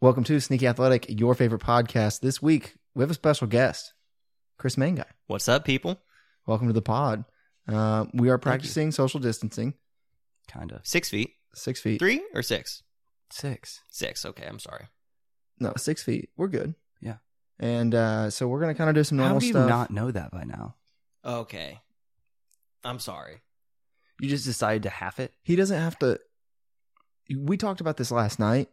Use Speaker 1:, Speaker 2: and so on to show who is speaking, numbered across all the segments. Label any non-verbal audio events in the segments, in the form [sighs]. Speaker 1: Welcome to Sneaky Athletic, your favorite podcast. This week, we have a special guest, Chris Mangai.
Speaker 2: What's up, people?
Speaker 1: Welcome to the pod. Uh, we are practicing social distancing,
Speaker 3: Kind of.
Speaker 2: Six feet,
Speaker 1: six feet.
Speaker 2: three or six?
Speaker 3: Six.
Speaker 2: Six. Okay, I'm sorry.
Speaker 1: No, six feet. We're good.
Speaker 3: Yeah.
Speaker 1: And uh, so we're going to kind of do some normal
Speaker 3: How do you
Speaker 1: stuff.
Speaker 3: not know that by now?
Speaker 2: Okay, I'm sorry.
Speaker 3: You just decided to half it?
Speaker 1: he doesn't have to. We talked about this last night.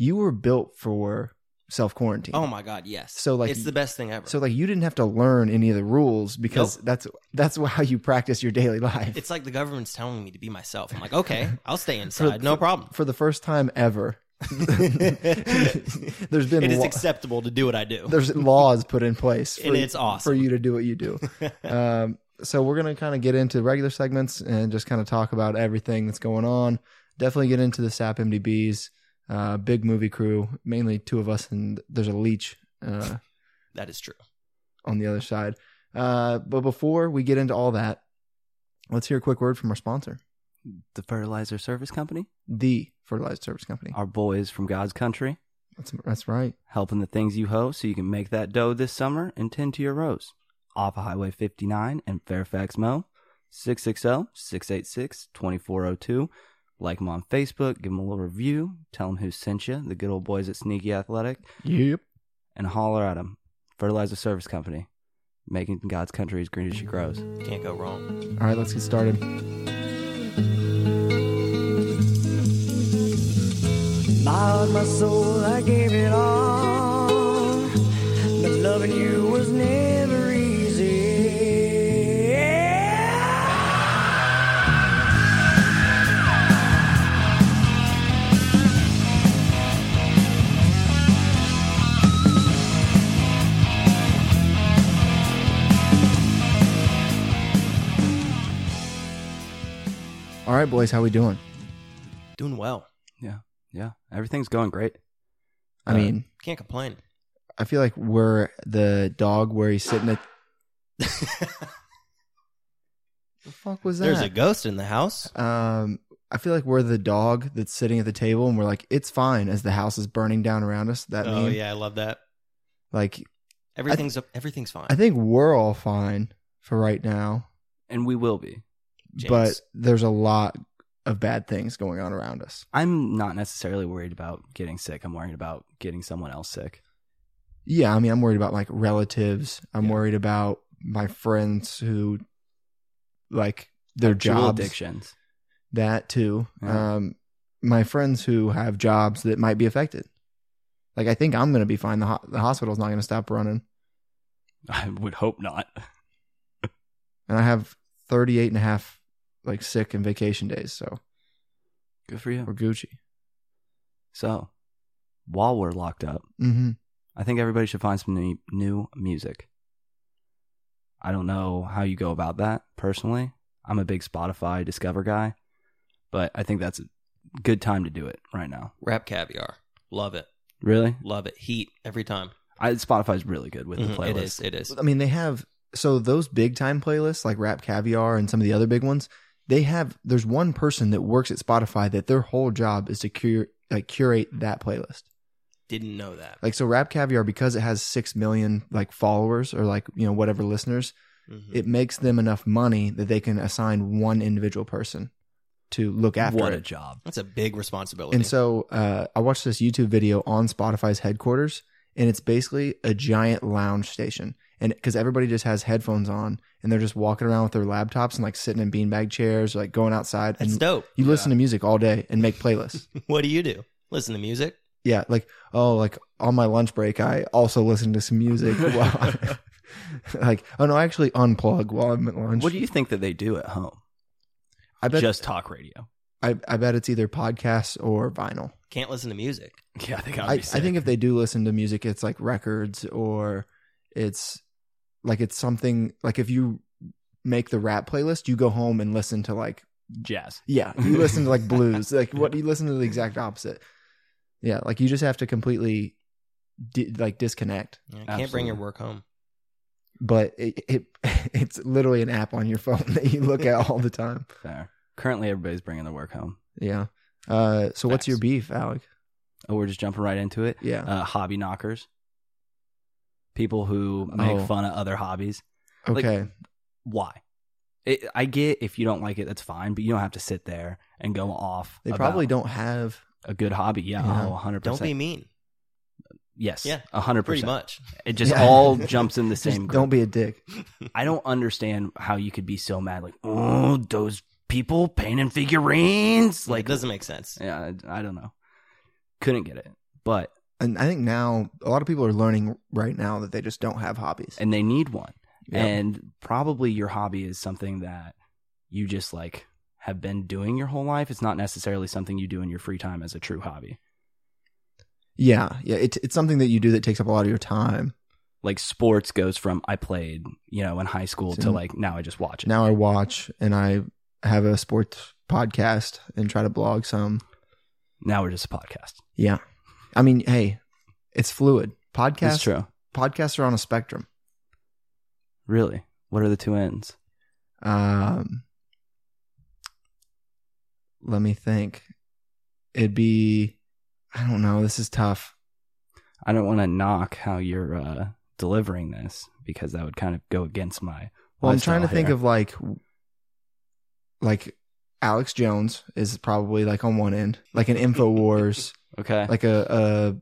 Speaker 1: You were built for self quarantine.
Speaker 2: Oh my god, yes.
Speaker 1: So, like-
Speaker 2: it's the best thing ever.
Speaker 1: So like you didn't have to learn any of the rules because that's that's [laughs] how you practice your daily life.
Speaker 2: it's like the government's telling me to be myself. I'm like,
Speaker 1: [laughs]
Speaker 2: okay, I'll stay inside, no problem.
Speaker 1: for the first time
Speaker 2: [laughs]
Speaker 1: ever.
Speaker 2: it
Speaker 1: There's been
Speaker 2: is
Speaker 1: law-
Speaker 2: acceptable to do what I do.
Speaker 1: there's laws put in place,
Speaker 2: [laughs] And it's awesome.
Speaker 1: for you to do what you
Speaker 2: [laughs]
Speaker 1: do. um, so we're gonna kind of get into regular segments and just kind of talk about everything that's going on. Definitely get into the SAP MDBs, uh, big movie crew, mainly two of us, and there's a leech uh,
Speaker 2: That is true.
Speaker 1: on the other side. Uh, but before we get into all that, let's hear a quick word from our sponsor,
Speaker 3: The fertilizer service company?
Speaker 1: the fertilizer service company.
Speaker 3: Our boys from God's country
Speaker 1: That's that's right.
Speaker 3: helping the things you hoe so you can make that dough this summer and tend to your rows. Off of Highway 59 and Fairfax Mo, 660-686-2402. Like them on Facebook, give them a little review, tell them who sent you, the good old boys at Sneaky Athletic,
Speaker 1: Yep.
Speaker 3: and holler at them. Fertilizer service company, making God's country as green as she grows.
Speaker 2: Can't go wrong.
Speaker 1: All right, let's get started.
Speaker 4: My heart, my soul, I gave it all. But loving you was never easy.
Speaker 1: All right, boys, how we doing?
Speaker 2: Doing well.
Speaker 3: Yeah, everything's going great.
Speaker 1: I
Speaker 3: Uh,
Speaker 1: mean,
Speaker 2: Can't complain.
Speaker 1: [laughs] I feel like we're the dog where he's sitting at. The fuck was
Speaker 2: There's a
Speaker 1: that?
Speaker 2: ghost in the house.
Speaker 1: um, I feel like we're the dog that's sitting at the table, and we're like, "It's fine," as the house is burning down around us. That
Speaker 2: Oh
Speaker 1: meme.
Speaker 2: yeah, I love that.
Speaker 1: Like,
Speaker 2: Everything's everything's fine.
Speaker 1: I think we're all fine for right now,
Speaker 3: and we will be.
Speaker 2: James.
Speaker 1: but there's a lot of bad things going on around us.
Speaker 3: I'm not necessarily worried about getting sick. I'm worried about getting someone else sick.
Speaker 1: Yeah, I mean, I'm worried about like relatives. I'm
Speaker 3: Yeah.
Speaker 1: worried about my friends who, like, their
Speaker 3: Dual
Speaker 1: jobs.
Speaker 3: addictions. [laughs]
Speaker 1: that too.
Speaker 3: Yeah.
Speaker 1: Um, my friends who have jobs that might be affected. Like I think I'm going to be fine. The, ho- the hospital's not going to stop running,
Speaker 3: I would hope not.
Speaker 1: and I have 38 and a half like sick and vacation days, so
Speaker 3: Good for
Speaker 1: we're
Speaker 3: you.
Speaker 1: Gucci.
Speaker 3: So, while we're locked up,
Speaker 1: hmm
Speaker 3: I think everybody should find some new, new music. I don't know how you go about that personally. I'm a big Spotify Discover guy, but I think that's a good time to do it right now.
Speaker 2: rap caviar. Love it.
Speaker 3: Really?
Speaker 2: Love it. Heat every time.
Speaker 3: I, Spotify's really good with the
Speaker 2: Mhm,
Speaker 3: playlist.
Speaker 2: It is. It is.
Speaker 1: I mean, they have so those big time playlists like Rap Caviar and some of the other big ones. They have there's one person that works at Spotify that their whole job is to cure like curate that playlist.
Speaker 2: Didn't know that.
Speaker 1: Like so, Rap Caviar because it has six million like followers or like you know whatever listeners,
Speaker 2: Mhm.
Speaker 1: it makes them enough money that they can assign one individual person to look after
Speaker 3: What a
Speaker 1: it.
Speaker 3: job.
Speaker 2: That's a big responsibility.
Speaker 1: And so uh, I watched this YouTube video on Spotify's headquarters, and it's basically a giant lounge station. And because everybody just has headphones on and they're just walking around with their laptops and like sitting in beanbag chairs, or, like going outside.
Speaker 2: That's
Speaker 1: and
Speaker 2: dope.
Speaker 1: you listen to music all day and make playlists.
Speaker 2: [laughs]
Speaker 3: [laughs]
Speaker 2: What do you do? Listen to music.
Speaker 1: yeah. Like, oh, like on my lunch break, I also listen to some
Speaker 3: [laughs]
Speaker 1: music. while I- [laughs] like, oh no, I actually unplug while I'm at lunch.
Speaker 3: What do you think that they do at home?
Speaker 1: I bet
Speaker 3: Just talk radio.
Speaker 1: I, I bet it's either podcasts or vinyl.
Speaker 2: Can't listen to music.
Speaker 3: [laughs] Yeah, they
Speaker 1: I, I think if they do listen to music, it's like records or it's like it's something like if you make the rap playlist, you go home and listen to like
Speaker 3: jazz.
Speaker 1: yeah, you
Speaker 3: [laughs]
Speaker 1: listen to like blues. Like what you listen to the exact opposite. Yeah, like you just have to completely di- like disconnect.
Speaker 2: Yeah, Can't bring your
Speaker 3: Absolutely.
Speaker 2: work home.
Speaker 1: But it, it [laughs] it's literally an app on your phone that you look at all the time.
Speaker 3: Fair. Currently, everybody's bringing their work home.
Speaker 1: Yeah. Uh, so what's
Speaker 2: Facts.
Speaker 1: your beef, Alec?
Speaker 3: Oh, we're just jumping right into it.
Speaker 1: Yeah.
Speaker 3: Uh, hobby knockers. People who make
Speaker 1: Oh.
Speaker 3: fun of other hobbies. Uh, like-
Speaker 1: okay.
Speaker 3: Why? It, I get if you don't like it, that's fine, but you don't have to sit there and go off.
Speaker 1: they probably
Speaker 3: about
Speaker 1: don't have.
Speaker 3: a good hobby. Yeah,
Speaker 1: Yeah.
Speaker 3: Oh, 100%.
Speaker 2: Don't be mean.
Speaker 3: Yes.
Speaker 2: Yeah,
Speaker 3: hundred
Speaker 2: Pretty
Speaker 3: percent.
Speaker 2: much. [laughs]
Speaker 3: It just
Speaker 1: Yeah. [laughs]
Speaker 3: all jumps in the
Speaker 1: Just
Speaker 3: same. group.
Speaker 1: don't be a dick.
Speaker 3: I don't understand how you could be so mad. Like, oh, those people painting figurines.
Speaker 2: Like,
Speaker 3: Like,
Speaker 2: it doesn't make sense.
Speaker 3: yeah, I, I don't know. Couldn't get it, but
Speaker 1: And I think now a lot of people are learning right now that they just don't have hobbies.
Speaker 3: and they need one.
Speaker 1: Yeah.
Speaker 3: And probably your hobby is something that you just like have been doing your whole life. It's not necessarily something you do in your free time as a true hobby.
Speaker 1: yeah, yeah. It's it's something that you do that takes up a lot of your time.
Speaker 3: Like sports goes from I played, you know, in high school
Speaker 1: So-
Speaker 3: to like now I just watch it.
Speaker 1: Now I watch and I have a sports podcast and try to blog some.
Speaker 3: now we're just a podcast.
Speaker 1: Yeah, I mean, hey, it's fluid.
Speaker 3: That's
Speaker 1: Podcasts
Speaker 3: true.
Speaker 1: podcasts are on a spectrum.
Speaker 3: Really? What are the two ends?
Speaker 1: Um, let me think. It'd be, I don't know. This is tough.
Speaker 3: I don't want to knock how you're uh, delivering this because that would kind of go against my.
Speaker 1: Well, I'm
Speaker 3: lifestyle
Speaker 1: trying to think
Speaker 3: here.
Speaker 1: of like, like Alex Jones is probably like on one end, like an
Speaker 2: [laughs]
Speaker 1: Infowars,
Speaker 3: okay.
Speaker 1: like a,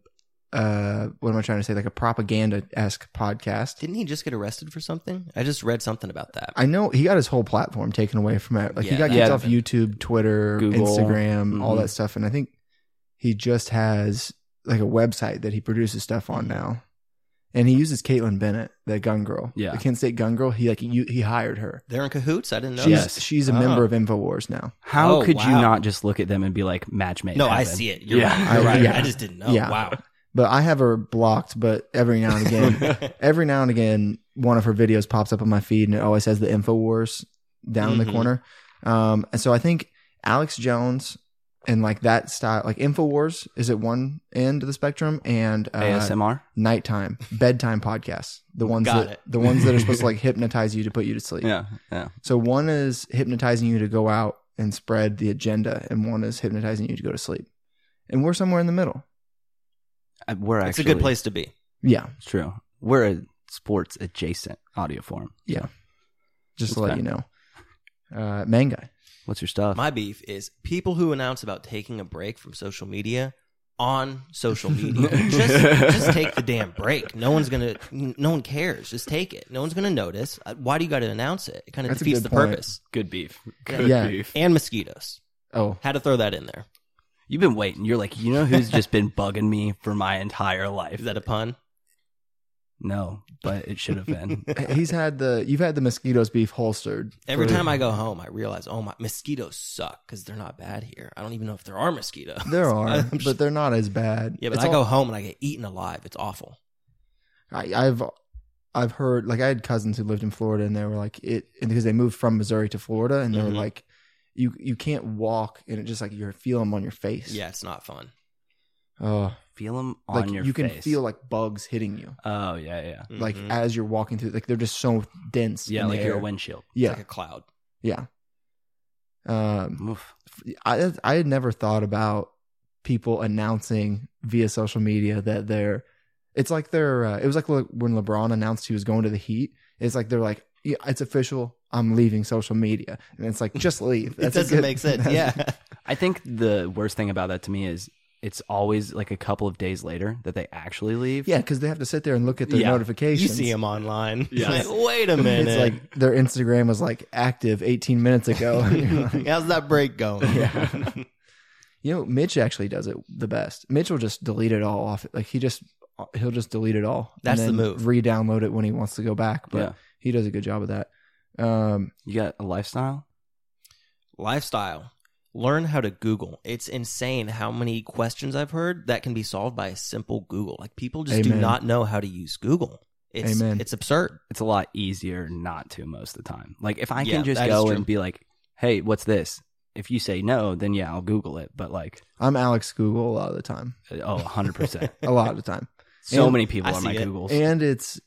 Speaker 1: a, uh, what am I trying to say? Like a propaganda esque podcast.
Speaker 2: Didn't he just get arrested for something? I just read something about that.
Speaker 1: I know he got his whole platform taken away from it. Like he
Speaker 2: Yeah,
Speaker 1: got
Speaker 2: that Mm-hmm.
Speaker 1: kicked off
Speaker 2: happened.
Speaker 1: YouTube, Twitter,
Speaker 3: Google.
Speaker 1: Instagram, all
Speaker 3: Mhm.
Speaker 1: that stuff. And I think he just has like a website that he produces stuff on now. And he uses Caitlyn Bennett, that gun girl,
Speaker 3: Yeah.
Speaker 1: the Kent State gun girl. He like you, he hired her.
Speaker 2: They're in cahoots. I didn't know.
Speaker 1: She's
Speaker 2: that.
Speaker 3: Yes.
Speaker 1: she's a
Speaker 2: Oh.
Speaker 1: member of Infowars now.
Speaker 3: how
Speaker 2: Oh,
Speaker 3: could you
Speaker 2: wow.
Speaker 3: not just look at them and be like match made?
Speaker 2: No, I
Speaker 3: heaven?
Speaker 2: see it. You're
Speaker 3: Yeah.
Speaker 2: right. You're
Speaker 1: I-
Speaker 2: right.
Speaker 1: yeah.
Speaker 2: I just didn't know.
Speaker 1: Yeah.
Speaker 2: Wow.
Speaker 1: But I have her blocked. But every now and
Speaker 2: [laughs]
Speaker 1: again, every now and again, one of her videos pops up on my feed, and it always has the Infowars down in the
Speaker 2: Mhm.
Speaker 1: corner. Um, and so I think Alex Jones and like that style, like Infowars, is at one end of the spectrum, and uh,
Speaker 3: ASMR.
Speaker 1: nighttime bedtime podcasts, the ones
Speaker 2: Got
Speaker 1: that
Speaker 2: it.
Speaker 1: the ones that are
Speaker 2: [laughs]
Speaker 1: supposed to like hypnotize you to put you to sleep.
Speaker 3: Yeah, yeah.
Speaker 1: So one is hypnotizing you to go out and spread the agenda, and one is hypnotizing you to go to sleep. And we're somewhere in the middle.
Speaker 3: Uh, We're
Speaker 2: It's
Speaker 3: actually
Speaker 2: a good place to be.
Speaker 1: Yeah,
Speaker 3: It's true. We're a sports adjacent audio form.
Speaker 1: yeah. Just to
Speaker 3: Okay.
Speaker 1: let you know, uh, main guy.
Speaker 3: What's your stuff?
Speaker 2: My beef is people who announce about taking a break from social media on
Speaker 1: [laughs]
Speaker 2: social media. just, just take the damn break. No one's gonna. No one cares. Just take it. No one's gonna notice. Uh, Why do you got to announce it? It kind of
Speaker 1: That's a
Speaker 2: defeats
Speaker 1: good
Speaker 2: the
Speaker 1: point.
Speaker 2: purpose.
Speaker 3: good beef.
Speaker 1: Good Yeah.
Speaker 3: beef.
Speaker 2: And mosquitoes.
Speaker 3: [laughs]
Speaker 1: Oh,
Speaker 2: Had to throw that in there.
Speaker 3: You've been waiting. You're like, you know who's just been bugging me for my entire life?
Speaker 2: Is that a pun?
Speaker 3: no, but it should have been.
Speaker 1: he's had the you've had the mosquitoes beef holstered
Speaker 2: Every time I go home, I realize, oh my, mosquitoes suck because they're not bad here. I don't even know if there are mosquitoes.
Speaker 3: [laughs]
Speaker 2: [laughs]
Speaker 1: There are,
Speaker 2: I'm
Speaker 1: but they're not as bad.
Speaker 2: Yeah, but
Speaker 1: It's
Speaker 2: I
Speaker 1: all-
Speaker 2: go home and I get eaten alive. It's awful.
Speaker 1: I, I've I've heard like I had cousins who lived in Florida, and they were like it and because they moved from Missouri to Florida, and they were
Speaker 3: Mm-hmm.
Speaker 2: Mhm.
Speaker 1: like, you you can't walk, and it just like you feel them on your face.
Speaker 2: Yeah, it's not fun.
Speaker 1: Oh,
Speaker 3: Feel them on
Speaker 1: like
Speaker 3: your
Speaker 1: you can
Speaker 3: face.
Speaker 1: feel like bugs hitting you,
Speaker 3: Oh yeah, yeah.
Speaker 1: like
Speaker 2: Mhm.
Speaker 1: as you're walking through. Like they're just so dense.
Speaker 3: Yeah,
Speaker 1: in the
Speaker 3: like you're a
Speaker 1: air.
Speaker 3: windshield.
Speaker 2: It's
Speaker 1: Yeah,
Speaker 2: like a cloud.
Speaker 1: yeah. Um,
Speaker 3: Oof.
Speaker 1: I I had never thought about people announcing via social media that they're. It's like they're. Uh, it was like Le- when LeBron announced he was going to the Heat. It's like they're like, yeah, it's official. I'm leaving social media, and it's like
Speaker 2: [laughs]
Speaker 1: just leave.
Speaker 2: It
Speaker 1: a
Speaker 2: doesn't
Speaker 1: good-
Speaker 2: make sense.
Speaker 1: that's-
Speaker 2: Yeah.
Speaker 3: I think the worst thing about that to me is it's always like a couple of days later that they actually
Speaker 1: [laughs]
Speaker 3: leave. [laughs]
Speaker 1: yeah, because they have to sit there and look at their
Speaker 3: Yeah.
Speaker 1: notifications.
Speaker 2: You see them online. [laughs]
Speaker 3: Yeah.
Speaker 2: Like, Wait a minute.
Speaker 1: It's [laughs] like their Instagram was like active 18 minutes ago. [laughs]
Speaker 2: [laughs]
Speaker 1: And you're like-
Speaker 2: How's that break going?
Speaker 1: [laughs] Yeah. You know, Mitch actually does it the best. Mitch will just delete it all off. Like he just he'll just delete it all. and
Speaker 2: That's the
Speaker 1: then
Speaker 2: move.
Speaker 1: Re-download it when he wants to go back, but
Speaker 3: Yeah.
Speaker 1: he does a good job of that. Um,
Speaker 3: You got a lifestyle?
Speaker 2: [laughs] Lifestyle. Learn how to Google. It's insane how many questions I've heard that can be solved by a simple Google. Like people just do
Speaker 1: Amen.
Speaker 2: not know how to use Google. It's
Speaker 1: Amen.
Speaker 2: it's absurd.
Speaker 3: It's a lot easier not to most of the time. Like if I
Speaker 2: Yeah,
Speaker 3: can just
Speaker 2: that is
Speaker 3: go
Speaker 2: true.
Speaker 3: and be like, "Hey, what's this?" If you say no, then yeah, I'll Google it. But like,
Speaker 1: I'm Alex Google a lot of the time.
Speaker 3: oh,
Speaker 2: [laughs]
Speaker 3: hundred percent.
Speaker 1: A lot of the time.
Speaker 3: So
Speaker 1: And-
Speaker 3: many people
Speaker 2: I
Speaker 3: are my
Speaker 2: see it.
Speaker 3: Googles.
Speaker 1: And it's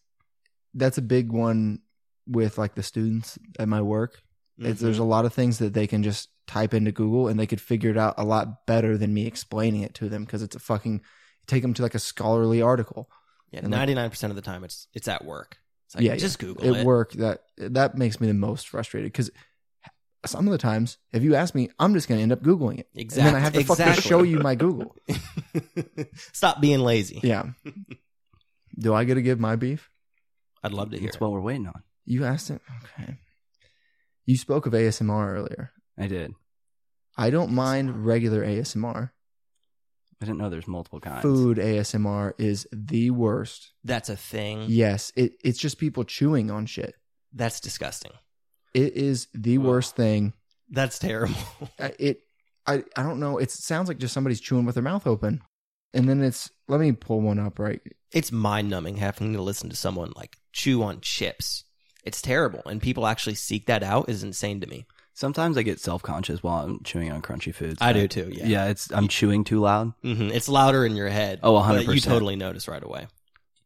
Speaker 1: that's a big
Speaker 2: Mm-hmm.
Speaker 1: one with like the students at my work. It's, there's a lot of things that they can just type into Google and they could figure it out a lot better than me explaining it to them because it's a fucking take them to like a scholarly article.
Speaker 2: Yeah,
Speaker 1: And, like-
Speaker 2: ninety nine percent of the time it's it's at work. It's like
Speaker 1: Yeah,
Speaker 2: just Google
Speaker 1: It
Speaker 2: it.
Speaker 1: worked that that makes me the most frustrated because some of the times if you ask me, I'm just going to end up googling it.
Speaker 2: [laughs] Exactly.
Speaker 1: And then I have to fucking
Speaker 2: exactly.
Speaker 1: show you my Google.
Speaker 2: [laughs] Stop being lazy.
Speaker 1: Yeah. Do I get to give my beef?
Speaker 2: I'd love to hear.
Speaker 3: That's what we're waiting on.
Speaker 1: You asked it. Okay. You spoke of ASMR earlier.
Speaker 3: I did.
Speaker 1: I don't mind regular ASMR.
Speaker 3: I didn't know there's multiple kinds.
Speaker 1: Food ASMR is the worst.
Speaker 2: it. That's a thing.
Speaker 1: Yes, it, it's just people chewing on shit.
Speaker 2: That's disgusting.
Speaker 1: It is the
Speaker 3: Ugh.
Speaker 1: worst thing.
Speaker 2: That's terrible.
Speaker 1: I- It, I, I don't know. It sounds like just somebody's chewing with their mouth open. And then it's, let me pull one up right.
Speaker 2: it's mind numbing having to listen to someone like chew on chips. It's terrible, and people actually seek that out is insane to me.
Speaker 3: Sometimes I get self conscious while I'm chewing on crunchy foods.
Speaker 2: I do too. Yeah,
Speaker 3: Yeah. it's I'm chewing too loud.
Speaker 2: hmm It's louder in your head.
Speaker 3: Oh,
Speaker 2: but
Speaker 3: 100%.
Speaker 2: You totally notice right away.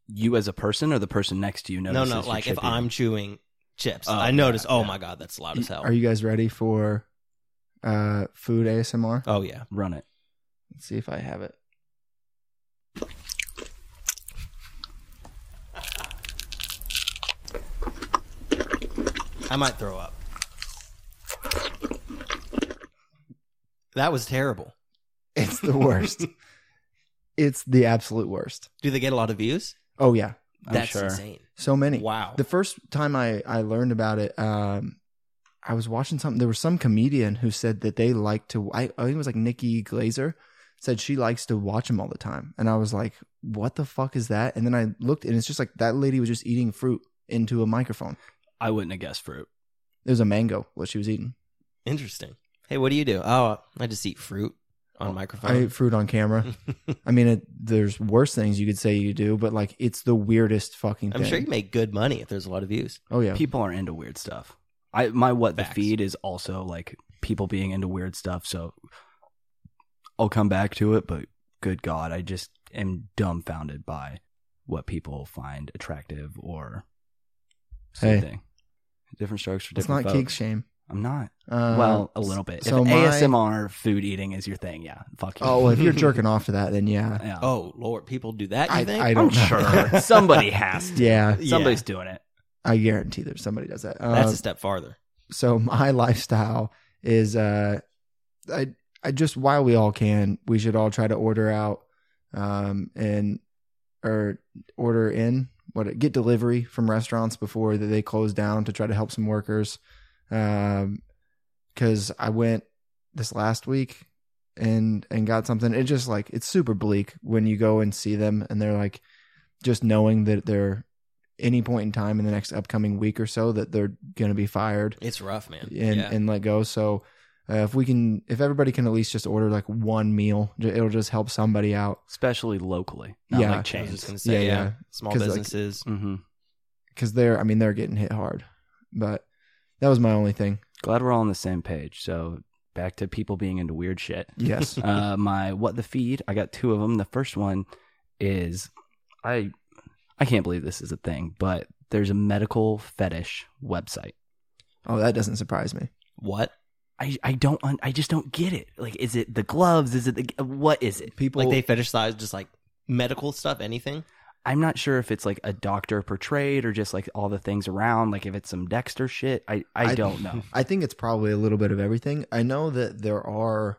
Speaker 3: You as a person or the person next to you
Speaker 2: No,
Speaker 3: notices.
Speaker 2: no.
Speaker 3: you're
Speaker 2: Like if
Speaker 3: chippy?
Speaker 2: I'm chewing chips,
Speaker 3: Oh,
Speaker 2: I notice.
Speaker 3: yeah,
Speaker 2: oh
Speaker 3: yeah.
Speaker 2: my god, that's loud as hell.
Speaker 1: Are you guys ready for uh, food ASMR?
Speaker 2: oh yeah.
Speaker 3: run it.
Speaker 1: Let's see if I have it.
Speaker 2: I might throw up. That was terrible.
Speaker 1: It's the worst. it's the absolute worst.
Speaker 2: Do they get a lot of views?
Speaker 1: Oh, yeah.
Speaker 3: I'm
Speaker 2: That's
Speaker 3: sure.
Speaker 2: insane.
Speaker 1: So many.
Speaker 2: Wow.
Speaker 1: The first time I, I learned about it, um, I was watching something. There was some comedian who said that they like to, I, I think it was like Nikki Glazer, said she likes to watch them all the time. And I was like, what the fuck is that? And then I looked and it's just like that lady was just eating fruit into a microphone.
Speaker 3: I wouldn't have guessed fruit.
Speaker 1: It was a mango, what she was eating.
Speaker 2: Interesting. Hey, what do you do? Oh, I just eat fruit on a microphone.
Speaker 1: I ate fruit on
Speaker 2: [laughs]
Speaker 1: camera.
Speaker 3: [laughs]
Speaker 1: I mean, it, there's worse things you could say you do, but like it's the weirdest fucking thing.
Speaker 2: I'm sure you make good money if there's a lot of views.
Speaker 1: Oh, yeah.
Speaker 3: People are into weird stuff. I my what
Speaker 2: Facts.
Speaker 3: the feed is also like people being into weird stuff. So I'll come back to it, but good God, I just am dumbfounded by what people find attractive or
Speaker 1: Hey.
Speaker 3: something. Different strokes for
Speaker 1: It's
Speaker 3: different
Speaker 1: not
Speaker 3: folks.
Speaker 1: kink shame.
Speaker 3: I'm not.
Speaker 1: Uh,
Speaker 3: well, a little bit.
Speaker 1: so
Speaker 3: if
Speaker 1: my-
Speaker 3: ASMR food eating is your thing, yeah, fuck you.
Speaker 1: Oh, well, if
Speaker 3: [laughs]
Speaker 1: you're jerking off to that, then yeah.
Speaker 3: yeah.
Speaker 2: Oh Lord, people do that. You
Speaker 1: I,
Speaker 2: think?
Speaker 1: I
Speaker 3: I'm
Speaker 1: don't know.
Speaker 3: sure
Speaker 1: [laughs]
Speaker 3: somebody has to.
Speaker 1: Yeah,
Speaker 2: Yeah.
Speaker 3: Somebody's doing it.
Speaker 1: I guarantee there's somebody does that.
Speaker 2: That's
Speaker 1: Uh,
Speaker 2: a step farther.
Speaker 1: so [laughs] my lifestyle is uh, I I just while we all can, we should all try to order out um and or order in what get delivery from restaurants before that they close down to try to help some workers. Um, because I went this last week and and got something. It just like it's super bleak when you go and see them and they're like just knowing that they're any point in time in the next upcoming week or so that they're going to be fired
Speaker 2: It's rough, man.
Speaker 1: and
Speaker 2: yeah.
Speaker 1: and let go. So uh, if we can, if everybody can at least just order like one meal, j- it'll just help somebody out.
Speaker 3: especially locally, not
Speaker 1: Yeah.
Speaker 3: like
Speaker 2: I was just
Speaker 3: chains.
Speaker 2: gonna say,
Speaker 1: Yeah,
Speaker 2: yeah,
Speaker 1: yeah.
Speaker 2: small
Speaker 1: 'Cause, like,
Speaker 2: businesses.
Speaker 3: hmm
Speaker 1: Because they're, I mean, they're getting hit hard. But that was my only thing.
Speaker 3: Glad we're all on the same page. So back to people being into weird shit.
Speaker 1: Yes.
Speaker 3: uh, my what the feed? I got two of them. The first one is I I can't believe this is a thing, but there's a medical fetish website.
Speaker 1: [laughs] oh, that doesn't surprise me.
Speaker 2: what?
Speaker 3: I, I don't un- I just don't get it. Like, is it the gloves? Is it the what is it?
Speaker 1: People,
Speaker 2: like they fetishize just like medical stuff, anything?
Speaker 3: I'm not sure if it's like a doctor portrayed or just like all the things around. Like if it's some Dexter shit, I I,
Speaker 1: I-
Speaker 3: don't know.
Speaker 1: I think it's probably a little bit of everything. I know that there are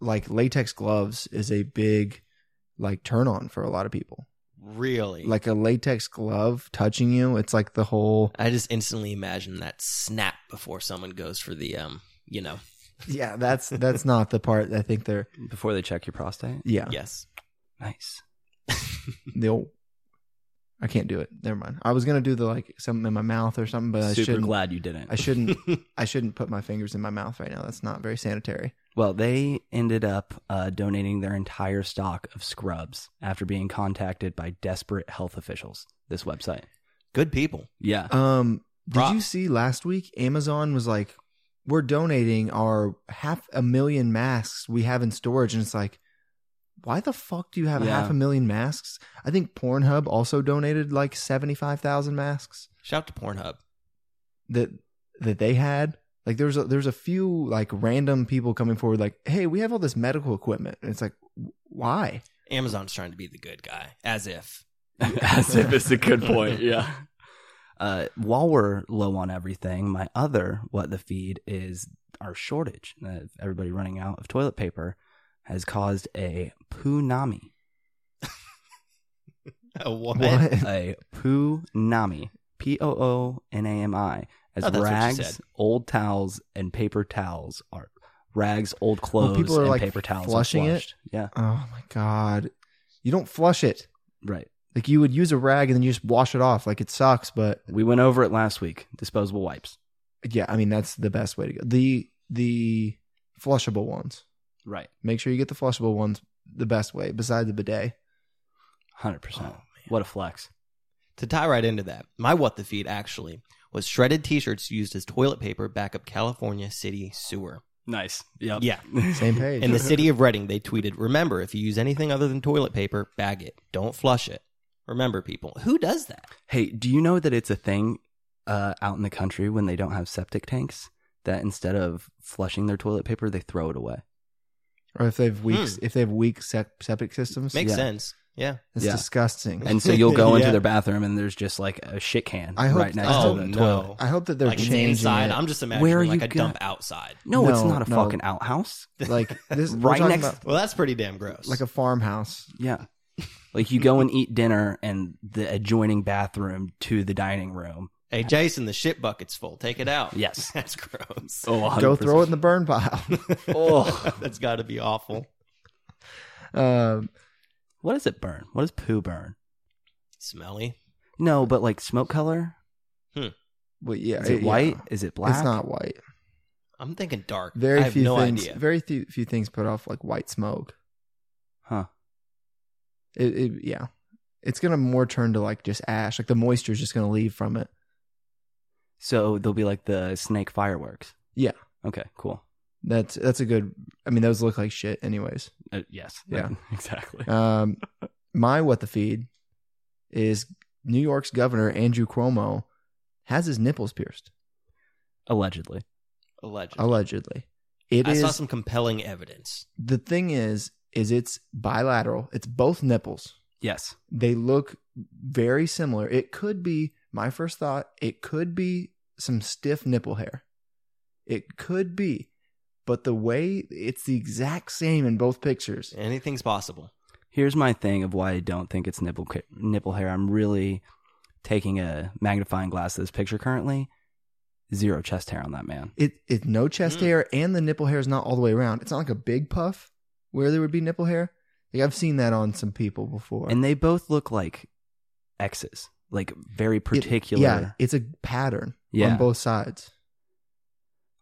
Speaker 1: like latex gloves is a big like turn on for a lot of people.
Speaker 2: Really?
Speaker 1: Like a latex glove touching you, it's like the whole
Speaker 2: I just instantly imagine that snap before someone goes for the um, you know,
Speaker 1: yeah. That's that's not the part. I think they're
Speaker 3: Before they check your prostate,
Speaker 1: yeah.
Speaker 2: yes. [laughs]
Speaker 3: nice.
Speaker 1: the old I can't do it. Never mind. I was gonna do the like something in my mouth or something, but I
Speaker 3: Super
Speaker 1: shouldn't.
Speaker 3: glad you didn't.
Speaker 1: I
Speaker 3: [laughs]
Speaker 1: shouldn't. I shouldn't put my fingers in my mouth right now. That's not very sanitary.
Speaker 3: Well, they ended up uh, donating their entire stock of scrubs after being contacted by desperate health officials. This website.
Speaker 2: Good people.
Speaker 3: Yeah. [laughs]
Speaker 1: Um, did you
Speaker 2: Props.
Speaker 1: see last week? Amazon was like, "We're donating our half a million masks we have in storage," and it's like, why the fuck do you have
Speaker 3: Yeah.
Speaker 1: half a million masks? I think Pornhub also donated like seventy five thousand masks
Speaker 2: Shout to Pornhub.
Speaker 1: that that they had. Like there's a, there's a few like random people coming forward like, hey, we have all this medical equipment. And it's like, why?
Speaker 2: Amazon's trying to be the good guy, as [laughs] if.
Speaker 3: As if it's a good point. Yeah. [laughs] Uh, while we're low on everything, my other what the feed is our shortage. Uh, everybody running out of toilet paper has caused a punami.
Speaker 2: Oh,
Speaker 1: What? [laughs]
Speaker 3: a punami. P O O N A M I. As
Speaker 2: Oh, that's what she
Speaker 3: rags,
Speaker 2: said.
Speaker 3: old towels, and paper towels are rags, old clothes,
Speaker 1: Well, people are,
Speaker 3: and
Speaker 1: like,
Speaker 3: paper towels. are
Speaker 1: flushing it?
Speaker 3: flushed. Yeah.
Speaker 1: Oh my god. You don't flush it.
Speaker 3: Right.
Speaker 1: Like you would use a rag and then you just wash it off. Like it sucks, but
Speaker 3: We went over it last week. Disposable wipes.
Speaker 1: yeah, I mean that's the best way to go. The the flushable ones.
Speaker 3: Right.
Speaker 1: Make sure you get the flushable ones the best way, beside the bidet.
Speaker 3: 100%.
Speaker 2: Oh, man.
Speaker 3: what a flex.
Speaker 2: To tie right into that, my what the feed actually was shredded t shirts used as toilet paper back up California City sewer.
Speaker 3: Nice. Yep.
Speaker 2: Yeah.
Speaker 1: [laughs]
Speaker 2: [laughs]
Speaker 1: Same page.
Speaker 2: In the city of Reading, they tweeted, Remember, if you use anything other than toilet paper, bag it. Don't flush it. Remember, people. Who does that?
Speaker 3: Hey, do you know that it's a thing uh, out in the country when they don't have septic tanks that instead of flushing their toilet paper, they throw it away?
Speaker 1: or if they have weak if they have weak sep- septic systems.
Speaker 2: Hmm. Makes
Speaker 3: Yeah.
Speaker 2: sense. Yeah.
Speaker 1: it's
Speaker 3: Yeah.
Speaker 1: disgusting.
Speaker 3: And so
Speaker 1: [laughs]
Speaker 3: you'll go into
Speaker 2: Yeah.
Speaker 3: their bathroom and there's just like a shit can
Speaker 1: I hope-
Speaker 3: right next
Speaker 1: I
Speaker 2: Oh,
Speaker 3: to the toilet.
Speaker 2: no.
Speaker 1: I hope that they're
Speaker 2: like it's
Speaker 1: changing
Speaker 2: inside.
Speaker 1: it.
Speaker 2: I'm just imagining
Speaker 3: Where are
Speaker 2: like
Speaker 3: you
Speaker 2: a
Speaker 3: gonna-
Speaker 2: dump outside.
Speaker 3: No, it's
Speaker 1: No,
Speaker 3: not a
Speaker 1: no.
Speaker 3: fucking outhouse.
Speaker 1: like
Speaker 3: [laughs]
Speaker 1: this we're
Speaker 3: Right
Speaker 1: talking
Speaker 3: next-
Speaker 1: about
Speaker 2: Well, that's pretty damn gross.
Speaker 1: like a farmhouse.
Speaker 3: Yeah. Like you go and eat dinner and the adjoining bathroom to the dining room.
Speaker 2: hey, Jason, the shit bucket's full. Take it out.
Speaker 3: Yes.
Speaker 2: [laughs] That's gross. [laughs]
Speaker 3: Oh,
Speaker 1: Go throw it in the burn pile. [laughs]
Speaker 3: Oh.
Speaker 2: that's got to be awful.
Speaker 1: um,
Speaker 3: What does it burn? What does poo burn?
Speaker 2: Smelly.
Speaker 3: No, but like smoke color?
Speaker 1: but yeah,
Speaker 3: Is it
Speaker 1: yeah.
Speaker 3: white? Is it black?
Speaker 1: It's not white.
Speaker 2: I'm thinking dark.
Speaker 1: Very
Speaker 2: I have
Speaker 1: few
Speaker 2: no
Speaker 1: things.
Speaker 2: idea.
Speaker 1: Very few, few things put off like white smoke.
Speaker 3: Huh.
Speaker 1: It, it yeah, it's gonna more turn to like just ash. Like the moisture is just gonna leave from it.
Speaker 3: So they'll be like the snake fireworks.
Speaker 1: Yeah.
Speaker 3: Okay, cool.
Speaker 1: That's that's a good. I mean, those look like shit, anyways.
Speaker 3: Uh, yes.
Speaker 1: Yeah.
Speaker 3: [laughs] Exactly.
Speaker 1: Um,
Speaker 3: [laughs]
Speaker 1: my what the feed is New York's governor Andrew Cuomo has his nipples pierced
Speaker 3: Allegedly.
Speaker 2: Allegedly.
Speaker 1: allegedly. It
Speaker 2: I
Speaker 1: is
Speaker 2: saw some compelling evidence.
Speaker 1: the thing is is it's bilateral. It's both nipples.
Speaker 3: Yes.
Speaker 1: they look very similar. It could be my first thought, it could be some stiff nipple hair. It could be, but the way it's the exact same in both pictures.
Speaker 2: Anything's possible.
Speaker 3: Here's my thing of why I don't think it's nipple ca- nipple hair. I'm really taking a magnifying glass to this picture currently. Zero chest hair on that man.
Speaker 1: It it no chest
Speaker 3: Hmm.
Speaker 2: Mm.
Speaker 1: hair and the nipple hair is not all the way around. It's not like a big puff where there would be nipple hair. Like I've seen that on some people before.
Speaker 3: And they both look like X's, like very
Speaker 1: It-
Speaker 3: particular.
Speaker 1: yeah, it's a pattern
Speaker 3: Yeah.
Speaker 1: on both sides.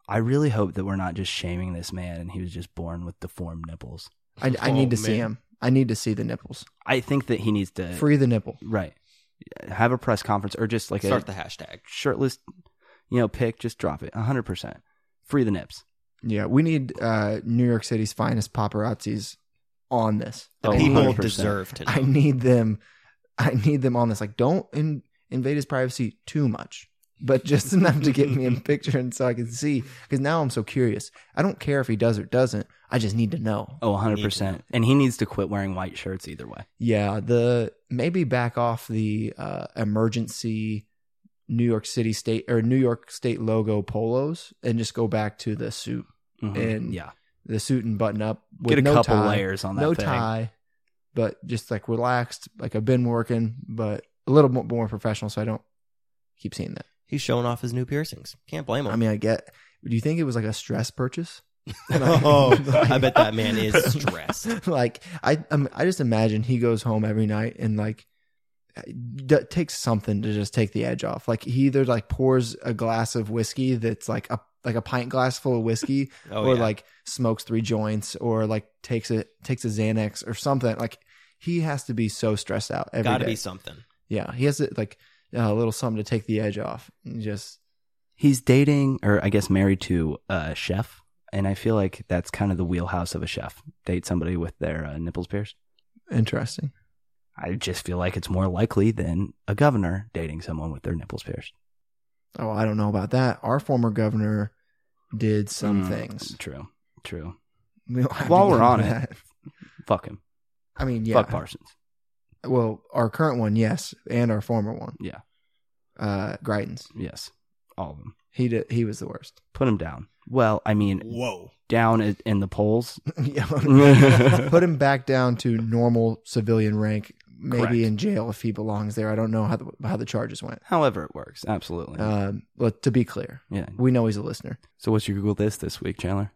Speaker 3: I really hope that we're not just shaming this man and he was just born with deformed nipples.
Speaker 1: I, I
Speaker 3: [laughs]
Speaker 2: Oh,
Speaker 1: need to see
Speaker 2: man.
Speaker 1: him. I need to see the nipples.
Speaker 3: I think that he needs to
Speaker 1: Free the nipple.
Speaker 3: right have a press conference or just like
Speaker 2: Start
Speaker 3: a
Speaker 2: the hashtag.
Speaker 3: shirtless, you know, pick. Just drop it. hundred percent. Free the nips.
Speaker 1: Yeah, we need uh, New York City's finest paparazzis on this.
Speaker 2: The
Speaker 3: Oh,
Speaker 2: people
Speaker 3: 100%.
Speaker 2: deserve to
Speaker 1: [laughs]
Speaker 2: know.
Speaker 1: I need them. I need them on this. Like, don't in, invade his privacy too much, but [laughs] just enough to get
Speaker 3: [laughs]
Speaker 1: me in picture and so I can see. Because now I'm so curious. I don't care if he does or doesn't. I just need to know.
Speaker 3: Oh, hundred
Speaker 2: Need
Speaker 3: percent. And he needs to quit wearing white shirts either way.
Speaker 1: Yeah, the maybe back off the uh, emergency New York City state or New York State logo polos and just go back to the suit,
Speaker 3: Mhm.
Speaker 1: And
Speaker 3: yeah,
Speaker 1: the suit and button up. With
Speaker 3: get a
Speaker 1: no
Speaker 3: couple
Speaker 1: tie.
Speaker 3: layers on that.
Speaker 1: no
Speaker 3: thing.
Speaker 1: tie, but just like relaxed. Like I've been working, but a little mo- more professional, so I don't keep seeing that.
Speaker 2: He's showing off his new piercings. Can't blame him.
Speaker 1: I
Speaker 2: [laughs]
Speaker 1: mean, I get. Do you think it was like a stress
Speaker 3: [laughs]
Speaker 1: purchase?
Speaker 2: oh, [laughs]
Speaker 1: [laughs]
Speaker 2: I bet that man is stressed.
Speaker 1: like I, um, I just imagine he goes home every night and like d- takes something to just take the edge off. Like he either like pours a glass of whiskey that's like a like a pint glass full of whiskey,
Speaker 2: Oh,
Speaker 1: or
Speaker 2: yeah.
Speaker 1: like smokes three joints, or like takes a takes a Xanax or something. Like he has to be so stressed out every day.
Speaker 2: gotta be something.
Speaker 1: Yeah, he has it like a little something to take the edge off. And just
Speaker 3: He's dating, or I guess married to a chef, and I feel like that's kind of the wheelhouse of a chef. Date somebody with their uh, nipples pierced.
Speaker 1: interesting.
Speaker 3: I just feel like it's more likely than a governor dating someone with their nipples pierced.
Speaker 1: Oh, I don't know about that. Our former governor did some
Speaker 3: Mm,
Speaker 1: things. [laughs]
Speaker 3: True. True.
Speaker 1: We don't have to
Speaker 3: While
Speaker 1: get
Speaker 3: we're on
Speaker 1: into
Speaker 3: it.
Speaker 1: that.
Speaker 3: Fuck him.
Speaker 1: I mean, yeah.
Speaker 3: Fuck Parsons.
Speaker 1: Well, our current one, yes, and our former one,
Speaker 3: Yeah.
Speaker 1: uh, Greitens.
Speaker 3: Yes. All of them.
Speaker 1: He did. He was the worst.
Speaker 3: Put him down. Well, I mean,
Speaker 2: Whoa.
Speaker 3: down i- in the polls.
Speaker 1: [laughs] yeah.
Speaker 3: Put [laughs]
Speaker 1: Put him back down to normal civilian rank, maybe
Speaker 3: Correct.
Speaker 1: in jail if he belongs there. I don't know how the, how the charges went.
Speaker 3: However, it works. Absolutely.
Speaker 1: Um, but to be clear,
Speaker 3: yeah.
Speaker 1: we know he's a listener.
Speaker 3: So, what's your Google this this week, Chandler?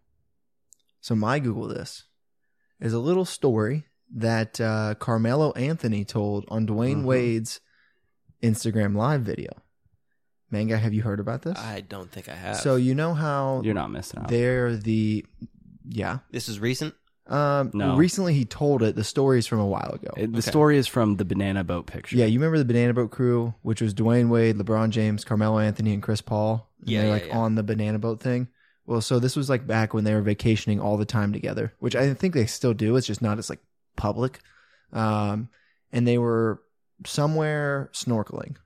Speaker 1: So my Google this is a little story that uh, Carmelo Anthony told on Dwayne
Speaker 3: Mhm.
Speaker 1: Wade's Instagram live video. Manga, have you heard about this?
Speaker 2: I don't think I have.
Speaker 1: so you know how
Speaker 3: You're not missing out.
Speaker 1: they're the yeah.
Speaker 2: this is recent.
Speaker 1: Um,
Speaker 3: No.
Speaker 1: Recently, he told it. The story is from a while ago.
Speaker 3: It- the
Speaker 2: okay.
Speaker 3: story is from the banana boat picture.
Speaker 1: Yeah, you remember the Banana Boat crew, which was Dwayne Wade, LeBron James, Carmelo Anthony, and Chris Paul. And
Speaker 2: Yeah,
Speaker 1: they're
Speaker 2: yeah,
Speaker 1: like
Speaker 2: yeah.
Speaker 1: on the Banana Boat thing. Well, so this was like back when they were vacationing all the time together, which I think they still do. It's just not as like public. Um, and they were somewhere snorkeling,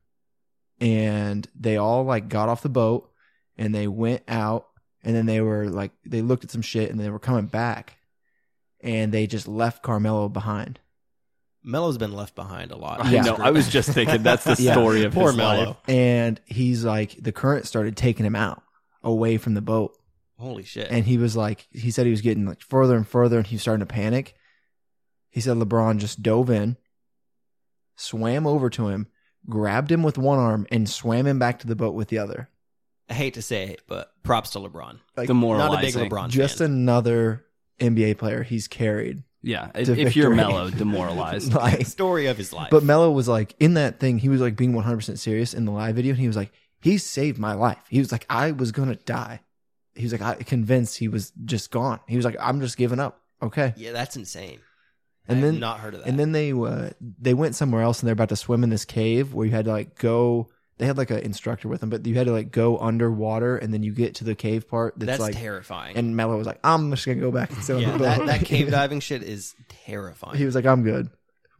Speaker 1: and they all like got off the boat and they went out, and then they were like they looked at some shit and they were coming back, and they just left Carmelo behind.
Speaker 2: Melo's been left behind a lot.
Speaker 3: I
Speaker 1: Yeah.
Speaker 3: know. I was just thinking that's the
Speaker 1: [laughs] Yeah.
Speaker 3: story of
Speaker 2: Poor
Speaker 3: his
Speaker 2: Melo.
Speaker 3: life.
Speaker 1: and he's like the current started taking him out away from the boat
Speaker 2: Holy shit.
Speaker 1: and he was like he said he was getting like further and further and he was starting to panic he said lebron just dove in swam over to him grabbed him with one arm and swam him back to the boat with the other
Speaker 2: I hate to say it, but props to LeBron.
Speaker 1: like
Speaker 3: The moralizing.
Speaker 2: Not a big LeBron
Speaker 1: just
Speaker 2: fan.
Speaker 1: another nba player he's carried
Speaker 3: Yeah. If,
Speaker 1: To
Speaker 3: if you're
Speaker 1: victory. [laughs]
Speaker 3: mellow, demoralized.
Speaker 1: like
Speaker 2: story of his life.
Speaker 1: But Mello was like in that thing, he was like being 100% serious in the live video. And he was like, he saved my life. He was like, I was going to die. He was like, I convinced he was just gone. He was like, I'm just giving up. Okay.
Speaker 2: yeah, that's insane.
Speaker 1: And
Speaker 2: I have
Speaker 1: then-
Speaker 2: not heard of that.
Speaker 1: And then they, uh, they went somewhere else and they're about to swim in this cave where you had to like go, they had like an instructor with them, but you had to like go underwater and then you get to the cave part. That's,
Speaker 2: that's
Speaker 1: like,
Speaker 2: terrifying.
Speaker 1: and Mello was like, I'm just going to go back and sit on [laughs]
Speaker 2: yeah,
Speaker 1: the
Speaker 2: that,
Speaker 1: boat."
Speaker 2: that cave diving shit is terrifying.
Speaker 1: He was like, I'm good.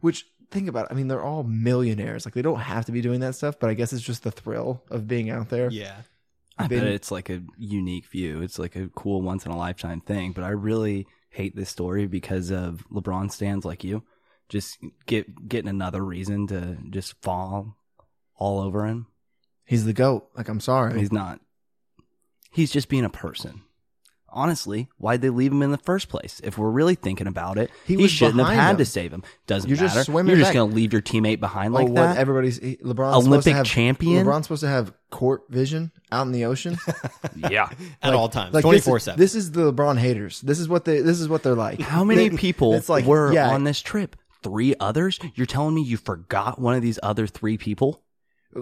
Speaker 1: Which think about it, I mean, they're all millionaires. Like they don't have to be doing that stuff, but I guess it's just the thrill of being out there.
Speaker 2: yeah.
Speaker 3: I bet
Speaker 1: been-
Speaker 3: it's like a unique view. It's like a cool once in a lifetime thing. But I really hate this story because of LeBron stands like you, just get getting another reason to just fall all over him.
Speaker 1: He's the goat. Like I'm sorry.
Speaker 3: He's not. He's just being a person. Honestly, why'd they leave him in the first place? If we're really thinking about it,
Speaker 1: He
Speaker 3: he,
Speaker 1: was
Speaker 3: shouldn't have
Speaker 1: behind
Speaker 3: had
Speaker 1: him.
Speaker 3: to save him. Doesn't
Speaker 1: You're just
Speaker 3: matter.
Speaker 1: swimming
Speaker 3: You're just
Speaker 1: back.
Speaker 3: gonna leave your teammate behind like
Speaker 1: oh, what
Speaker 3: that.
Speaker 1: everybody's he- LeBron's supposed to
Speaker 3: Olympic
Speaker 1: have,
Speaker 3: champion.
Speaker 1: LeBron's supposed to have court vision out in the ocean
Speaker 3: [laughs] yeah.
Speaker 2: At all times.
Speaker 1: Like,
Speaker 2: Twenty four
Speaker 1: this is-
Speaker 2: seven.
Speaker 1: This is the LeBron haters. This is what they. This is what they're like.
Speaker 3: How many
Speaker 1: They-
Speaker 3: people
Speaker 1: It's like
Speaker 3: were
Speaker 1: yeah,
Speaker 3: on this trip? Three others? You're telling me you forgot one of these other three people?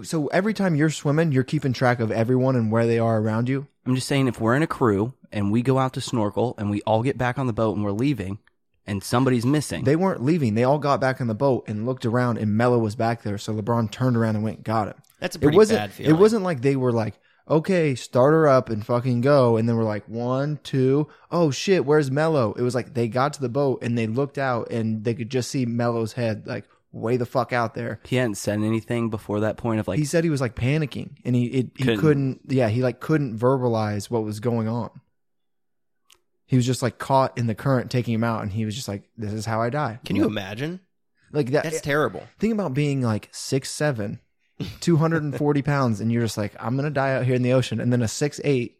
Speaker 1: So every time you're swimming, you're keeping track of everyone and where they are around you.
Speaker 3: I'm just saying, if we're in a crew and we go out to snorkel and we all get back on the boat and we're leaving and somebody's missing,
Speaker 1: They weren't leaving. They all got back in the boat and looked around, and Melo was back there. So LeBron turned around and went, and got him.
Speaker 2: That's a
Speaker 1: it
Speaker 2: pretty
Speaker 1: wasn't
Speaker 2: bad feeling.
Speaker 1: it wasn't like they were like okay start her up and fucking go and then we're like one two oh shit where's mello it was like they got to the boat and they looked out and they could just see mello's head like way the fuck out there
Speaker 3: he hadn't said anything before that point of like,
Speaker 1: he said he was like panicking and he it, he
Speaker 3: Couldn't.
Speaker 1: couldn't yeah he like couldn't verbalize what was going on he was just like caught in the current taking him out and he was just like this is how i die
Speaker 2: Can you imagine?
Speaker 1: like that
Speaker 2: That's terrible.
Speaker 1: Think about being like six seven,
Speaker 2: [laughs]
Speaker 1: 240 pounds, and you're just like, I'm gonna die out here in the ocean. And then a six eight,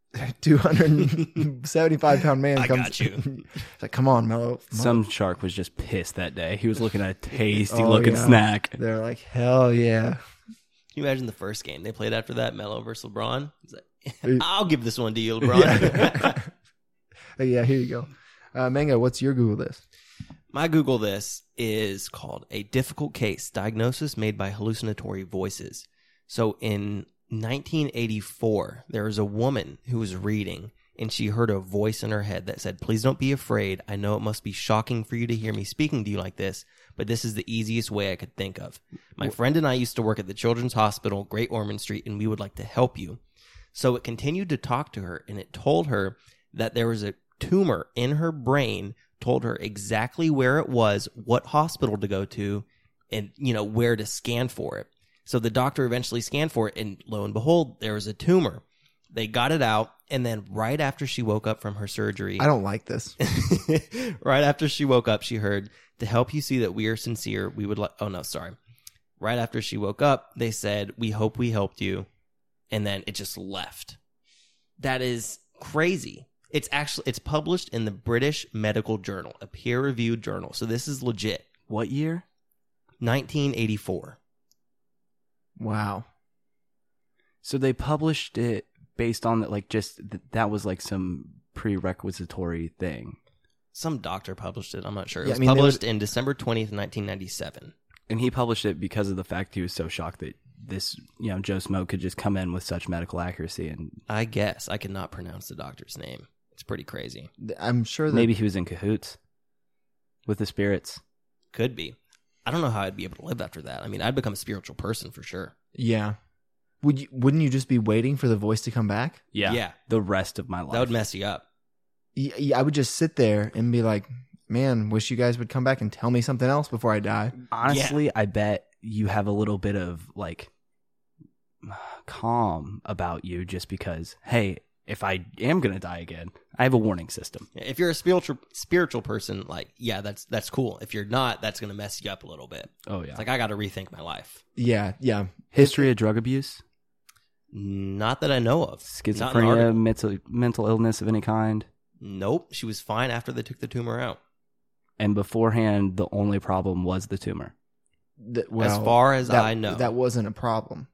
Speaker 1: [laughs] 275 pound man
Speaker 2: I
Speaker 1: comes.
Speaker 2: got you.
Speaker 1: [laughs] It's like, come on, Mello.
Speaker 3: some shark was just pissed that day. He was looking
Speaker 1: [laughs]
Speaker 3: at a tasty
Speaker 1: Oh,
Speaker 3: looking
Speaker 1: yeah.
Speaker 3: snack.
Speaker 1: They're like, hell yeah.
Speaker 2: Can you imagine the first game they played after that, Melo versus LeBron? He's
Speaker 1: Hey.
Speaker 2: like, [laughs] I'll give this one to you, [laughs] LeBron.
Speaker 1: [laughs] yeah. yeah, here you go. Uh, Mango, what's your Google this?
Speaker 2: My Google this is called a difficult case diagnosis made by hallucinatory voices. So in 1984, there was a woman who was reading and she heard a voice in her head that said, Please don't be afraid. I know it must be shocking for you to hear me speaking to you like this, but this is the easiest way I could think of. My friend and I used to work at the Children's Hospital, Great Ormond Street, and we would like to help you. So it continued to talk to her and it told her that there was a tumor in her brain, told her exactly where it was, what hospital to go to, and you know, where to scan for it. So the doctor eventually scanned for it and lo and behold, there was a tumor. They got it out, and then right after she woke up from her surgery,
Speaker 1: I don't like this.
Speaker 2: [laughs] right after she woke up, she heard, To help you see that we are sincere, we would like, oh no, sorry. Right after she woke up, they said, We hope we helped you. And then it just left. That is crazy. It's actually it's published in the British Medical Journal, a peer-reviewed journal. So this is legit.
Speaker 3: What year?
Speaker 2: 1984.
Speaker 1: Wow.
Speaker 3: So they published it based on that, like just th- that was like some prerequisitory thing,
Speaker 2: Some doctor published it. I'm not sure. It
Speaker 1: Yeah, I
Speaker 2: was
Speaker 1: mean, they
Speaker 2: published in December 20th, 1997.
Speaker 3: and he published it because of the fact he was so shocked that this, you know, Joe Smoke could just come in with such medical accuracy, and
Speaker 2: I guess I cannot pronounce the doctor's name. It's pretty crazy.
Speaker 1: Th- I'm sure that
Speaker 3: maybe he was in cahoots with the spirits.
Speaker 2: Could be. I don't know how I'd be able to live after that. I mean, I'd become a spiritual person for sure.
Speaker 1: Yeah. Would you, wouldn't you just be waiting for the voice to come back?
Speaker 2: Yeah.
Speaker 3: the rest of my life.
Speaker 2: That would mess you up.
Speaker 1: Y- y- I would just sit there and be like, "Man, wish you guys would come back and tell me something else before I die."
Speaker 3: Honestly, I bet you have a little bit of like calm about you just because, hey, if I am going to die again, I have a warning system.
Speaker 2: If you're a spiritual spiritual person, like yeah, that's that's cool. If you're not, that's gonna mess you up a little bit.
Speaker 3: Oh, yeah.
Speaker 2: It's like I got to rethink my life.
Speaker 1: Yeah, yeah.
Speaker 3: History of drug abuse,
Speaker 2: Not that I know of. Not in the
Speaker 3: schizophrenia,
Speaker 2: article.
Speaker 3: mental, mental illness of any kind.
Speaker 2: Nope. She was fine after they took the tumor out.
Speaker 3: And beforehand, the only problem was the tumor.
Speaker 1: Th- well,
Speaker 2: far as
Speaker 1: that-
Speaker 2: I know.
Speaker 1: that wasn't a problem.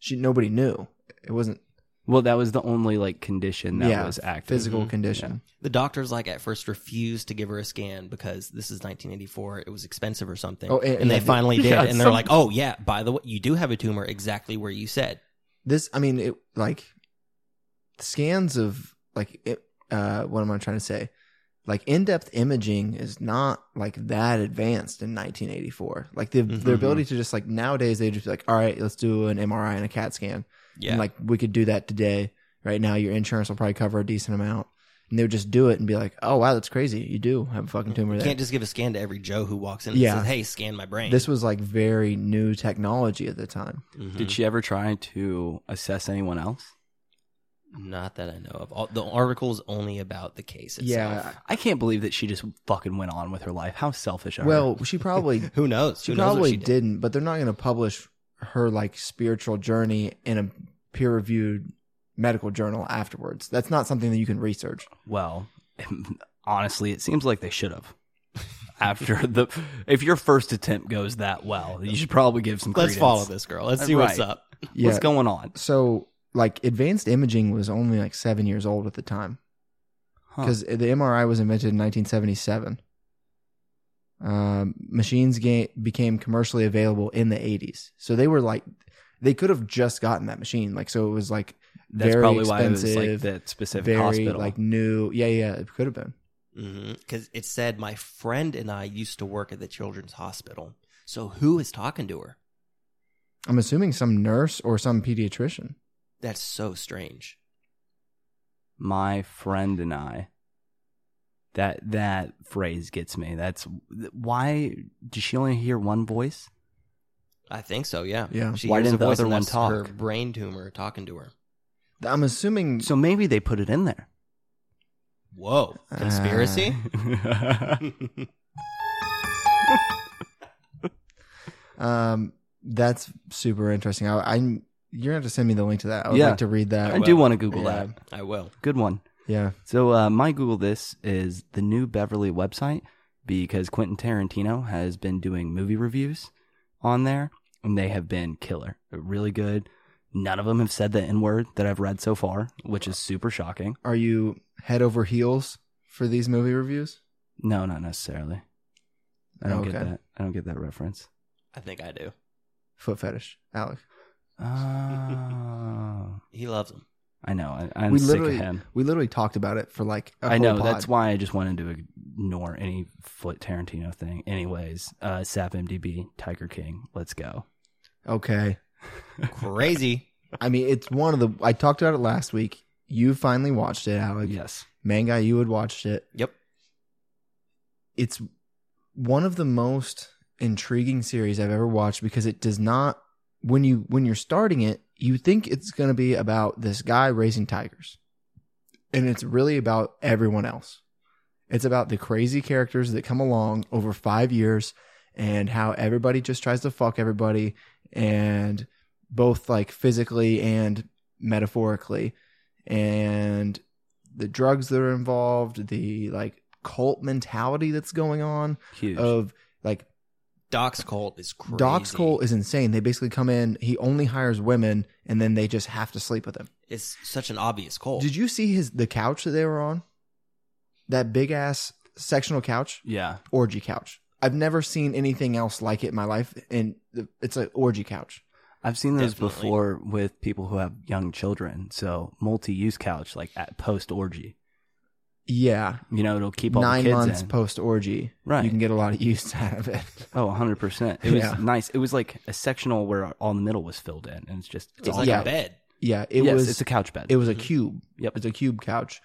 Speaker 1: She nobody knew. It wasn't
Speaker 3: Well, that was the only like condition that
Speaker 1: Yeah,
Speaker 3: was active.
Speaker 1: physical
Speaker 2: Mhm.
Speaker 1: condition.
Speaker 2: The doctors like at first refused to give her a scan because this is 1984. It was expensive or something.
Speaker 1: Oh, and-
Speaker 2: and,
Speaker 1: and
Speaker 2: they
Speaker 1: that-
Speaker 2: finally did.
Speaker 3: Yeah,
Speaker 2: and they're
Speaker 3: some-
Speaker 2: like, oh yeah, by the way, you do have a tumor exactly where you said.
Speaker 1: This, I mean, it like scans of like it, uh, what am I trying to say? Like in-depth imaging is not like that advanced in 1984. Like the
Speaker 2: Mhm.
Speaker 1: their ability to just like nowadays they just be like, all right, let's do an MRI and a CAT scan.
Speaker 2: Yeah.
Speaker 1: And like we could do that today. Right now, your insurance will probably cover a decent amount. And they would just do it and be like, oh, wow, that's crazy. You do have a fucking tumor
Speaker 2: you
Speaker 1: there.
Speaker 2: can't just give a scan to every Joe who walks in and
Speaker 1: Yeah.
Speaker 2: says, hey, scan my brain.
Speaker 1: this was like very new technology at the time.
Speaker 2: Mhm.
Speaker 3: Did she ever try to assess anyone else?
Speaker 2: Not that I know of. All, the article's only about the case itself.
Speaker 1: Yeah.
Speaker 3: I can't believe that she just fucking went on with her life. How selfish of her.
Speaker 1: Well,
Speaker 2: [laughs]
Speaker 1: she probably
Speaker 2: Who knows?
Speaker 1: she
Speaker 2: Who knows what
Speaker 1: probably
Speaker 2: she did?
Speaker 1: didn't, but they're not going to publish her like spiritual journey in a peer reviewed medical journal afterwards. That's not something that you can research.
Speaker 3: Well, [laughs] honestly, it seems like they should have. [laughs] After the, if your first attempt goes that well, you should probably give some.
Speaker 2: Let's
Speaker 3: credence.
Speaker 2: follow this girl. Let's see what's
Speaker 3: Right.
Speaker 2: up.
Speaker 3: What's going on?
Speaker 1: so like advanced imaging was only like seven years old at the time
Speaker 3: Huh.
Speaker 1: because the MRI was invented in 1977. Um, machines ga- became commercially available in the 80s, so they were like they could have just gotten that machine. Like so, it was like
Speaker 3: That's
Speaker 1: very
Speaker 3: probably why it
Speaker 1: expensive,
Speaker 3: was like that specific
Speaker 1: very
Speaker 3: hospital.
Speaker 1: like new. Yeah, yeah, it could have been.
Speaker 2: Because Mm-hmm. it said, my friend and I used to work at the children's hospital. So who is talking to her?
Speaker 1: I'm assuming some nurse or some pediatrician.
Speaker 2: That's so strange.
Speaker 3: my friend and I. That that phrase gets me. That's why did she only hear one voice?
Speaker 2: I think so, yeah.
Speaker 1: Yeah.
Speaker 2: She
Speaker 3: Why
Speaker 2: hears
Speaker 3: didn't
Speaker 2: a
Speaker 3: the
Speaker 2: voice
Speaker 3: other
Speaker 2: and
Speaker 3: one
Speaker 2: that's
Speaker 3: talk?
Speaker 2: Her brain tumor talking to her.
Speaker 1: I'm assuming.
Speaker 3: So maybe they put it
Speaker 1: [laughs]
Speaker 3: in there.
Speaker 2: Whoa.
Speaker 1: Uh,
Speaker 2: Conspiracy?
Speaker 1: Um, that's super interesting. I, I you're gonna have to send me the link to that. I would
Speaker 3: Yeah.
Speaker 1: like to read that.
Speaker 3: I do want to Google
Speaker 1: Yeah.
Speaker 3: that.
Speaker 2: I will.
Speaker 3: Good one.
Speaker 1: Yeah.
Speaker 3: So uh, my Google this is the new Beverly website because Quentin Tarantino has been doing movie reviews on there, and they have been killer, They're really good. None of them have said the N word that I've read so far, which is super shocking.
Speaker 1: Are you head over heels for these movie reviews?
Speaker 3: No, not necessarily. I don't get
Speaker 1: Okay.
Speaker 3: that. I don't get that
Speaker 1: [laughs]
Speaker 3: reference.
Speaker 2: I think I do.
Speaker 1: Foot fetish, Alec.
Speaker 3: Oh,
Speaker 2: He loves him.
Speaker 3: I know. I, I'm
Speaker 1: we
Speaker 3: sick of
Speaker 1: literally,
Speaker 3: him.
Speaker 1: we literally talked about it for like. I
Speaker 3: I know. That's why I just wanted to ignore any foot Tarantino thing. Anyways, uh, Sap MDB, Tiger King, let's go.
Speaker 1: Okay.
Speaker 2: Crazy.
Speaker 1: I mean, it's one of the. I talked about it last week. You finally watched it, Alec.
Speaker 3: yes.
Speaker 1: Man, guy, you had watched it.
Speaker 2: Yep.
Speaker 1: it's one of the most intriguing series I've ever watched because it does not when you when you're starting it, you think it's going to be about this guy raising tigers. And it's really about everyone else. It's about the crazy characters that come along over 5 years and how everybody just tries to fuck everybody and both like physically and metaphorically and the drugs that are involved, the like cult mentality that's going on
Speaker 3: Huge.
Speaker 1: of like
Speaker 2: Doc's cult is crazy.
Speaker 1: Doc's cult is insane. They basically come in, he only hires women, and then they just have to sleep with him.
Speaker 2: is such an obvious
Speaker 3: Oh.
Speaker 2: cult.
Speaker 1: Did you see his the couch that they were on? That big ass sectional couch,
Speaker 3: yeah.
Speaker 1: orgy couch. I've never seen anything else like it in my life, and it's an orgy couch.
Speaker 3: I've seen those
Speaker 2: Definitely.
Speaker 3: before with people who have young children. So multi-use couch, like at post orgy.
Speaker 1: Yeah,
Speaker 3: You know, it'll keep all the
Speaker 1: nine
Speaker 3: kids
Speaker 1: months
Speaker 3: in.
Speaker 1: post orgy,
Speaker 3: Right.
Speaker 1: You can get a lot of use out of it. [laughs]
Speaker 3: oh, 100 percent. It was
Speaker 1: Yeah.
Speaker 3: nice. It was like a sectional where all the middle was filled in, and it's just it's
Speaker 2: It's
Speaker 3: all
Speaker 2: like
Speaker 1: yeah.
Speaker 2: a bed.
Speaker 1: Yeah, it
Speaker 3: yes,
Speaker 1: was
Speaker 3: it's a couch bed.
Speaker 1: it was a cube.
Speaker 3: Yep.
Speaker 1: it's a cube couch.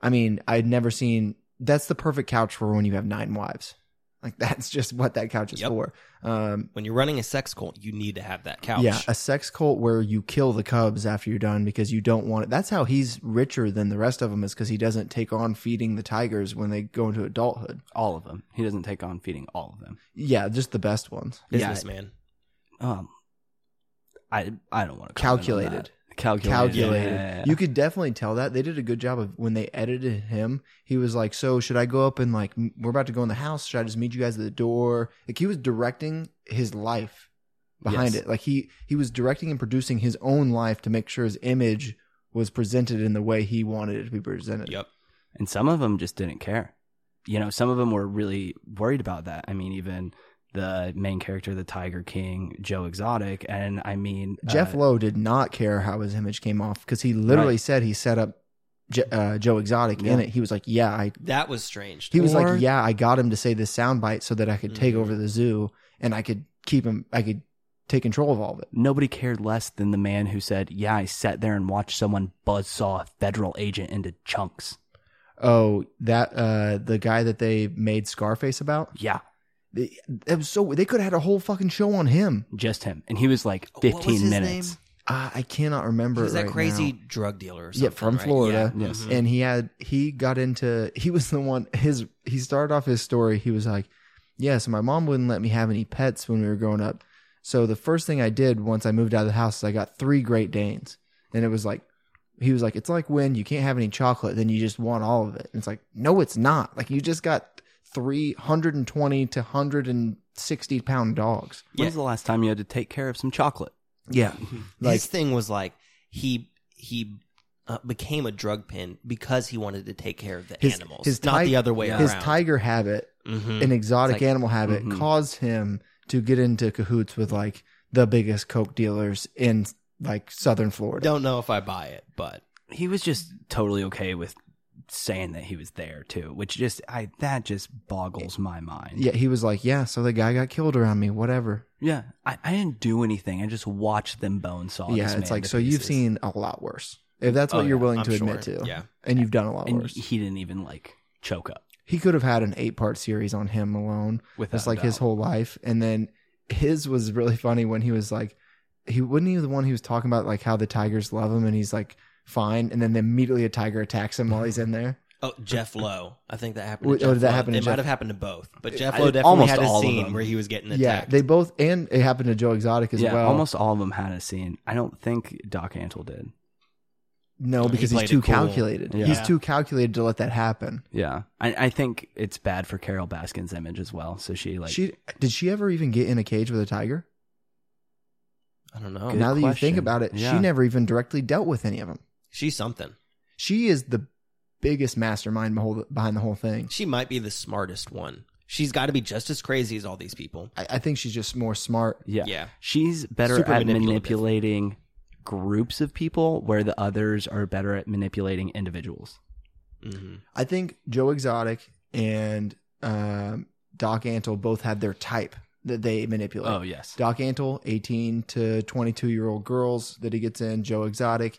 Speaker 1: I mean, I'd never seen. That's the perfect couch for when you have nine wives. Like [laughs] that's just what that couch is
Speaker 2: Yep.
Speaker 1: for. Um,
Speaker 2: When you're running a sex cult, you need to have that couch.
Speaker 1: Yeah, a sex cult where you kill the cubs after you're done because you don't want it. That's how he's richer than the rest of them is because he doesn't take on feeding the tigers when they go into adulthood.
Speaker 3: all of them. He doesn't take on feeding all of them.
Speaker 1: Yeah, just the best ones.
Speaker 2: businessman.
Speaker 3: Um, I I don't want to
Speaker 1: Calculated.
Speaker 3: calculated
Speaker 1: Calculated.
Speaker 3: Yeah, yeah, yeah.
Speaker 1: You could definitely tell that they did a good job of when they edited him. He was like, "So should I go up and like m- we're about to go in the house? Should I just meet you guys at the door?" Like he was directing his life behind
Speaker 3: Yes.
Speaker 1: it. Like he he was directing and producing his own life to make sure his image was presented in the way he wanted it to be presented.
Speaker 2: Yep.
Speaker 3: And some of them just didn't care. You know, some of them were really worried about that. I mean, even the main character, the Tiger King, Joe Exotic, and I mean
Speaker 1: Jeff
Speaker 3: uh,
Speaker 1: Lowe did not care how his image came off because he literally
Speaker 3: Right.
Speaker 1: said he set up Je- uh, Joe Exotic in
Speaker 3: Yeah.
Speaker 1: it. He was like, "Yeah, I."
Speaker 2: That was strange.
Speaker 1: He was
Speaker 3: Or-
Speaker 1: like, "Yeah, I got him to say this soundbite so that I could take
Speaker 2: Mm-hmm.
Speaker 1: over the zoo and I could keep him. I could take control of all of it."
Speaker 3: nobody cared less than the man who said, "Yeah, I sat there and watched someone buzzsaw a federal agent into chunks."
Speaker 1: Oh, that uh, the guy that they made Scarface about.
Speaker 3: Yeah,
Speaker 1: They, that was so they could have had a whole fucking show on him.
Speaker 3: just him, and he was like
Speaker 2: What was
Speaker 3: fifteen
Speaker 2: his
Speaker 3: minutes.
Speaker 2: name?
Speaker 1: Uh, I cannot remember.
Speaker 2: He was
Speaker 1: it
Speaker 2: that
Speaker 1: right
Speaker 2: crazy
Speaker 1: now.
Speaker 2: drug dealer or something.
Speaker 1: Yeah, from
Speaker 2: right?
Speaker 1: Florida.
Speaker 2: Yeah.
Speaker 3: Yes.
Speaker 2: Mhm.
Speaker 1: and he had he got into he was the one his he started off his story he was like yeah so my mom wouldn't let me have any pets when we were growing up so the first thing i did once i moved out of the house is i got three great danes and it was like he was like it's like when you can't have any chocolate then you just want all of it and it's like no it's not like you just got 320 to 160 pound dogs
Speaker 3: When's the last time you had to take care of
Speaker 2: [laughs]
Speaker 3: some chocolate?
Speaker 1: yeah like
Speaker 2: His thing was like he he uh, became a drug pen because he wanted to take care of the
Speaker 1: His-
Speaker 2: animals,
Speaker 1: his
Speaker 2: not
Speaker 1: tig-
Speaker 2: the other way
Speaker 3: his
Speaker 1: his
Speaker 2: around.
Speaker 1: tiger habit
Speaker 2: Mhm.
Speaker 3: Mm-hmm.
Speaker 1: an exotic
Speaker 2: It's like-
Speaker 1: animal habit
Speaker 3: Mhm.
Speaker 1: caused him to get into cahoots with like the biggest coke dealers in like southern Florida.
Speaker 2: Don't know if I buy it, but
Speaker 3: He was just totally okay with saying that he was there too, which just I that just boggles my mind.
Speaker 1: yeah, he was like, yeah, so the guy got killed around me, whatever.
Speaker 3: yeah. I, I didn't do anything. I just watched them bone saw. Oh, this
Speaker 1: yeah,
Speaker 3: man
Speaker 1: it's like
Speaker 3: to
Speaker 1: so you've
Speaker 3: pieces.
Speaker 1: seen a lot worse. If that's what
Speaker 3: Oh,
Speaker 1: you're
Speaker 3: yeah,
Speaker 1: willing
Speaker 2: I'm
Speaker 1: to
Speaker 2: sure.
Speaker 1: admit to,
Speaker 2: Yeah,
Speaker 1: and you've done a lot
Speaker 3: and
Speaker 1: worse.
Speaker 3: he didn't even like choke up
Speaker 1: He could have had an eight part series on him alone.
Speaker 3: with
Speaker 1: That's like his whole life. And then his was really funny when he was like, he wasn't he the one he was talking about like how the tigers love him and he's like fine, and then immediately a tiger attacks him while he's in there.
Speaker 2: Oh, Jeff Lowe. I think that happened. To
Speaker 1: Wait, oh,
Speaker 2: Jeff
Speaker 1: did that
Speaker 2: Lowe.
Speaker 1: happen to
Speaker 2: It might
Speaker 1: Jeff-
Speaker 2: have happened to both, but Jeff
Speaker 3: I-
Speaker 2: Lowe definitely
Speaker 3: almost
Speaker 2: had a
Speaker 3: all of
Speaker 2: scene
Speaker 3: them.
Speaker 2: where he was getting
Speaker 1: Yeah,
Speaker 2: attacked.
Speaker 1: they both, and it happened to Joe Exotic as
Speaker 3: yeah,
Speaker 1: well.
Speaker 3: almost all of them had a scene. I don't think Doc Antle did.
Speaker 1: no,
Speaker 2: He
Speaker 1: because
Speaker 2: played
Speaker 1: he's
Speaker 2: it
Speaker 1: too
Speaker 2: cool.
Speaker 1: calculated.
Speaker 3: Yeah.
Speaker 1: He's too calculated to let that happen.
Speaker 3: Yeah, I, I think it's bad for Carol Baskin's image as well. So she like
Speaker 1: she did she ever even get in a cage with a tiger?
Speaker 2: I don't know.
Speaker 3: Good
Speaker 1: now that you think
Speaker 3: question.
Speaker 1: about it, she
Speaker 3: Yeah.
Speaker 1: never even directly dealt with any of them.
Speaker 2: She's something.
Speaker 1: She is the biggest mastermind behold- behind the whole thing.
Speaker 2: She might be the smartest one. She's got to be just as crazy as all these people.
Speaker 1: I, I think she's just more smart.
Speaker 3: yeah
Speaker 2: Yeah.
Speaker 3: she's better
Speaker 2: Super
Speaker 3: at
Speaker 2: manipulative.
Speaker 3: manipulating groups of people where the others are better at manipulating individuals.
Speaker 2: hmm
Speaker 1: I think Joe Exotic and um, Doc Antle both had their type that they manipulate.
Speaker 3: Oh yes,
Speaker 1: Doc Antle, 18 to 22 year old girls that he gets in. Joe Exotic,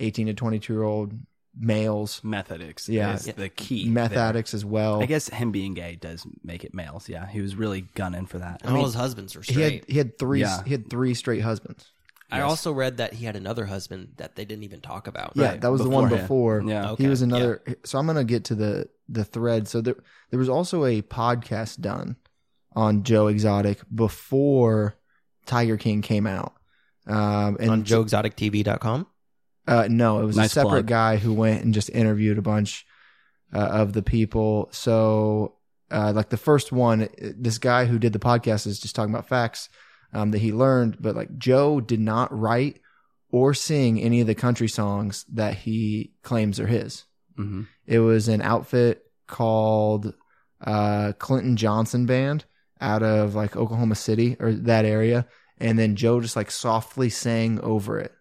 Speaker 1: 18 to 22 year old males,
Speaker 3: Methodics
Speaker 1: Yeah.
Speaker 3: is the key.
Speaker 1: meth
Speaker 3: there.
Speaker 1: addicts as well.
Speaker 3: I guess him being gay does make it males. Yeah, he was really gunning for that.
Speaker 1: Oh,
Speaker 2: And all his husbands were
Speaker 1: he
Speaker 2: straight.
Speaker 1: had he had three
Speaker 3: Yeah.
Speaker 1: he had three straight husbands.
Speaker 2: I also read that he had another husband that they didn't even talk about.
Speaker 1: Yeah, that was the one before.
Speaker 3: Beforehand. Yeah.
Speaker 1: he
Speaker 2: Okay,
Speaker 1: was another. So I'm gonna get to the the thread. So there there was also a podcast done on Joe Exotic before Tiger King came out. Um, and
Speaker 2: on JoeExoticTV.com.
Speaker 1: Uh, no, it was a
Speaker 3: Nice
Speaker 1: separate
Speaker 3: plug.
Speaker 1: guy who went and just interviewed a bunch uh, of the people. So, uh, like the first one, it- this guy who did the podcast is just talking about facts um, that he learned, but like Joe did not write or sing any of the country songs that he claims are his.
Speaker 3: hmm
Speaker 1: It was an outfit called uh, Clinton Johnson Band out of like Oklahoma City or that area. And then Joe just like softly sang over it.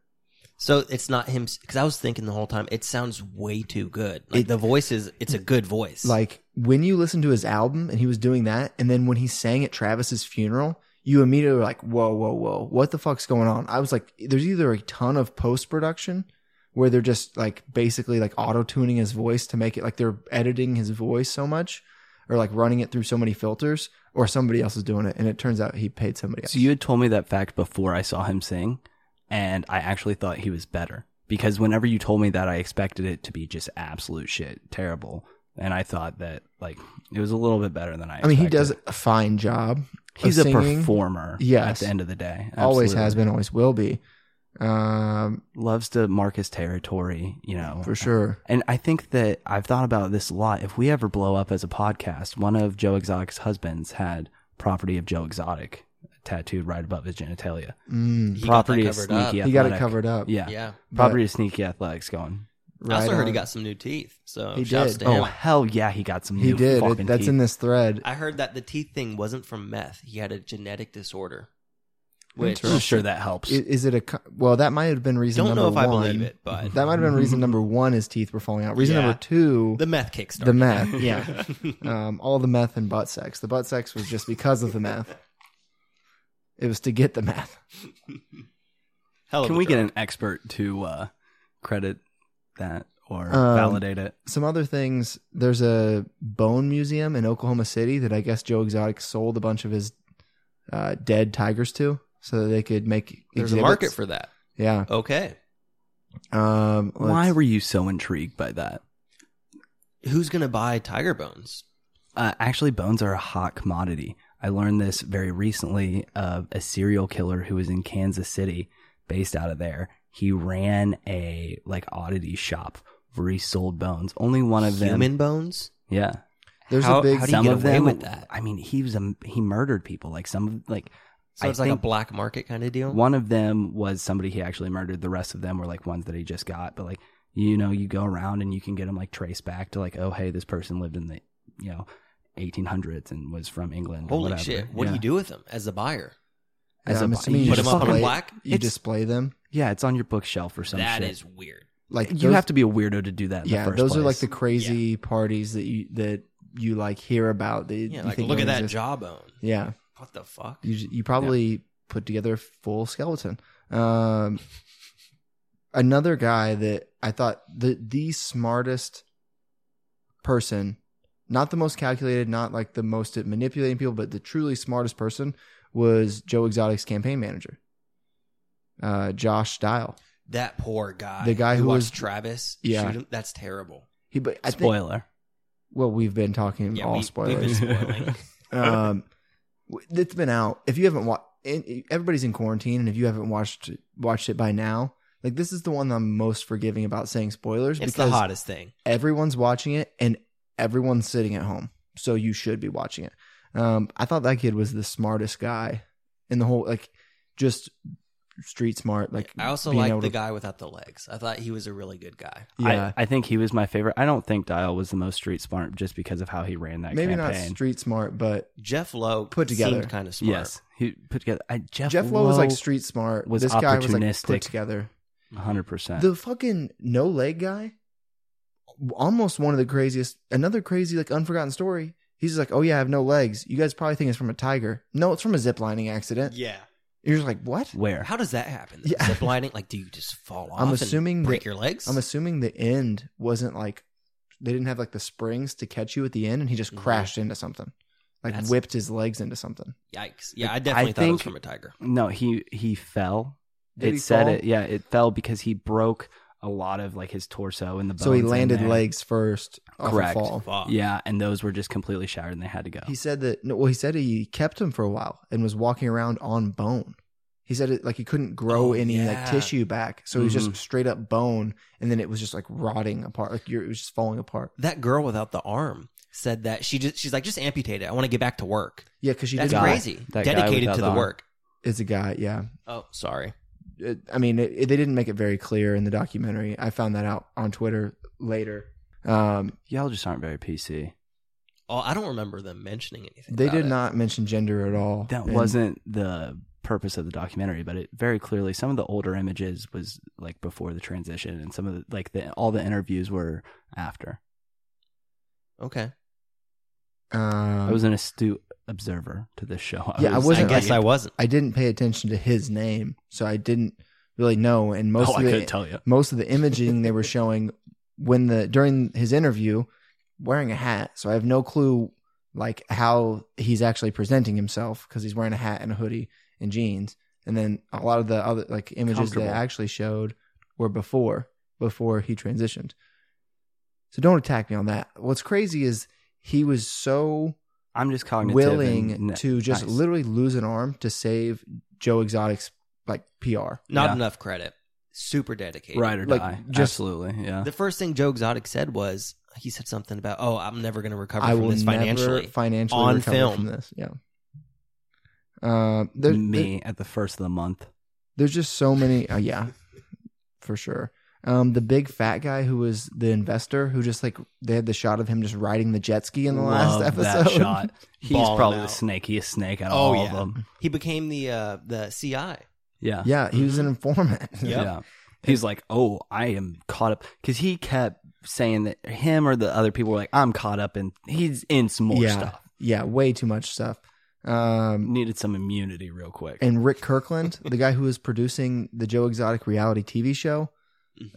Speaker 2: So it's not him because I was thinking the whole time it sounds way too good. Like
Speaker 1: It-
Speaker 2: the voice is it's a good voice.
Speaker 1: like when you listen to his album and he was doing that and then when he sang at travis's funeral you immediately were like whoa whoa whoa what the fuck's going on i was like there's either a ton of post-production where they're just like basically like auto-tuning his voice to make it like they're editing his voice so much or like running it through so many filters or somebody else is doing it and it turns out he paid somebody else
Speaker 3: So you had told me that fact before I saw him sing, and I actually thought he was better because whenever you told me that, I expected it to be just absolute shit, terrible, and I thought that like it was a little bit better than I.
Speaker 1: i mean he
Speaker 3: expected.
Speaker 1: does a fine job of
Speaker 3: He's a
Speaker 1: singing.
Speaker 3: performer.
Speaker 1: Yes.
Speaker 3: At the end of the day,
Speaker 1: always
Speaker 3: Absolutely.
Speaker 1: has been always will be um
Speaker 3: Loves to mark his territory. You know
Speaker 1: for sure
Speaker 3: And I think that I've thought about this a lot. If we ever blow up as a podcast, one of Joe Exotic's husbands had property of Joe Exotic tattooed right above his genitalia.
Speaker 1: Mm.
Speaker 2: He got that
Speaker 3: property of
Speaker 2: covered
Speaker 3: Sneaky
Speaker 2: up.
Speaker 3: Athletic.
Speaker 1: he got it covered up
Speaker 3: Yeah.
Speaker 2: yeah.
Speaker 3: Property of Sneaky Athletics going.
Speaker 2: I also
Speaker 1: Right
Speaker 2: heard
Speaker 1: on.
Speaker 2: he got some new teeth. So
Speaker 1: He
Speaker 2: shouts
Speaker 1: did.
Speaker 2: to him.
Speaker 3: Oh, hell yeah. He got some
Speaker 1: He
Speaker 3: new
Speaker 1: did. It-
Speaker 3: fucking
Speaker 1: that's
Speaker 3: teeth.
Speaker 1: in this thread.
Speaker 2: I heard that the teeth thing wasn't from meth. He had a genetic disorder. Which
Speaker 3: I'm sure that helps.
Speaker 1: I- Is it a co- well? That might have been reason.
Speaker 2: don't know
Speaker 1: number
Speaker 2: if I
Speaker 1: one.
Speaker 2: believe it, but
Speaker 1: That might have been
Speaker 2: [laughs]
Speaker 1: reason number one. His teeth were falling out. Reason
Speaker 2: Yeah.
Speaker 1: number two,
Speaker 2: the
Speaker 1: the,
Speaker 2: meth kickstart. [laughs]
Speaker 1: meth. Yeah, [laughs] um, all the meth and butt sex. The butt sex was just because of the meth. It was to get the meth.
Speaker 2: Hell of
Speaker 1: Oh,
Speaker 3: Can
Speaker 2: a
Speaker 3: we get
Speaker 2: drug.
Speaker 3: an expert to uh, credit that or
Speaker 1: Um,
Speaker 3: validate it?
Speaker 1: Some other things. There's a bone museum in Oklahoma City that I guess Joe Exotic sold a bunch of his uh, dead tigers to, so that they could make.
Speaker 2: There's a
Speaker 1: exhibits.
Speaker 2: market for that.
Speaker 1: Yeah.
Speaker 2: Okay.
Speaker 1: Um,
Speaker 3: Why
Speaker 1: let's-
Speaker 3: were you so intrigued by that?
Speaker 2: Who's gonna buy tiger bones?
Speaker 3: Uh, actually, bones are a hot commodity. I learned this very recently of a serial killer who was in Kansas City, based out of there. He ran a like oddity shop where he sold bones. Only one of them,
Speaker 2: Human bones?
Speaker 3: yeah.
Speaker 1: There's a big-
Speaker 2: how do you
Speaker 3: some
Speaker 2: get
Speaker 3: of
Speaker 2: away
Speaker 3: them,
Speaker 2: with that?
Speaker 3: I mean, he was a, he murdered people. Like some of like
Speaker 2: So
Speaker 3: I
Speaker 2: it's like a
Speaker 3: think-
Speaker 2: black market kind of deal?
Speaker 3: one of them was somebody he actually murdered. The rest of them were like ones that he just got. But like you know, you go around and you can get them like traced back to like, oh hey, this person lived in the you know 1800s and was from England. or
Speaker 2: Holy
Speaker 3: whatever.
Speaker 2: shit. What do
Speaker 3: Yeah.
Speaker 2: you do with them as a buyer?
Speaker 3: As
Speaker 1: Yeah,
Speaker 3: a
Speaker 1: I'm
Speaker 3: bu-
Speaker 1: assuming you
Speaker 2: Put 'em
Speaker 1: just
Speaker 2: up on
Speaker 1: display-
Speaker 2: black?
Speaker 1: You
Speaker 3: It's-
Speaker 1: display them.
Speaker 3: Yeah, it's on your bookshelf or something.
Speaker 2: That
Speaker 3: shit.
Speaker 2: is weird.
Speaker 1: Like
Speaker 3: you
Speaker 1: those-
Speaker 3: have to be a weirdo to do that. In
Speaker 1: yeah,
Speaker 3: the first
Speaker 1: those are
Speaker 3: place.
Speaker 1: like the crazy parties that you that you like hear about. That
Speaker 2: Yeah,
Speaker 1: you
Speaker 2: like
Speaker 1: think
Speaker 2: look
Speaker 1: don't
Speaker 2: at that
Speaker 1: exist.
Speaker 2: jawbone.
Speaker 1: Yeah,
Speaker 2: What the fuck?
Speaker 1: you j- you probably put together a full skeleton. Um, another guy that I thought the the smartest person, not the most calculated, not like the most at manipulating people, but the truly smartest person was Joe Exotic's campaign manager, uh, Josh Style.
Speaker 2: That poor guy.
Speaker 1: The guy who
Speaker 2: watched
Speaker 1: was-
Speaker 2: Travis.
Speaker 1: Yeah.
Speaker 2: shoot him. that's terrible.
Speaker 1: He, but I think,
Speaker 3: spoiler.
Speaker 1: well, we've been talking
Speaker 2: Yeah,
Speaker 1: all
Speaker 2: we,
Speaker 1: spoilers. [laughs]
Speaker 2: [laughs] We've been spoiling.
Speaker 1: um, w- it's been out. If you haven't watched, everybody's in quarantine, and if you haven't watched watched it by now, like this is the one that I'm most forgiving about saying spoilers
Speaker 2: it's the
Speaker 1: because
Speaker 2: hottest thing.
Speaker 1: everyone's watching it and everyone's sitting at home, so you should be watching it. Um, I thought that kid was the smartest guy in the whole, like just street smart. Like
Speaker 2: I also
Speaker 1: being
Speaker 2: like
Speaker 1: able
Speaker 2: the
Speaker 1: to-
Speaker 2: guy without the legs. I thought he was a really good guy.
Speaker 1: Yeah,
Speaker 3: I, I think he was my favorite. I don't think Dial was the most street smart just because of how he ran that
Speaker 1: maybe
Speaker 3: campaign.
Speaker 1: not street smart, but
Speaker 2: Jeff Lowe
Speaker 1: Put together.
Speaker 2: seemed kind of smart.
Speaker 3: Yes, he put together. I, Jeff,
Speaker 1: Jeff Lowe was like street smart.
Speaker 3: was
Speaker 1: this guy was like put
Speaker 3: opportunistic.
Speaker 1: together.
Speaker 3: 100. percent
Speaker 1: The fucking no leg guy, almost one of the craziest. Another crazy, like unforgotten story. He's like, "Oh yeah, I have no legs." You guys probably think it's from a tiger. No, it's from a ziplining accident.
Speaker 2: Yeah.
Speaker 1: You're just like, what?
Speaker 3: Where?
Speaker 2: How does that happen?
Speaker 1: Yeah.
Speaker 2: Zip lining? Like, do you just fall off?
Speaker 1: I'm assuming
Speaker 2: and break
Speaker 1: that-
Speaker 2: your legs.
Speaker 1: I'm assuming the end wasn't like they didn't have like the springs to catch you at the end, and he just
Speaker 2: Mhm.
Speaker 1: crashed into something, like
Speaker 2: That's-
Speaker 1: whipped his legs into something.
Speaker 2: Yikes! Yeah, I
Speaker 3: I
Speaker 2: definitely thought it was
Speaker 3: think-
Speaker 2: from a tiger.
Speaker 3: No, he he fell.
Speaker 1: Did
Speaker 3: it
Speaker 1: he
Speaker 3: said
Speaker 1: fall?
Speaker 3: it. Yeah, it fell because he broke a lot of like his torso and the bones.
Speaker 1: So he
Speaker 3: in
Speaker 1: landed
Speaker 3: there.
Speaker 1: legs first. Off a
Speaker 3: Correct.
Speaker 1: fall.
Speaker 2: Fuck.
Speaker 3: Yeah, and those were just completely shattered and they had to go.
Speaker 1: He said that no, well, he said he kept him for a while and was walking around on bone. He said it like he couldn't grow
Speaker 2: Oh,
Speaker 1: any
Speaker 2: yeah. Mm-hmm.
Speaker 1: like tissue back, so he was
Speaker 3: Mhm.
Speaker 1: just straight up bone, and then it was just like rotting apart, like you're, it was just falling apart.
Speaker 2: That girl without the arm said that she just she's like just amputate it. I want to get back to work.
Speaker 1: Yeah, because you
Speaker 2: That's
Speaker 1: didn't.
Speaker 3: guy-
Speaker 2: crazy.
Speaker 3: that guy
Speaker 2: Dedicated
Speaker 3: without
Speaker 2: to
Speaker 3: the
Speaker 2: the
Speaker 3: arm.
Speaker 2: work.
Speaker 1: It's a guy. Yeah,
Speaker 2: Oh, sorry.
Speaker 1: it, I mean, it, it- they didn't make it very clear in the documentary. I found that out on Twitter later. Um,
Speaker 3: Y'all just aren't very PC.
Speaker 2: Oh, I don't remember them mentioning anything.
Speaker 1: they
Speaker 2: about
Speaker 1: did
Speaker 2: it.
Speaker 1: not mention gender at all.
Speaker 3: That
Speaker 1: And
Speaker 3: wasn't the purpose of the documentary, but it very clearly some of the older images was like before the transition, and some of the, like the all the interviews were after.
Speaker 2: Okay.
Speaker 1: Um,
Speaker 3: I was an astute observer to this show.
Speaker 1: Yeah, I
Speaker 2: I
Speaker 1: wasn't-
Speaker 2: guess I wasn't.
Speaker 1: I didn't pay attention to his name, so I didn't really know. And most
Speaker 3: [laughs] oh, I
Speaker 1: of
Speaker 3: couldn't
Speaker 1: the
Speaker 3: tell you.
Speaker 1: most of the imaging they were showing when the during his interview wearing a hat so i have no clue like how he's actually presenting himself because he's wearing a hat and a hoodie and jeans and then a lot of the other like images they
Speaker 3: Comfortable.
Speaker 1: actually showed were before before he transitioned so don't attack me on that what's crazy is he was so
Speaker 3: I'm just cognitive.
Speaker 1: willing
Speaker 3: and-
Speaker 1: to just
Speaker 3: nice.
Speaker 1: literally lose an arm to save joe exotic's like pr
Speaker 2: Not
Speaker 3: Yeah.
Speaker 2: enough credit. Super dedicated.
Speaker 3: ride or
Speaker 1: like,
Speaker 3: die.
Speaker 1: just-
Speaker 3: Absolutely, yeah.
Speaker 2: The first thing Joe Exotic said was he said something about, "Oh, I'm never going to recover
Speaker 1: I
Speaker 2: from
Speaker 1: will
Speaker 2: this financially."
Speaker 1: never financially
Speaker 2: on
Speaker 1: recover
Speaker 2: film.
Speaker 1: from this. Yeah. Uh, there, there-
Speaker 3: me at the first of the month.
Speaker 1: there's just so many. Uh, yeah, for sure. Um, the big fat guy who was the investor who just like they had the shot of him just riding the jet ski in the last
Speaker 3: Love
Speaker 1: episode. [laughs]
Speaker 3: That shot. [laughs] He's
Speaker 2: Balling
Speaker 3: probably
Speaker 2: out.
Speaker 3: the snakiest snake out of
Speaker 2: Oh,
Speaker 3: all of
Speaker 2: yeah.
Speaker 3: them.
Speaker 2: he became the uh, the CI.
Speaker 3: Yeah.
Speaker 1: Yeah, he was an informant.
Speaker 2: Mm-hmm.
Speaker 1: [laughs]
Speaker 2: Yep.
Speaker 3: Yeah. He's like, oh, I am caught up because he kept saying that him or the other people were like, I'm caught up and he's in some more
Speaker 1: yeah,
Speaker 3: stuff.
Speaker 1: yeah, way too much stuff. Um,
Speaker 3: Needed some immunity real quick.
Speaker 1: and Rick Kirkland, the guy who was producing the Joe Exotic reality TV show,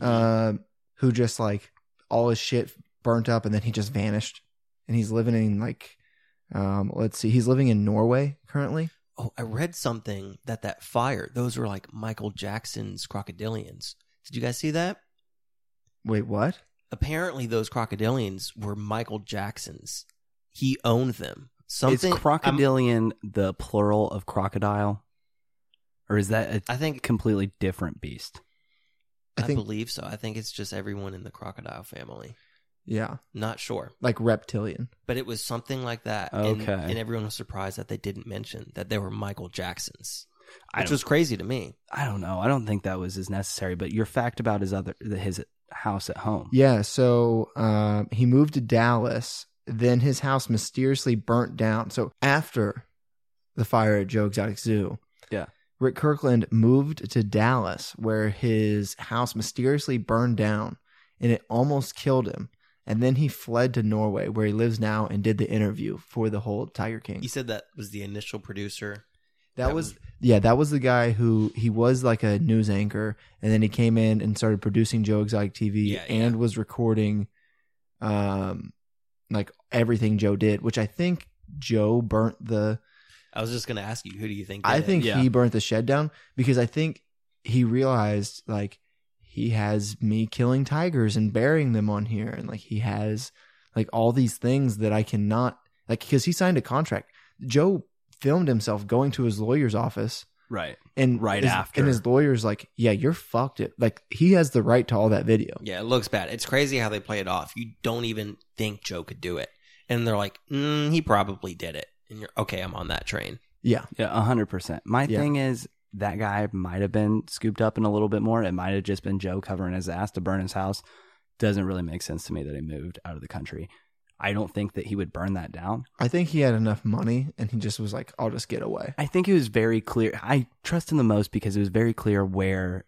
Speaker 1: uh, who just like all his shit burnt up and then he just vanished. And he's living in like, um, let's see, he's living in Norway currently.
Speaker 2: Oh, I read something that that fire. Those were like Michael Jackson's crocodilians. Did you guys see that?
Speaker 1: Wait, what?
Speaker 2: Apparently, those crocodilians were Michael Jackson's. He owned them.
Speaker 3: Is
Speaker 2: Something I'm-
Speaker 3: crocodilian the plural of crocodile? Or is that a
Speaker 2: I think
Speaker 3: completely different beast?
Speaker 1: I
Speaker 2: I,
Speaker 1: think,
Speaker 2: believe so. I think it's just everyone in the crocodile family.
Speaker 1: yeah,
Speaker 2: Not sure,
Speaker 1: like reptilian.
Speaker 2: but it was something like that. And,
Speaker 3: Okay.
Speaker 2: and everyone was surprised that they didn't mention that they were Michael Jackson's,
Speaker 3: I
Speaker 2: which
Speaker 3: don't,
Speaker 2: was crazy to me.
Speaker 3: I don't know. I don't think that was as necessary, but your fact about his other his house at home.
Speaker 1: Yeah, so um, he moved to Dallas. Then his house mysteriously burnt down. So after the fire at Joe Exotic Zoo,
Speaker 3: Yeah.
Speaker 1: Rick Kirkland moved to Dallas, where his house mysteriously burned down, and it almost killed him. And then he fled to Norway, where he lives now, and did the interview for the whole Tiger King.
Speaker 2: You said that was the initial producer.
Speaker 1: That was yeah, that was the guy who he was like a news anchor, and then he came in and started producing Joe Exotic TV
Speaker 2: Yeah, yeah.
Speaker 1: and was recording, um, like everything Joe did, which I think Joe burnt the.
Speaker 2: I was just going to ask you, who do you think?
Speaker 1: I
Speaker 2: did it?
Speaker 1: think
Speaker 3: Yeah.
Speaker 1: he burnt the shed down because I think he realized like he has me killing tigers and burying them on here, and like he has like all these things that I cannot like because he signed a contract. Joe filmed himself going to his lawyer's office
Speaker 3: Right.
Speaker 1: and
Speaker 3: Right
Speaker 1: his-
Speaker 3: after.
Speaker 1: and his lawyer's like yeah you're fucked it like he has the right to all that video
Speaker 2: Yeah, it looks bad. It's crazy how they play it off. You don't even think Joe could do it, and they're like, mm, he probably did it. And you're okay. I'm on that train.
Speaker 1: yeah
Speaker 3: Yeah, a hundred percent. My
Speaker 1: Yeah.
Speaker 3: thing is that guy might have been scooped up in a little bit more. It might have just been Joe covering his ass to burn his house. Doesn't really make sense to me that he moved out of the country. I don't think that he would burn that down.
Speaker 1: i think he had enough money and he just was like i'll just get away
Speaker 3: I think it was very clear. I trust him the most because it was very clear where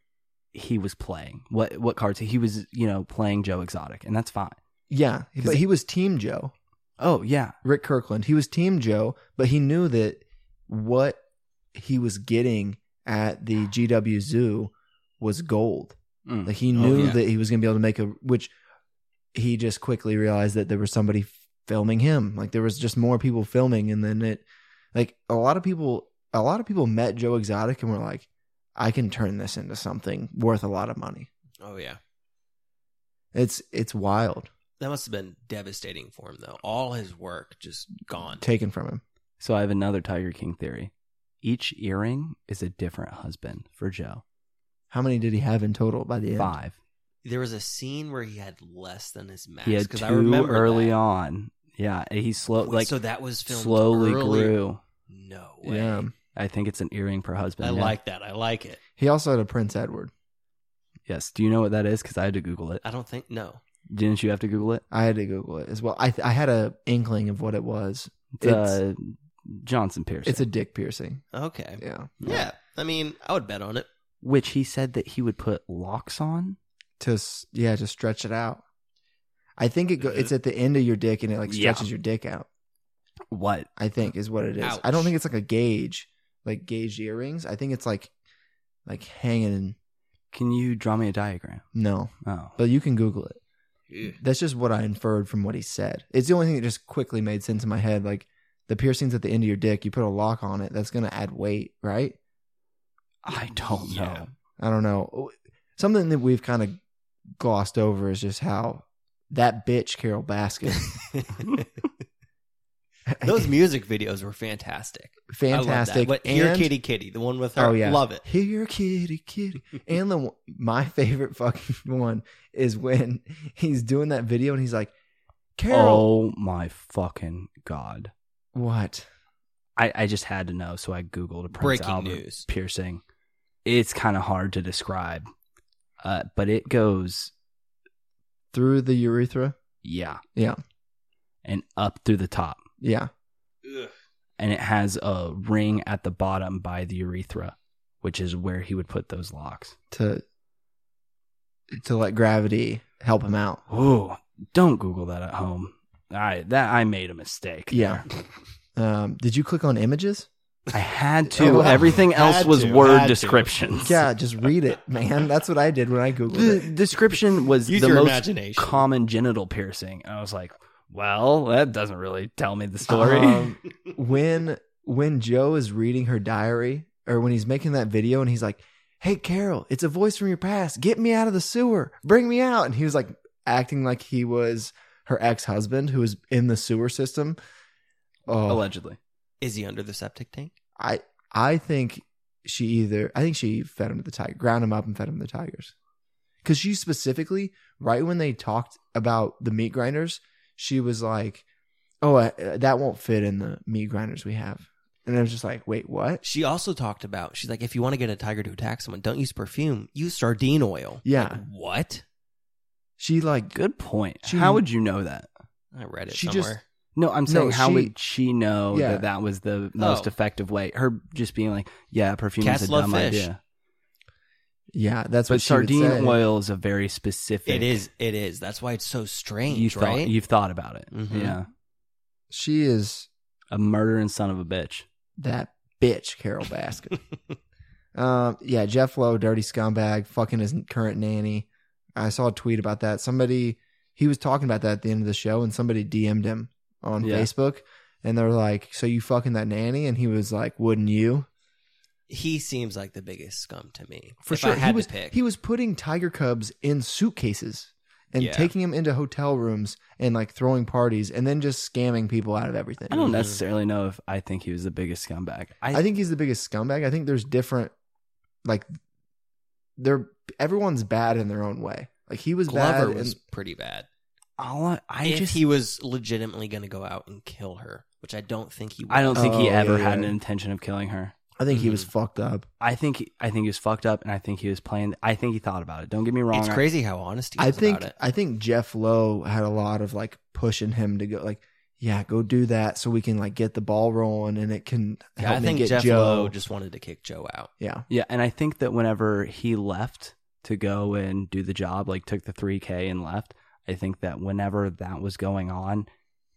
Speaker 3: he was playing, what what cards he was, you know, playing Joe Exotic, and that's fine.
Speaker 1: yeah
Speaker 3: 'Cause
Speaker 1: but
Speaker 3: he-
Speaker 1: he was team joe
Speaker 3: Oh yeah,
Speaker 1: rick kirkland he was team joe but he knew that what he was getting at the GW Zoo was gold.
Speaker 3: Mm.
Speaker 1: Like he
Speaker 3: Oh,
Speaker 1: knew
Speaker 3: yeah.
Speaker 1: that he was going to be able to make a, which he just quickly realized that there was somebody filming him. Like there was just more people filming, and then it, like a lot of people, a lot of people met Joe Exotic and were like, I can turn this into something worth a lot of money.
Speaker 2: Oh yeah,
Speaker 1: It's it's wild
Speaker 2: that must have been devastating for him though. All his work just gone.
Speaker 1: taken from him.
Speaker 3: So I have another Tiger King theory. Each earring is a different husband for Joe.
Speaker 1: How many did he have in total by the end?
Speaker 3: Five.
Speaker 2: There was a scene where he had less than his max.
Speaker 3: He had
Speaker 2: 'cause
Speaker 3: two
Speaker 2: I remember
Speaker 3: early
Speaker 2: that.
Speaker 3: on. Yeah, and he slow
Speaker 2: Wait,
Speaker 3: like
Speaker 2: so that was filmed
Speaker 3: slowly
Speaker 2: early?
Speaker 3: grew.
Speaker 2: No way.
Speaker 1: Yeah.
Speaker 3: I think it's an earring per husband.
Speaker 2: I
Speaker 3: yeah.
Speaker 2: like that. I like it.
Speaker 1: He also had a Prince Edward.
Speaker 3: Yes. Do you know what that is? Because I had to Google it.
Speaker 2: I don't think no.
Speaker 3: Didn't you have to Google it?
Speaker 1: I had to Google it as well. I I had a inkling of what it was.
Speaker 3: It's, uh, Johnson Pierce.
Speaker 1: It's a dick piercing.
Speaker 2: Okay.
Speaker 1: Yeah.
Speaker 2: Yeah. I mean, I would bet on
Speaker 3: [laughs]
Speaker 2: it. [laughs]
Speaker 3: which he said that he would put locks on.
Speaker 1: To s- yeah, to stretch it out. I think it go, it's at the end of your dick and it like
Speaker 3: Yeah.
Speaker 1: stretches your dick out.
Speaker 3: What?
Speaker 1: I think is what it is. I
Speaker 2: Ouch.
Speaker 1: don't think it's like a gauge, like gauged earrings. I think it's like like hanging
Speaker 3: Can you draw me a diagram?
Speaker 1: no.
Speaker 3: Oh,
Speaker 1: But you can Google it. That's just what I inferred from what he said. It's the only thing that just quickly made sense in my head. Like the piercings at the end of your dick, you put a lock on it, that's gonna add weight, right?
Speaker 3: I don't
Speaker 2: Yeah.
Speaker 3: know.
Speaker 1: I don't know. Something that we've kind of glossed over is just how that bitch Carol Baskin,
Speaker 2: [laughs]
Speaker 1: [laughs]
Speaker 2: Those music videos were fantastic. I love that.
Speaker 1: fantastic.
Speaker 2: What, Here,
Speaker 1: and-
Speaker 2: Kitty Kitty, the one with her.
Speaker 1: Oh yeah,
Speaker 2: Love it.
Speaker 1: Here, kitty, kitty, and the one- my favorite fucking [laughs] one is when he's doing that video and he's like, Carol,
Speaker 3: Oh my fucking god!
Speaker 2: Oh.
Speaker 1: what?
Speaker 3: I, I just had to know, so I googled a Prince
Speaker 2: Breaking
Speaker 3: Albert
Speaker 2: news.
Speaker 3: piercing. It's kind of hard to describe, uh, but it goes
Speaker 1: Through the urethra?
Speaker 3: yeah
Speaker 1: Yeah.
Speaker 3: and up through the top,
Speaker 1: Yeah,
Speaker 3: and it has a ring at the bottom by the urethra, which is where he would put those locks.
Speaker 1: to to let gravity help him out.
Speaker 3: Oh, don't Google that at home. I that I made a mistake.
Speaker 1: Yeah.
Speaker 3: there.
Speaker 1: Um, did you click on
Speaker 2: [laughs]
Speaker 1: images?
Speaker 3: I [laughs] had
Speaker 1: Oh,
Speaker 3: to.
Speaker 1: wow.
Speaker 3: Everything else
Speaker 2: Had
Speaker 3: was
Speaker 2: to, had
Speaker 3: word
Speaker 2: to. [laughs]
Speaker 3: descriptions.
Speaker 1: Yeah, just read it, man. That's what I did when I
Speaker 3: the
Speaker 1: googled it.
Speaker 3: description was
Speaker 2: Use
Speaker 3: the
Speaker 2: your
Speaker 3: most
Speaker 2: imagination.
Speaker 3: common genital piercing, and I was like, "Well, that doesn't really tell [laughs] me the story."
Speaker 1: Um, when when Joe is reading her diary or when he's making that video and he's like, "Hey Carol, it's a voice from your past. Get me out of the sewer. Bring me out." And he was like acting like he was her ex-husband who was in the sewer system. Oh,
Speaker 3: Allegedly,
Speaker 2: Is he under the septic tank?
Speaker 1: I I think she either I think she fed him to the tiger, ground him up and fed him to the tigers. Cuz she specifically right when they talked about the meat grinders, she was like, "Oh, uh, that won't fit in the meat grinders we have." And I was just like, "Wait, what?"
Speaker 2: She also talked about. She's like, if you want to get a tiger to attack someone, don't use perfume. Use sardine oil.
Speaker 1: Yeah.
Speaker 2: Like, what?
Speaker 1: She like
Speaker 3: good point.
Speaker 1: She-
Speaker 3: how would you know that?
Speaker 2: I read it
Speaker 1: She just-
Speaker 2: somewhere.
Speaker 3: No, I'm
Speaker 1: No,
Speaker 3: saying how
Speaker 1: she-
Speaker 3: would she know
Speaker 1: Yeah.
Speaker 3: that that was the most
Speaker 2: Oh.
Speaker 3: effective way? Her just being like, "Yeah, perfume
Speaker 2: Cats
Speaker 3: is a
Speaker 2: love
Speaker 3: dumb
Speaker 2: fish.
Speaker 3: idea,"
Speaker 1: yeah, that's
Speaker 3: but
Speaker 1: what she would say.
Speaker 3: sardine oil is a very specific.
Speaker 2: it is. It is. That's why it's so strange,
Speaker 3: You've thought,
Speaker 2: right?
Speaker 3: you've thought about it.
Speaker 1: Mm-hmm.
Speaker 2: Mhm.
Speaker 3: Yeah,
Speaker 1: She is
Speaker 3: a murdering son of a bitch.
Speaker 1: that bitch Carol Baskin. um, yeah, Jeff Lowe, dirty scumbag, fucking his current nanny. I saw a tweet about that. Somebody he was talking about that at the end of the show, and somebody DM'd him on
Speaker 3: Yeah.
Speaker 1: Facebook, and they're like, "So you fucking that nanny?" And he was like, "Wouldn't you?"
Speaker 2: he seems like the biggest scum to me.
Speaker 1: For
Speaker 2: if
Speaker 1: sure,
Speaker 2: I had
Speaker 1: he was
Speaker 2: to pick.
Speaker 1: he was putting tiger cubs in suitcases and
Speaker 2: Yeah.
Speaker 1: taking them into hotel rooms and like throwing parties, and then just scamming people out of everything.
Speaker 3: I don't
Speaker 2: Mhm.
Speaker 3: necessarily know if I think he was the biggest scumbag. I,
Speaker 1: Mm-hmm. I think he's the biggest scumbag. I think there's different, like, they're everyone's bad in their own way. Like he was
Speaker 2: Glover
Speaker 1: bad.
Speaker 2: was
Speaker 1: and,
Speaker 2: pretty bad.
Speaker 3: all I, I
Speaker 2: if
Speaker 3: just
Speaker 2: he was legitimately going to go out and kill her, which I don't think he. Would.
Speaker 3: I don't think he
Speaker 1: Oh,
Speaker 3: ever
Speaker 1: yeah,
Speaker 3: had
Speaker 1: yeah.
Speaker 3: an intention of killing her.
Speaker 1: I think he
Speaker 2: Mm-hmm.
Speaker 1: was fucked up.
Speaker 3: I think I think he was fucked up, and I think he was playing. I think he thought about it. Don't get me wrong.
Speaker 2: It's
Speaker 3: I-
Speaker 2: crazy how honest he is
Speaker 1: I think.
Speaker 2: about it.
Speaker 1: I think Jeff Lowe had a lot of like pushing him to go. Like, yeah, go do that so we can like get the ball rolling and it can
Speaker 2: Yeah,
Speaker 1: help
Speaker 2: I
Speaker 1: me
Speaker 2: think
Speaker 1: get
Speaker 2: Jeff
Speaker 1: Joe.
Speaker 2: Lowe just wanted to kick Joe
Speaker 1: [laughs]
Speaker 2: out.
Speaker 1: yeah,
Speaker 3: Yeah, and I think that whenever he left to go and do the job, like took the three k and left, I think that whenever that was going on,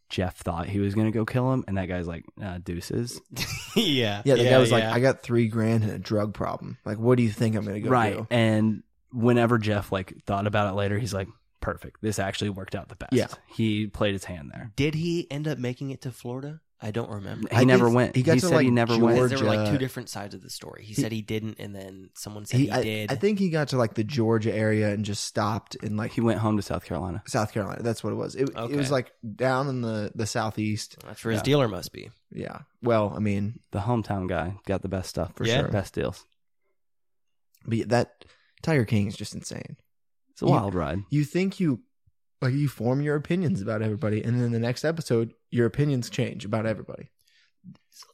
Speaker 3: Jeff thought he was gonna go kill him, and that guy's like, uh, deuces.
Speaker 2: yeah.
Speaker 1: Yeah, the guy was like, I got three grand and a drug problem. Like, what do you think I'm going to go
Speaker 3: right.
Speaker 1: do?
Speaker 3: And whenever Jeff like thought about it later, he's like, perfect. This actually worked out the best.
Speaker 1: Yeah.
Speaker 3: He played his hand there.
Speaker 2: Did he end up making it to Florida? I don't remember.
Speaker 3: He
Speaker 1: I
Speaker 3: never
Speaker 1: think
Speaker 3: went.
Speaker 1: he
Speaker 3: He,
Speaker 1: got to,
Speaker 3: said
Speaker 1: like,
Speaker 3: he never
Speaker 2: Because
Speaker 3: went.
Speaker 2: there were like two
Speaker 1: Georgia-
Speaker 2: different sides of the story. He,
Speaker 1: He-
Speaker 2: said he didn't, and then someone said he,
Speaker 1: He, I,
Speaker 2: did.
Speaker 1: I think he got to like the Georgia area and just stopped in like
Speaker 3: He went home to South Carolina.
Speaker 1: South Carolina. That's what it was. It,
Speaker 2: Okay.
Speaker 1: it was like down in the, the southeast.
Speaker 2: that's where his
Speaker 3: Yeah.
Speaker 2: dealer must be.
Speaker 1: Yeah. Well, I mean,
Speaker 3: The hometown guy got the best stuff for
Speaker 2: Yeah.
Speaker 3: sure. Best deals.
Speaker 1: but that Tiger King is just insane.
Speaker 3: It's a
Speaker 1: You-
Speaker 3: wild ride.
Speaker 1: You think you like you form your opinions about everybody, and then the next episode, your opinions change about everybody.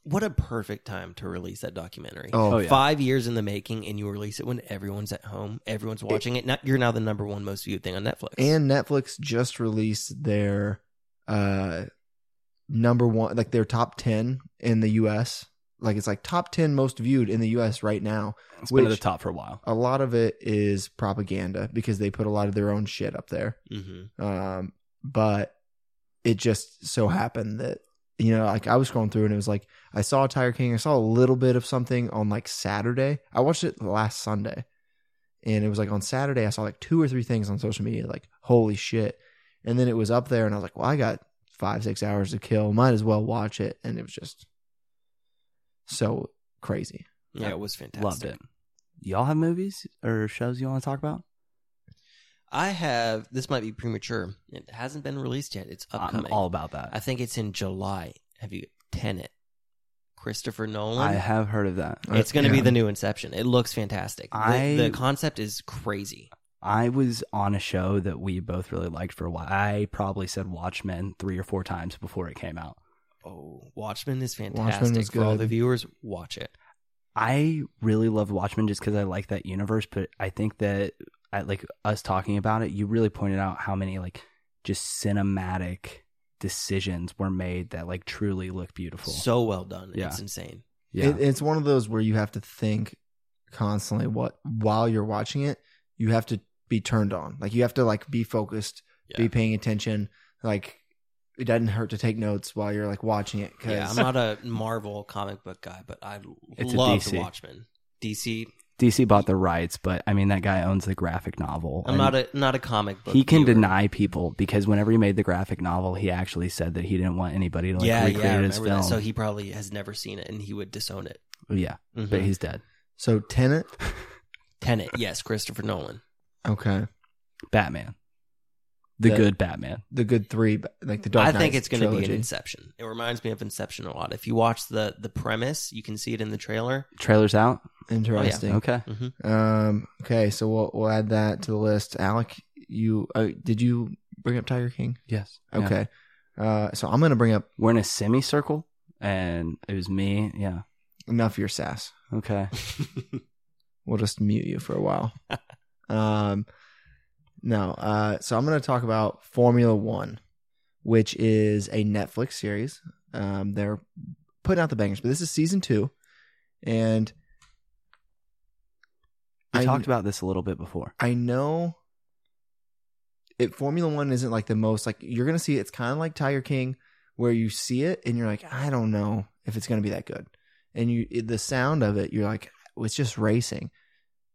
Speaker 2: What a perfect time to release that documentary.
Speaker 1: Oh,
Speaker 3: Oh, yeah.
Speaker 2: Five years in the making, and you release it when everyone's at home, everyone's watching it. Now, you're now the number one most viewed thing on Netflix.
Speaker 1: and Netflix just released their uh number one like their top 10 in the US like it's like top 10 most viewed in the US right now
Speaker 3: It's been at the
Speaker 1: which-
Speaker 3: top for a while.
Speaker 1: a lot of it is propaganda because they put a lot of their own shit up there
Speaker 2: hmm
Speaker 1: um but it just so happened that you know like I was scrolling through and it was like I saw Tiger King I saw a little bit of something on like Saturday I watched it last Sunday and it was like on Saturday I saw like two or three things on social media like holy shit and then it was up there and I was like well I got 5 6 hours to kill might as well watch it and it was just so crazy
Speaker 2: Yeah,
Speaker 3: Yeah.
Speaker 2: it was fantastic.
Speaker 3: Loved it. Y'all have movies or shows you want to talk about?
Speaker 2: I have. This might be premature. It hasn't been released yet. It's upcoming.
Speaker 3: I'm all about that.
Speaker 2: I think it's in July. Have you Tenet? Christopher Nolan.
Speaker 3: I have heard of that.
Speaker 1: Uh,
Speaker 2: It's going to be
Speaker 1: yeah.
Speaker 2: the new Inception. It looks fantastic. The-
Speaker 3: I-
Speaker 2: the concept is crazy.
Speaker 3: I was on a show that we both really liked for a while. I probably said Watchmen three or four times before it came out.
Speaker 2: Oh, Watchmen is
Speaker 1: Watchmen was
Speaker 2: fantastic. For all
Speaker 1: good.
Speaker 2: the viewers, watch it.
Speaker 3: I really love Watchmen just because I like that universe, but I think that I like us talking about it. You really pointed out how many like just cinematic decisions were made that like truly look beautiful.
Speaker 2: So well done.
Speaker 3: Yeah.
Speaker 2: It's insane.
Speaker 3: yeah,
Speaker 1: It, it's one of those where you have to think constantly what while you're watching it, you have to be turned on. Like you have to like be focused,
Speaker 2: Yeah.
Speaker 1: be paying attention. Like it doesn't hurt to take notes while you're like watching it. Cause
Speaker 2: Yeah, I'm not
Speaker 3: [laughs]
Speaker 2: a Marvel comic book guy, but I
Speaker 3: It's a
Speaker 2: love
Speaker 3: DC.
Speaker 2: Watchmen. DC.
Speaker 3: DC bought the rights, but I mean that guy owns the graphic novel.
Speaker 2: I'm
Speaker 3: and-
Speaker 2: not a not a comic book.
Speaker 3: he can
Speaker 2: viewer.
Speaker 3: deny people because whenever he made the graphic novel, he actually said that he didn't want anybody to like
Speaker 2: yeah,
Speaker 3: recreate
Speaker 2: yeah. I
Speaker 3: his
Speaker 2: remember
Speaker 3: film.
Speaker 2: that. So he probably has never seen it, and he would disown it.
Speaker 3: yeah,
Speaker 2: Mhm.
Speaker 3: but he's dead.
Speaker 1: So Tenant,
Speaker 2: Tenet, yes, Christopher Nolan.
Speaker 1: okay,
Speaker 3: Batman, the
Speaker 1: That-
Speaker 3: good Batman.
Speaker 1: the good three, but, like the Dark.
Speaker 2: I think
Speaker 1: Knight
Speaker 2: it's going to be an
Speaker 1: trilogy.
Speaker 2: Inception. It reminds me of Inception a lot. If you watch the the premise, you can see it in the trailer. [laughs]
Speaker 3: Trailer's out.
Speaker 2: Oh,
Speaker 1: interesting.
Speaker 3: Okay,
Speaker 2: hmm
Speaker 1: Um. Okay. So we'll we'll add that to the list. Alec, you uh, did you bring up Tiger King?
Speaker 3: yes. Yeah.
Speaker 1: Okay. Uh. So I'm gonna bring up
Speaker 3: we're in a semicircle, and it was me. Yeah.
Speaker 1: enough of your sass.
Speaker 3: Okay.
Speaker 1: we'll just mute you for a while. um, no, uh, so I'm going to talk about Formula One, which is a Netflix series. Um, they're putting out the bangers, but this is season two, and
Speaker 3: We
Speaker 1: I-
Speaker 3: talked about this a little bit before.
Speaker 1: I know it Formula One isn't like the most like you're gonna see it's kinda like Tiger King where you see it and you're like, I don't know if it's gonna be that good. And you it- the sound of it, you're like, "Oh, it's just racing.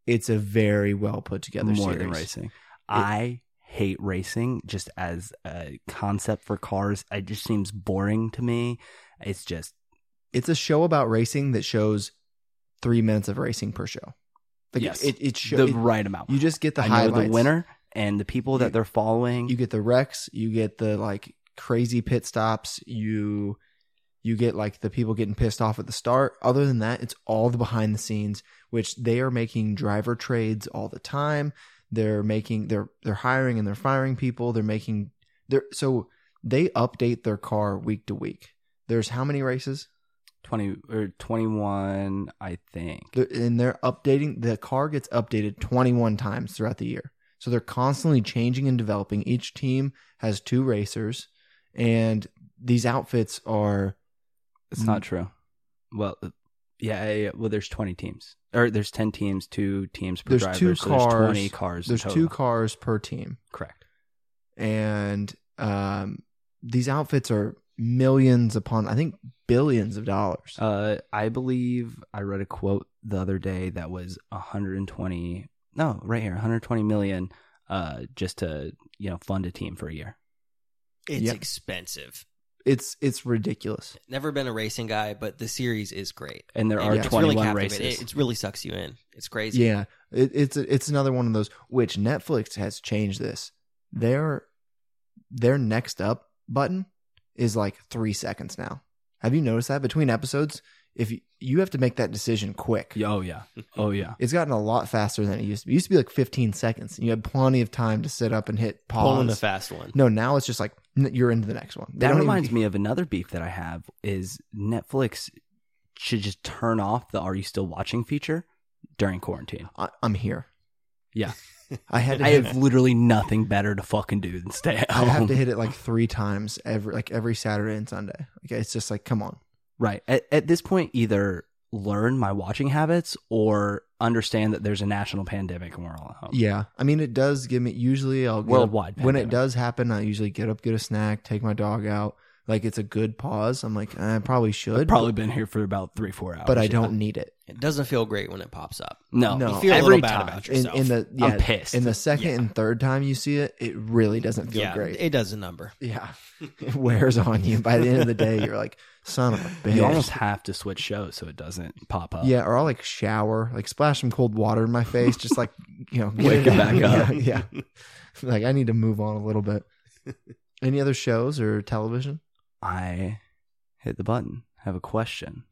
Speaker 1: It's a very well put together
Speaker 3: More
Speaker 1: series.
Speaker 3: than racing, I hate racing just as a concept for cars. It just seems boring to me. It's just
Speaker 1: It's a show about racing that shows three minutes of racing per show. Like
Speaker 3: Yes.
Speaker 1: it, it show,
Speaker 3: the
Speaker 1: it-
Speaker 3: right amount.
Speaker 1: you just get the
Speaker 3: I
Speaker 1: highlights.
Speaker 3: know the winner and the people that they're following.
Speaker 1: you get the wrecks you get the like crazy pit stops you you get like the people getting pissed off at the start other than that it's all the behind the scenes which they are making driver trades all the time they're making they're they're hiring and they're firing people they're making they're so they update their car week to week there's how many races
Speaker 3: 20 or 21, I think.
Speaker 1: They're- and they're updating the car gets updated 21 times throughout the year so they're constantly changing and developing each team has two racers and these outfits are
Speaker 3: It's not true. Well, uh, yeah, yeah, yeah. well, there's 20 teams. Or there's 10 teams, two teams per
Speaker 1: There's
Speaker 3: driver.
Speaker 1: two
Speaker 3: so
Speaker 1: cars.
Speaker 3: there's 20 cars. in
Speaker 1: there's
Speaker 3: total.
Speaker 1: two cars per team
Speaker 3: Correct.
Speaker 1: and um these outfits are millions upon I think billions of dollars.
Speaker 3: Uh, I believe I read a quote the other day that was 120. No, right here, 120 million. Uh, just to you know fund a team for a year.
Speaker 2: It's
Speaker 1: Yeah.
Speaker 2: expensive.
Speaker 1: It's it's ridiculous.
Speaker 2: Never been a racing guy, but the series is great.
Speaker 3: And there
Speaker 2: And
Speaker 3: are
Speaker 1: Yeah.
Speaker 2: it's
Speaker 3: 21
Speaker 2: captivating.
Speaker 3: races.
Speaker 2: It, it really sucks you in. It's crazy.
Speaker 1: Yeah, it, it's it's another one of those which Netflix has changed this. Their their next up button is like three seconds now. Have you noticed that between episodes, if you, you have to make that decision quick,
Speaker 3: Yeah, oh yeah. Oh yeah.
Speaker 1: it's gotten a lot faster than it used to be. It used to be like 15 seconds, and you had plenty of time to sit up and hit pause.
Speaker 2: Pulling the fast one.
Speaker 1: no, now it's just like n- you're into the next one. They
Speaker 3: That
Speaker 1: don't even-
Speaker 3: reminds me of another beef that I have is Netflix should just turn off the "Are you still watching?" feature during quarantine.
Speaker 1: I, I'm here.
Speaker 3: Yeah.
Speaker 1: I had to
Speaker 3: [laughs] I
Speaker 1: hit-
Speaker 3: have literally nothing better to fucking do than stay at
Speaker 1: I
Speaker 3: home. [laughs]
Speaker 1: have to hit it like three times every like every Saturday and Sunday. Like it's just like come on.
Speaker 3: Right. At, at this point, either learn my watching habits or understand that there's a national pandemic and we're all at home.
Speaker 1: Yeah, I mean it does give me. Usually I'll get up-
Speaker 3: Worldwide.
Speaker 1: when it
Speaker 3: pandemic.
Speaker 1: does happen. I usually get up, get a snack, take my dog out. Like it's a good pause. I'm like I probably should,
Speaker 3: I've probably been here for about three, four hours.
Speaker 1: but I
Speaker 3: yeah.
Speaker 1: don't need it.
Speaker 2: It doesn't feel great when it pops up.
Speaker 3: No.
Speaker 1: No.
Speaker 2: You feel a
Speaker 3: Every
Speaker 2: little bad
Speaker 3: time.
Speaker 2: about
Speaker 1: In,
Speaker 2: yourself.
Speaker 1: in the yeah,
Speaker 3: I'm pissed.
Speaker 1: in the second
Speaker 2: Yeah.
Speaker 1: and third time you see it, it really doesn't feel
Speaker 2: yeah,
Speaker 1: great.
Speaker 2: it does a number.
Speaker 1: yeah, [laughs] it wears on you. By the end of the day, you're like son of a bitch.
Speaker 3: [laughs] You almost have to switch shows so it doesn't pop up.
Speaker 1: Yeah, or I'll like shower, like splash some cold water in my face, just like you know, get it
Speaker 3: Wake it
Speaker 1: out.
Speaker 3: back
Speaker 1: [laughs]
Speaker 3: up.
Speaker 1: Yeah, yeah. like I need to move on a little
Speaker 3: [laughs]
Speaker 1: bit. Any other shows or television?
Speaker 3: I hit the button. Have a question.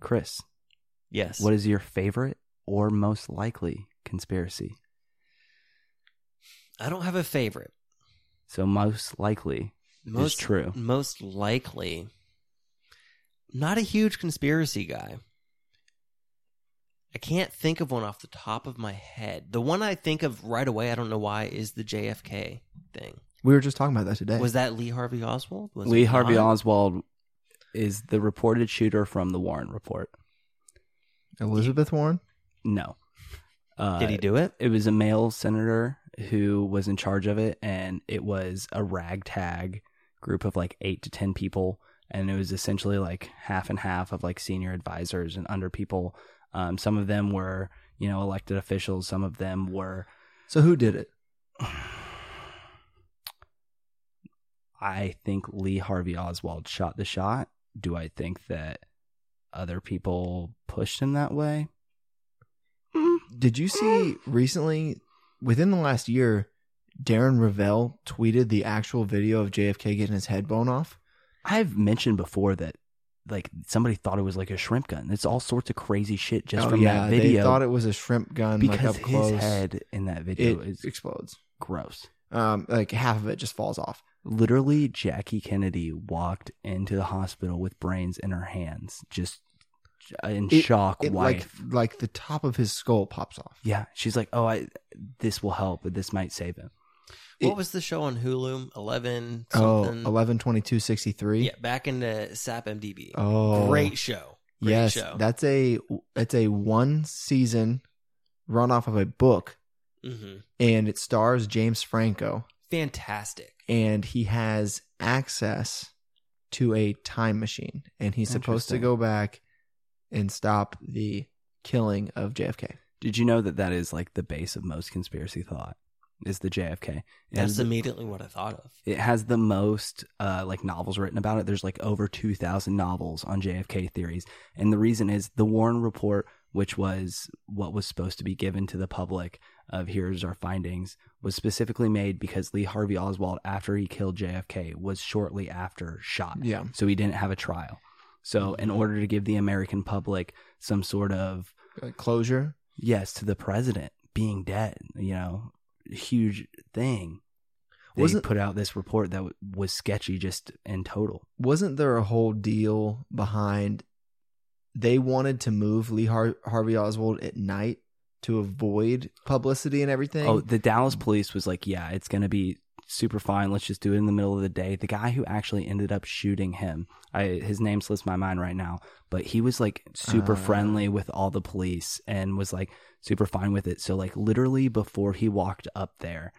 Speaker 3: Chris,
Speaker 2: Yes.
Speaker 3: what is your favorite or most likely conspiracy?
Speaker 2: I don't have a favorite.
Speaker 3: So most likely
Speaker 2: Most
Speaker 3: is true.
Speaker 2: most likely not a huge conspiracy guy. I can't think of one off the top of my head. The one I think of right away, I don't know why, is the JFK thing.
Speaker 1: We were just talking about that today.
Speaker 2: Was that Lee Harvey Oswald? Was
Speaker 3: Lee
Speaker 2: it
Speaker 3: Harvey
Speaker 2: not?
Speaker 3: Oswald is the reported shooter from the Warren report.
Speaker 1: Elizabeth Warren?
Speaker 3: No. Uh,
Speaker 2: Did he do it?
Speaker 3: It was a male senator who was in charge of it, and it was a ragtag group of like eight to 10 people. And it was essentially like half and half of like senior advisors and under people. Um, some of them were, you know, elected officials, some of them were [sighs]
Speaker 1: So who did it?
Speaker 3: I think Lee Harvey Oswald shot the shot. Do I think that other people pushed him that way?
Speaker 1: Did you see recently, within the last year, Darren Ravel tweeted the actual video of JFK getting his head blown off?
Speaker 3: I've mentioned before that like somebody thought it was like a shrimp gun. It's all sorts of crazy shit just
Speaker 1: Oh,
Speaker 3: from that
Speaker 1: they
Speaker 3: video.
Speaker 1: thought it was a shrimp gun like
Speaker 3: because
Speaker 1: up
Speaker 3: his
Speaker 1: close.
Speaker 3: head in that video
Speaker 1: it
Speaker 3: is
Speaker 1: explodes.
Speaker 3: gross.
Speaker 1: Um, like half of it just falls off.
Speaker 3: Literally, Jackie Kennedy walked into the hospital with brains in her hands, just uh, in
Speaker 1: It-
Speaker 3: shock.
Speaker 1: It,
Speaker 3: wife.
Speaker 1: like like the top of his skull pops off.
Speaker 3: Yeah, she's like, "Oh, I this will help. This might save him."
Speaker 1: it-
Speaker 2: what was the show on Hulu? Eleven
Speaker 1: Oh,
Speaker 2: something.
Speaker 1: 11 22 63.
Speaker 2: Yeah, back in the SAP MDB.
Speaker 1: Oh,
Speaker 2: Great show. Great
Speaker 1: yes,
Speaker 2: show.
Speaker 1: that's a that's a one season run off of a book,
Speaker 2: hmm
Speaker 1: and it stars James Franco,
Speaker 2: Fantastic.
Speaker 1: and he has access to a time machine, and he's supposed to
Speaker 3: Interesting.
Speaker 1: go back and stop the killing of JFK.
Speaker 3: Did you know that that is like the base of most conspiracy thought? Is the JFK? It
Speaker 2: That's
Speaker 3: has,
Speaker 2: immediately what I thought of.
Speaker 3: it has the most uh, like novels written about it. There's like over two thousand novels on JFK theories, and the reason is the Warren Report, which was what was supposed to be given to the public of here's our findings, was specifically made because Lee Harvey Oswald, after he killed JFK, was shortly after shot.
Speaker 1: Yeah,
Speaker 3: so he didn't have a trial. So in order to give the American public some sort of
Speaker 1: like Uh, closure.
Speaker 3: yes to the president being dead, you know, huge thing, they
Speaker 1: Wasn't-
Speaker 3: put out this report that w- was sketchy just in total.
Speaker 1: Wasn't there a whole deal behind? They wanted to move Lee Har- Harvey Oswald at night to avoid publicity and everything.
Speaker 3: Oh, the Dallas police was like, yeah, it's going to be super fine. Let's just do it in the middle of the day. The guy who actually ended up shooting him, I, his name slips my mind right now, but he was like super
Speaker 1: Uh.
Speaker 3: friendly with all the police and was like super fine with it. So like literally before he walked up there,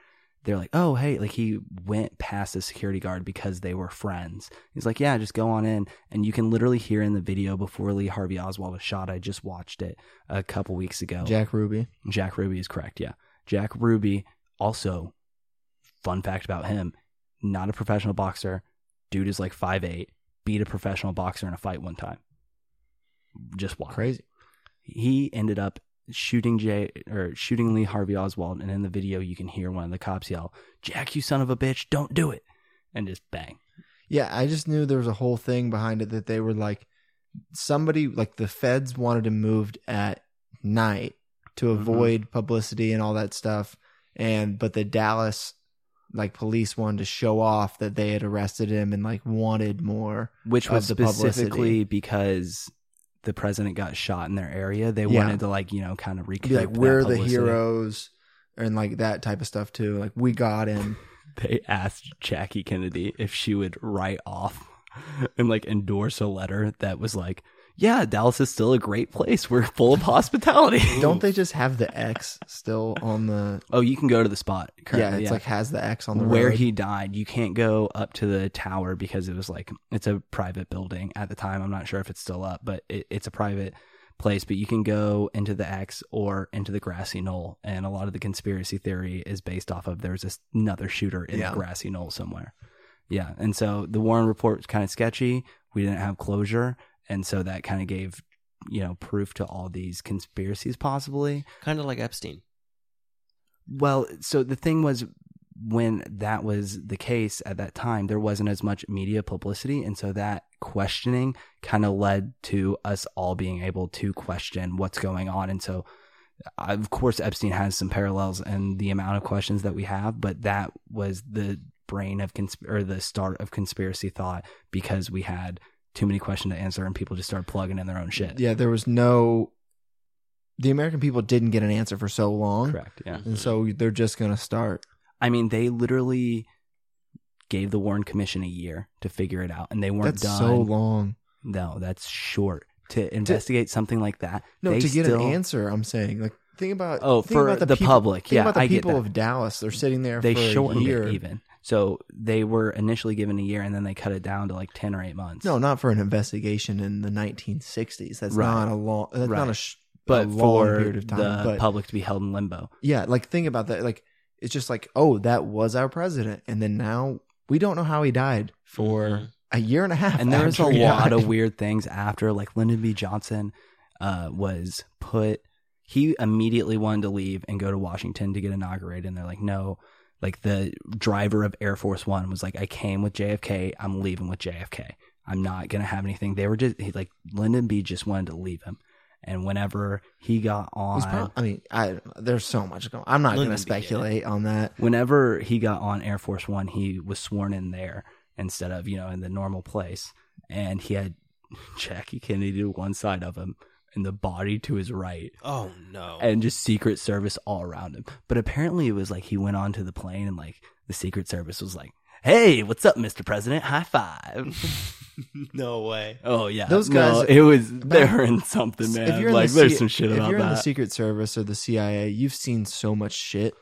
Speaker 3: they're like, oh, hey, like he went past the security guard because they were friends. He's like, yeah, just go on in. And you can literally hear in the video before Lee Harvey Oswald was shot. I just watched it a couple weeks ago.
Speaker 1: Jack Ruby.
Speaker 3: Jack Ruby is correct. Yeah. Jack Ruby, also, fun fact about him, not a professional boxer. Dude is like 5'8, beat a professional boxer in a fight one time. Just wild.
Speaker 1: Crazy.
Speaker 3: He ended up shooting Jay or shooting Lee Harvey Oswald. And in the video, you can hear one of the cops yell, Jack, you son of a bitch, don't do it. And just bang.
Speaker 1: Yeah, I just knew there was a whole thing behind it that they were like somebody like the feds wanted him moved at night to
Speaker 3: Mhm.
Speaker 1: avoid publicity and all that stuff. And but the Dallas like police wanted to show off that they had arrested him and like wanted more.
Speaker 3: Which
Speaker 1: Of
Speaker 3: was
Speaker 1: the publicity.
Speaker 3: specifically because the president got shot in their area. They
Speaker 1: Yeah.
Speaker 3: wanted to, like, you know, kind of recoup.
Speaker 1: Be like,
Speaker 3: that
Speaker 1: we're the
Speaker 3: publicity.
Speaker 1: heroes and like that type of stuff too. Like we got
Speaker 3: [clears throat]
Speaker 1: him.
Speaker 3: they asked Jackie Kennedy if she would write off and like endorse a letter that was like, yeah, Dallas is still a great place. We're full of hospitality.
Speaker 1: Don't they just have the X still on the
Speaker 3: oh, you can go to the spot. Currently,
Speaker 1: Yeah, it's like has the X on the
Speaker 3: where
Speaker 1: road.
Speaker 3: he died. You can't go up to the tower because it was like it's a private building at the time. I'm not sure if it's still up, but it, it's a private place. But you can go into the X or into the grassy knoll, and a lot of the conspiracy theory is based off of there's this another shooter in
Speaker 1: Yeah.
Speaker 3: the grassy knoll somewhere. Yeah, and so the Warren report was kind of sketchy. We didn't have closure, and so that kind of gave you know proof to all these conspiracies possibly.
Speaker 2: Kind of like Epstein.
Speaker 3: Well, so the thing was when that was the case at that time, there wasn't as much media publicity. And so that questioning kind of led to us all being able to question what's going on. And so, I- of course, Epstein has some parallels in the amount of questions that we have, but that was the brain of consp- or the start of conspiracy thought because we had too many questions to answer and people just started plugging in their own shit.
Speaker 1: yeah, there was no. The American people didn't get an answer for so long,
Speaker 3: Correct. Yeah.
Speaker 2: Mm-hmm.
Speaker 1: and so they're just gonna start.
Speaker 3: I mean, they literally gave the Warren Commission a year to figure it out, and they weren't
Speaker 1: That's
Speaker 3: done.
Speaker 1: so long.
Speaker 3: No, that's short to investigate something like that.
Speaker 1: No,
Speaker 3: they
Speaker 1: to get
Speaker 3: still,
Speaker 1: an answer, I'm saying like think about
Speaker 3: Oh,
Speaker 1: think
Speaker 3: for
Speaker 1: about
Speaker 3: the
Speaker 1: people-
Speaker 3: public.
Speaker 1: Think
Speaker 3: Yeah,
Speaker 1: about the
Speaker 3: I get
Speaker 1: people
Speaker 3: that.
Speaker 1: of Dallas. They're sitting there.
Speaker 3: They
Speaker 1: for a
Speaker 3: shortened
Speaker 1: year.
Speaker 3: it even. So they were initially given a year, and then they cut it down to like ten or eight months.
Speaker 1: No, not for an investigation in the 1960s. That's
Speaker 3: Right.
Speaker 1: not a long. That's
Speaker 3: Right.
Speaker 1: not a, sh-
Speaker 3: but
Speaker 1: a long
Speaker 3: for
Speaker 1: period of time.
Speaker 3: the
Speaker 1: but
Speaker 3: public to be held in limbo.
Speaker 1: yeah, like think about that. Like it's just like oh, that was our president, and then now we don't know how he died for
Speaker 2: Mhm.
Speaker 1: a year and a [laughs] half.
Speaker 3: Mm-hmm. and there was a
Speaker 1: after he
Speaker 3: lot
Speaker 1: died.
Speaker 3: of weird things after like lyndon b johnson uh, was put he immediately wanted to leave and go to washington to get inaugurated and they're like no like the driver of air force one was like i came with jfk i'm leaving with jfk i'm not gonna have anything they were just he, like lyndon b just wanted to leave him and whenever he got on
Speaker 1: He's prob- I mean, I there's so much going. I'm not going
Speaker 2: Lyndon
Speaker 1: to
Speaker 2: B.
Speaker 1: speculate on that.
Speaker 3: whenever he got on Air Force One, he was sworn in there instead of, you know, in the normal place. And he had [laughs] Jackie Kennedy to one side of him and the body to his right
Speaker 2: Oh no.
Speaker 3: and just Secret Service all around him. But apparently it was like he went onto the plane and like the Secret Service was like, Hey, what's up, Mr. President?
Speaker 1: [laughs]
Speaker 3: High five.
Speaker 2: [laughs] no way.
Speaker 3: oh yeah.
Speaker 1: Those
Speaker 3: No,
Speaker 1: guys-
Speaker 3: it was they were in something, man.
Speaker 1: if you're in
Speaker 3: like
Speaker 1: the
Speaker 3: there's
Speaker 1: C-
Speaker 3: some shit
Speaker 1: if
Speaker 3: about
Speaker 1: you're in the
Speaker 3: that.
Speaker 1: Secret Service or the CIA, you've seen so much shit.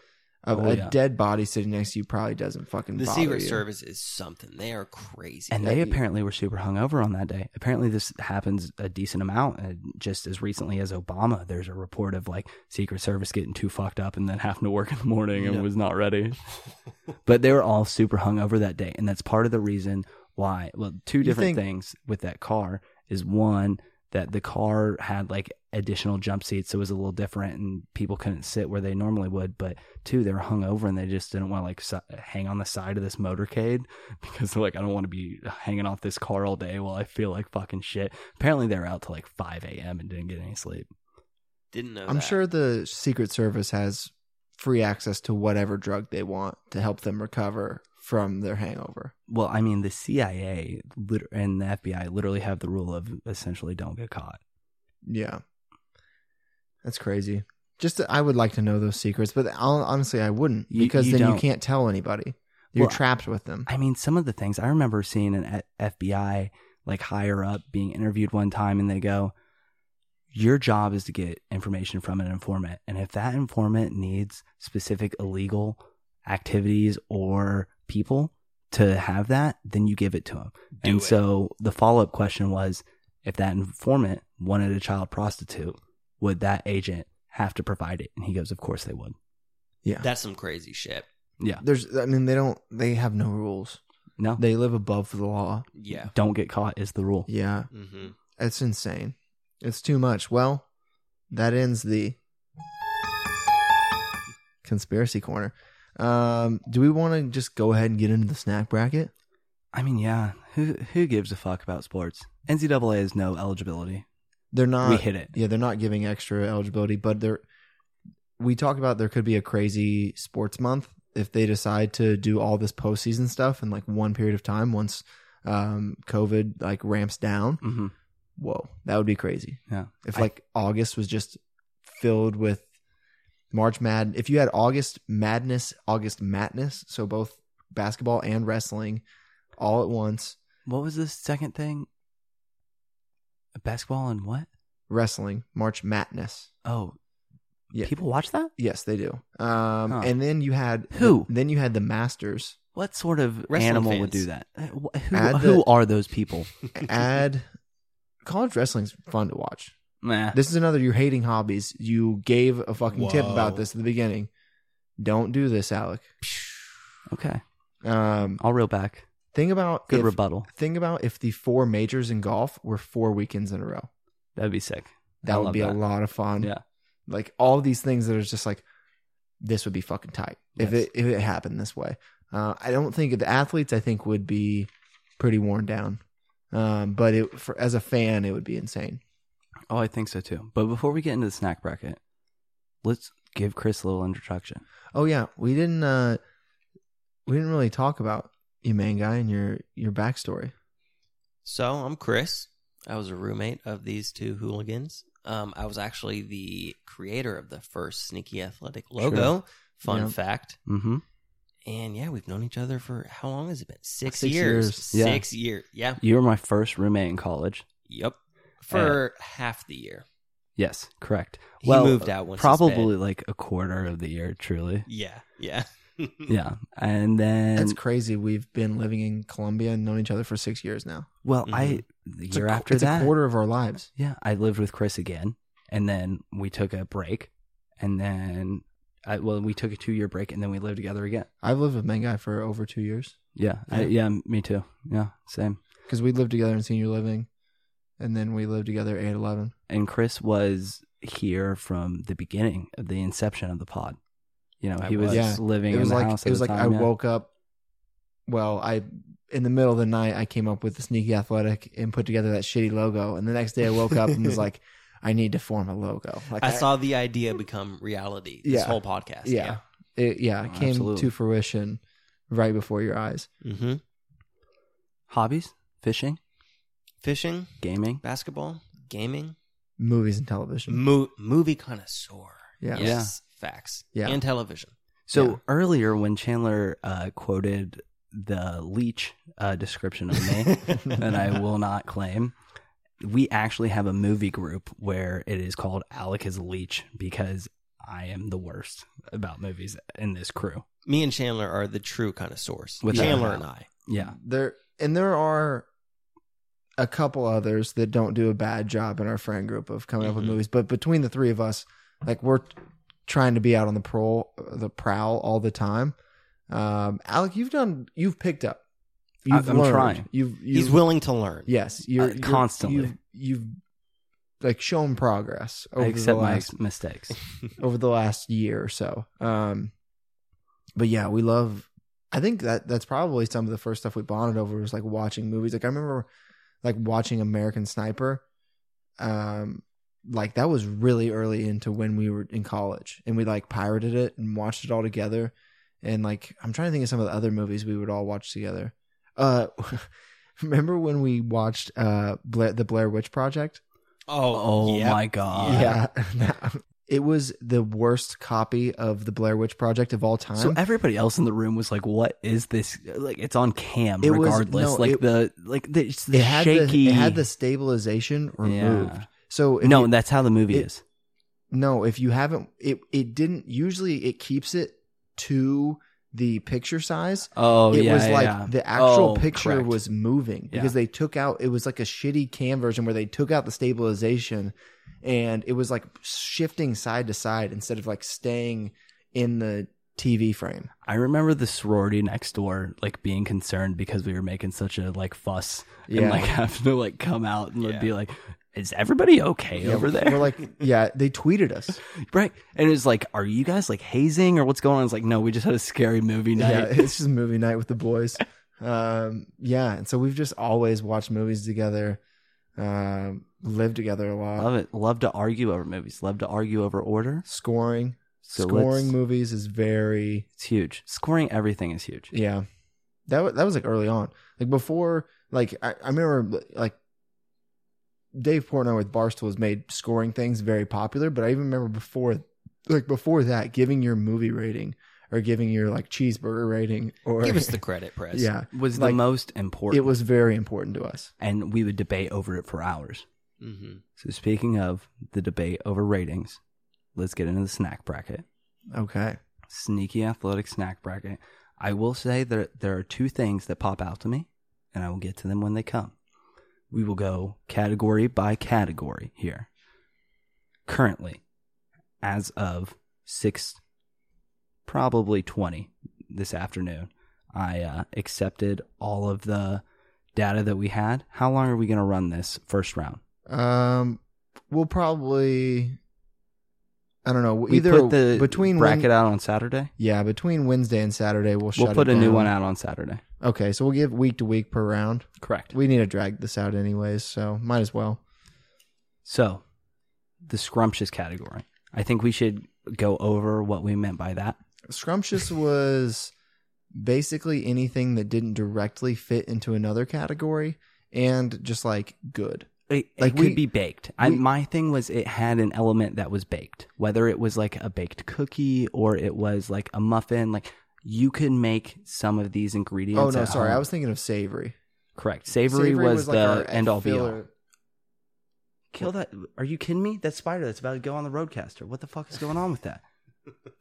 Speaker 1: A,
Speaker 3: Oh,
Speaker 1: a
Speaker 3: yeah.
Speaker 1: dead body sitting next to you probably doesn't fucking.
Speaker 2: The
Speaker 1: bother
Speaker 2: Secret
Speaker 1: you.
Speaker 2: Service is something. They are crazy.
Speaker 3: And they apparently were super hungover on that day. Apparently, this happens a decent amount. And just as recently as Obama, there's a report of like Secret Service getting too fucked up and then having to work in the morning and
Speaker 2: No.
Speaker 3: was not ready. but they were all super hungover that day, and that's part of the reason why. Well, two
Speaker 1: You
Speaker 3: different
Speaker 1: think-
Speaker 3: things with that car is one that the car had like additional jump seats, so it was a little different, and people couldn't sit where they normally would. But two, they were hungover and they just didn't want to like si- hang on the side of this motorcade [laughs] because they're like, I don't want to be hanging off this car all day while I feel like fucking shit. Apparently, they were out to like 5 a.m. and didn't get any sleep.
Speaker 2: Didn't know.
Speaker 1: I'm
Speaker 2: that.
Speaker 1: sure the Secret Service has free access to whatever drug they want to help them recover from their hangover.
Speaker 3: Well, I mean, the CIA lit- and the FBI literally have the rule of essentially don't get caught.
Speaker 1: Yeah, that's crazy. Just I would like to know those secrets, but I'll, honestly, I wouldn't
Speaker 3: You-
Speaker 1: because
Speaker 3: you
Speaker 1: then
Speaker 3: don't.
Speaker 1: you can't tell anybody. You're
Speaker 3: Well,
Speaker 1: trapped with them.
Speaker 3: I mean, some of the things I remember seeing an F- FBI like higher up being interviewed one time, and they go, "Your job is to get information from an informant, and if that informant needs specific illegal activities or people to have that, then you give it to them. and so the follow up question was if that informant wanted a child prostitute, would that agent have to provide it? And he goes, Of course they would.
Speaker 1: Yeah.
Speaker 2: That's some crazy shit.
Speaker 1: There's, I mean, they don't, they have no rules.
Speaker 3: No,
Speaker 1: They live above the law. [laughs]
Speaker 2: Yeah.
Speaker 3: don't get caught is the rule.
Speaker 1: Yeah.
Speaker 2: Mm-hmm.
Speaker 1: It's insane. It's too much. Well, that ends the conspiracy corner. Um, do we want to just go ahead and get into the snack bracket?
Speaker 3: I mean, yeah, who who gives a fuck about sports? NCAA is no eligibility.
Speaker 1: They're not.
Speaker 3: we hit it.
Speaker 1: Uh, Yeah, they're not giving extra eligibility, but they're. We talked about there could be a crazy sports month if they decide to do all this postseason stuff in like one period of time once um, COVID like ramps down.
Speaker 3: hmm
Speaker 1: Whoa, that would be crazy.
Speaker 3: Yeah.
Speaker 1: If
Speaker 3: I-
Speaker 1: like August was just filled with March Mad, if you had August Madness, August Madness, so both basketball and wrestling all at once,
Speaker 3: What was the second thing? Basketball and what?
Speaker 1: wrestling March Madness.
Speaker 3: Oh,
Speaker 1: Yeah.
Speaker 3: people watch that.
Speaker 1: Yes, they do. Um,
Speaker 3: Huh.
Speaker 1: And then you had
Speaker 3: Who?
Speaker 1: then you had the Masters.
Speaker 3: What sort of
Speaker 2: Wrestling
Speaker 3: animal would
Speaker 2: fans.
Speaker 3: do that? Uh, wh- Who,
Speaker 1: Add
Speaker 3: who
Speaker 1: the-
Speaker 3: are those people?
Speaker 1: Add college wrestling's fun to watch.
Speaker 3: Meh.
Speaker 1: This is another you're hating hobbies. You gave a fucking tip
Speaker 2: Whoa.
Speaker 1: about this at the beginning. Don't do this, Alec.
Speaker 3: okay,
Speaker 1: Um,
Speaker 3: I'll reel back.
Speaker 1: think about
Speaker 3: Good
Speaker 1: if,
Speaker 3: rebuttal.
Speaker 1: think about if the four majors in golf were four weekends in a row.
Speaker 3: That'd be sick. I
Speaker 1: That would
Speaker 3: love
Speaker 1: be a
Speaker 3: that.
Speaker 1: lot of fun.
Speaker 3: Yeah.
Speaker 1: Like all these things that are just like this would be fucking tight if
Speaker 3: Yes.
Speaker 1: it if it happened this way. Uh, I don't think the athletes I think would be pretty worn down. Um, but it for, as a fan it would be insane.
Speaker 3: Oh, I think so too. But before we get into the snack bracket, let's give Chris a little introduction.
Speaker 1: Oh yeah, we didn't uh we didn't really talk about you man guy and your your backstory.
Speaker 2: [laughs] So I'm Chris. I was a roommate of these two hooligans. Um, I was actually the creator of the first Sneaky Athletic logo. Fun
Speaker 1: Yeah.
Speaker 2: fact.
Speaker 3: Mm-hmm.
Speaker 2: And yeah, we've known each other for how long has it been? Six,
Speaker 1: Six
Speaker 2: years.
Speaker 1: years.
Speaker 3: Yeah.
Speaker 2: Six years. Yeah.
Speaker 3: You were my first roommate in college.
Speaker 2: Yep. For half the year.
Speaker 3: Yes, correct.
Speaker 2: He moved out once. his
Speaker 3: probably
Speaker 2: bed-
Speaker 3: like a quarter of the year, truly.
Speaker 2: Yeah. Yeah. [laughs]
Speaker 3: Yeah, and then
Speaker 1: That's crazy. We've been living in Colombia and known each other for six years now.
Speaker 3: well, I
Speaker 2: Mhm.
Speaker 3: the
Speaker 1: mm-hmm. It's a
Speaker 3: year
Speaker 1: qu-
Speaker 3: after
Speaker 1: it's
Speaker 3: that,
Speaker 1: a quarter of our lives.
Speaker 3: yeah, I lived with Chris again, and then we took a break, and then I, well, we took a two year break, and then we lived together again.
Speaker 1: I've lived with Mangai for over two years
Speaker 3: Yeah, I, yeah, me too. Yeah, same.
Speaker 1: because we lived together in senior living, and then we lived together at eleven.
Speaker 3: And Chris was here from the beginning of the inception of the pod. You know,
Speaker 2: I
Speaker 3: he was,
Speaker 2: was.
Speaker 1: Yeah.
Speaker 3: living
Speaker 1: It was
Speaker 3: in the
Speaker 1: like
Speaker 3: house.
Speaker 1: it
Speaker 3: at
Speaker 1: was
Speaker 3: the
Speaker 1: like I
Speaker 3: time, yeah.
Speaker 1: woke up. Well, I in the middle of the night I came up with the sneaky athletic and put together that shitty logo, and the next day I woke up
Speaker 3: [laughs]
Speaker 1: and was like, I need to form a logo. Like
Speaker 2: I saw the idea become reality. This
Speaker 1: Yeah.
Speaker 2: whole podcast.
Speaker 1: yeah, it, yeah, it
Speaker 3: Oh,
Speaker 1: came
Speaker 3: absolutely.
Speaker 1: to fruition right before your eyes.
Speaker 2: hmm
Speaker 3: Hobbies: fishing,
Speaker 2: Fishing,
Speaker 3: gaming.
Speaker 2: basketball, gaming,
Speaker 1: Movies and television.
Speaker 2: mo- movie connoisseur.
Speaker 1: Mm-hmm. Yeah.
Speaker 2: Yes. Facts.
Speaker 1: Yeah.
Speaker 2: And television.
Speaker 3: So
Speaker 1: Yeah.
Speaker 3: earlier, when Chandler uh, quoted the leech uh, description of
Speaker 1: [laughs]
Speaker 2: [laughs]
Speaker 3: me that I will not claim, we actually have a movie group where it is called Alec is a leech because I am the worst about movies in this crew.
Speaker 2: Me and Chandler are the true connoisseurs.
Speaker 3: Without a
Speaker 2: Chandler
Speaker 3: doubt.
Speaker 2: and I.
Speaker 3: Yeah,
Speaker 1: There and there are a couple others that don't do a bad job in our friend group of coming up with
Speaker 3: Mm-hmm.
Speaker 2: Mhm.
Speaker 1: movies, but between the three of us, like we're trying to be out on the pro the prowl all the time. Um, Alec, you've done you've picked up.
Speaker 3: I-
Speaker 1: You've
Speaker 3: I'm trying.
Speaker 1: You've, you
Speaker 2: He's willing to learn.
Speaker 1: Yes, you're
Speaker 3: Uh,
Speaker 1: you're-
Speaker 3: constantly.
Speaker 1: You've, you've like shown progress over
Speaker 3: I accept
Speaker 1: the
Speaker 3: my
Speaker 1: last
Speaker 3: ex- mistakes.
Speaker 1: over the last year or so. Um, but yeah, we love. I think that that's probably some of the first stuff we bonded over was like watching movies. Like I remember, like watching American Sniper. Um, like that was really early into when we were in college, and we like pirated it and watched it all together. And like I'm trying to think of some of the other movies we would all watch together. Uh, [laughs] remember when we watched uh Bla- the Blair Witch Project?
Speaker 2: [laughs] Oh,
Speaker 3: Oh
Speaker 2: yeah.
Speaker 3: my god!
Speaker 1: yeah. [laughs] it was the worst copy of the Blair Witch Project of all time.
Speaker 3: So everybody else in the room was like, "What is this? Like, it's on cam,
Speaker 1: It was-
Speaker 3: regardless.
Speaker 1: no,
Speaker 3: like
Speaker 1: it-
Speaker 3: the like the, it's the
Speaker 1: it had
Speaker 3: shaky.
Speaker 1: the it had the stabilization removed.
Speaker 3: Yeah.
Speaker 1: So if
Speaker 3: no,
Speaker 1: you,
Speaker 3: that's how the movie
Speaker 1: it-
Speaker 3: is.
Speaker 1: no, if you haven't, it it didn't. Usually, it keeps it to the picture size,
Speaker 3: Oh,
Speaker 1: it
Speaker 3: yeah,
Speaker 1: was
Speaker 3: yeah,
Speaker 1: like
Speaker 3: yeah.
Speaker 1: the actual
Speaker 3: Oh,
Speaker 1: picture
Speaker 3: correct.
Speaker 1: was moving
Speaker 3: Yeah.
Speaker 1: because they took out it was like a shitty cam version where they took out the stabilization and it was like shifting side to side instead of like staying in the TV frame.
Speaker 3: I remember the sorority next door like being concerned because we were making such a like fuss
Speaker 1: Yeah.
Speaker 3: and like [laughs] having to like come out and
Speaker 2: Yeah.
Speaker 3: like be like, "Is everybody okay over there?"
Speaker 1: We're like, yeah, they tweeted us.
Speaker 3: [laughs] right? And it's like, "Are you guys like hazing or what's going on?" It's like, "No, we just had a scary movie night." [laughs]
Speaker 1: Yeah, [laughs] it's just movie night with the boys. Um, yeah, and so we've just always watched movies together, um, lived together a lot.
Speaker 3: Love it. Love to argue over movies. Love to argue over order.
Speaker 1: Scoring,
Speaker 3: So
Speaker 1: scoring
Speaker 3: let's-
Speaker 1: movies is very
Speaker 3: It's huge. Scoring everything is huge.
Speaker 1: Yeah, that wa- that was like early on, like before. Like I, I remember, like Dave Portnoy with Barstool has made scoring things very popular. But I even remember before, like before that, giving your movie rating or giving your like cheeseburger rating or
Speaker 2: Give us the credit, press.
Speaker 1: yeah,
Speaker 3: Was
Speaker 1: Like,
Speaker 3: the most important.
Speaker 1: it was very important to us.
Speaker 3: and we would debate over it for hours.
Speaker 2: hmm
Speaker 3: So speaking of the debate over ratings, let's get into the snack bracket.
Speaker 1: Okay,
Speaker 3: sneaky athletic snack bracket. I will say that there are two things that pop out to me, and I will get to them when they come. We will go category by category here. Currently, as of six, probably 20 this afternoon, I uh, accepted all of the data that we had. How long are we going to run this first round?
Speaker 1: um, we'll probably. I don't know.
Speaker 3: We
Speaker 1: Either
Speaker 3: put the
Speaker 1: between Wed-
Speaker 3: bracket out on Saturday.
Speaker 1: yeah, between Wednesday and Saturday, we'll shut
Speaker 3: We'll put
Speaker 1: it
Speaker 3: a new
Speaker 1: down.
Speaker 3: one out on Saturday.
Speaker 1: Okay, so we'll give week to week per round.
Speaker 3: Correct.
Speaker 1: We need to drag this out anyways, so might as well.
Speaker 3: So, the scrumptious category. I think we should go over what we meant by that. [laughs]
Speaker 1: Scrumptious was basically anything that didn't directly fit into another category and just like good.
Speaker 3: It, it
Speaker 1: Like,
Speaker 3: could
Speaker 1: we-
Speaker 3: be baked. I,
Speaker 1: we-
Speaker 3: my thing was it had an element that was baked, whether it was like a baked cookie or it was like a muffin. Like you could make some of these ingredients.
Speaker 1: oh no,
Speaker 3: at
Speaker 1: sorry, I
Speaker 3: home.
Speaker 1: was thinking of savory.
Speaker 3: correct. Savory, was, the
Speaker 1: our
Speaker 3: end all be all.
Speaker 1: filler.
Speaker 3: Kill that! Are you kidding me? That spider that's about to go on the roadcaster. What the fuck is going on with that?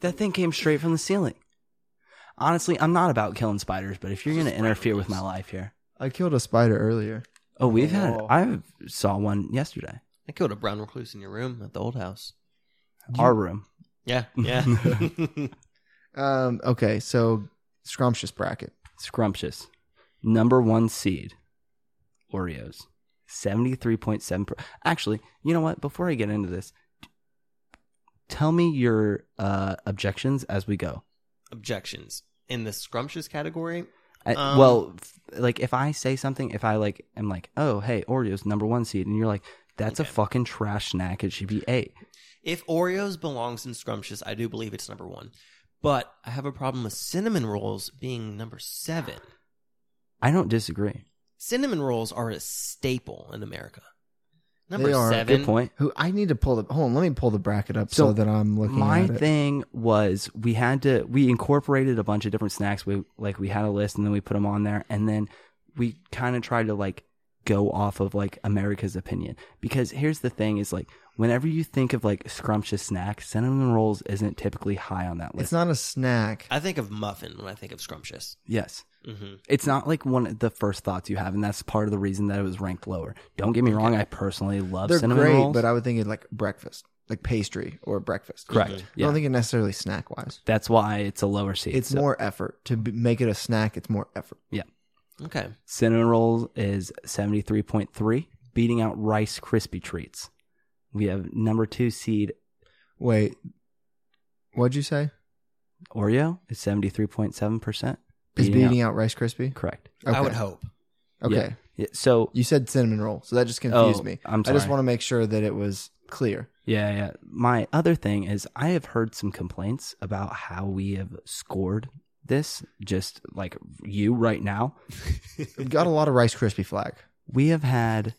Speaker 3: that thing came straight from the ceiling. Honestly, I'm not about killing spiders, but if you're going to interfere with my life here,
Speaker 1: I killed a spider earlier.
Speaker 3: oh, we've had.
Speaker 1: Whoa.
Speaker 3: I saw one yesterday.
Speaker 2: I killed a brown recluse in your room at the old house.
Speaker 3: Our room.
Speaker 2: Yeah, yeah.
Speaker 1: [laughs] Um okay, so scrumptious bracket.
Speaker 3: Scrumptious. Number one seed, Oreos. 73.7. Per- Actually, you know what? Before I get into this, tell me your uh, objections as we go.
Speaker 2: Objections in the scrumptious category.
Speaker 3: I,
Speaker 2: Um,
Speaker 3: well, f- like if I say something, if I like am like, oh hey, Oreos number one seed, and you're like, that's a fucking trash snack. It should be eight.
Speaker 2: If Oreos belongs in scrumptious, I do believe it's number one. But I have a problem with cinnamon rolls being number seven.
Speaker 3: I don't disagree.
Speaker 2: Cinnamon rolls are a staple in America. Number
Speaker 1: They are. Good
Speaker 2: seven.
Speaker 3: Good point.
Speaker 1: Who I need to pull the hold on, let me pull the bracket up so,
Speaker 3: So,
Speaker 1: that I'm looking
Speaker 3: My
Speaker 1: at it.
Speaker 3: thing was we had to we incorporated a bunch of different snacks. We like we had a list and then we put them on there, and then we kind of tried to like go off of like America's opinion because here's the thing: is like whenever you think of like scrumptious snacks, cinnamon rolls isn't typically high on that list.
Speaker 1: It's not a snack.
Speaker 2: I think of muffin when I think of scrumptious.
Speaker 3: yes.
Speaker 2: hmm
Speaker 3: it's not like one of the first thoughts you have, and that's part of the reason that it was ranked lower. Don't get me wrong, I personally love
Speaker 1: They're
Speaker 3: cinnamon
Speaker 1: great,
Speaker 3: rolls.
Speaker 1: but I would think it like breakfast, like pastry or breakfast.
Speaker 3: Correct.
Speaker 1: I
Speaker 3: Yeah.
Speaker 1: don't think it necessarily snack wise.
Speaker 3: that's why it's a lower seed.
Speaker 1: It's
Speaker 3: So,
Speaker 1: more effort to b- make it a snack. It's more effort.
Speaker 2: Okay.
Speaker 3: cinnamon rolls is seventy three point three, beating out Rice crispy treats. We have number two seed
Speaker 1: Wait, what'd you say?
Speaker 3: Oreo is seventy three point seven percent.
Speaker 1: Is beating out, Rice Krispie?
Speaker 3: correct.
Speaker 1: Okay.
Speaker 2: I would hope.
Speaker 1: Okay,
Speaker 3: Yeah. Yeah, so
Speaker 1: you said cinnamon roll, so that just confused
Speaker 3: Oh,
Speaker 1: me.
Speaker 3: I'm
Speaker 1: I just
Speaker 3: sorry.
Speaker 1: want to make sure that it was clear.
Speaker 3: Yeah, yeah. My other thing is I have heard some complaints about how we have scored this, just like you right now.
Speaker 1: We've got a lot of Rice Krispie flag.
Speaker 3: we have had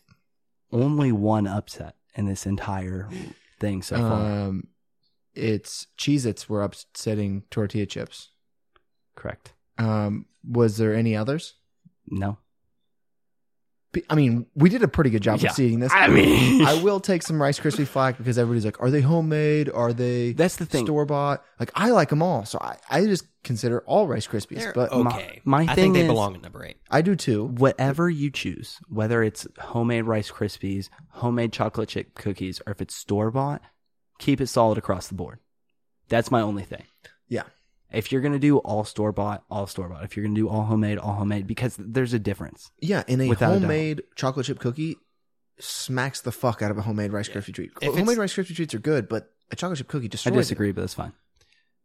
Speaker 3: only one upset in this entire thing so far.
Speaker 1: Um, it's Cheez Its were upsetting tortilla chips.
Speaker 3: Correct.
Speaker 1: Um, was there any others?
Speaker 3: No.
Speaker 1: P- I mean, we did a pretty good job
Speaker 3: Yeah.
Speaker 1: of seeing this.
Speaker 3: I mean,
Speaker 1: [laughs] I will take some Rice Krispie flack because everybody's like, are they homemade? Are they
Speaker 3: that's the thing.
Speaker 1: store bought? Like, I like them all. So I, I just consider all Rice Krispies,
Speaker 2: They're
Speaker 1: but
Speaker 2: okay.
Speaker 3: my
Speaker 2: I
Speaker 3: thing
Speaker 2: think they
Speaker 3: is-
Speaker 2: belong at number eight.
Speaker 1: I do too.
Speaker 3: Whatever you choose, whether it's homemade Rice Krispies, homemade chocolate chip cookies, or if it's store bought, keep it solid across the board. That's my only thing.
Speaker 1: Yeah.
Speaker 3: If you're gonna do all store bought, all store bought. If you're gonna do all homemade, all homemade, because there's a difference.
Speaker 1: Yeah. And a
Speaker 3: Without a doubt.
Speaker 1: homemade chocolate chip cookie smacks the fuck out of a homemade Rice Krispie treat.
Speaker 2: it's-
Speaker 1: homemade Rice Krispie treats are good, but a chocolate chip cookie
Speaker 3: I
Speaker 1: destroys
Speaker 3: disagree, but that's fine.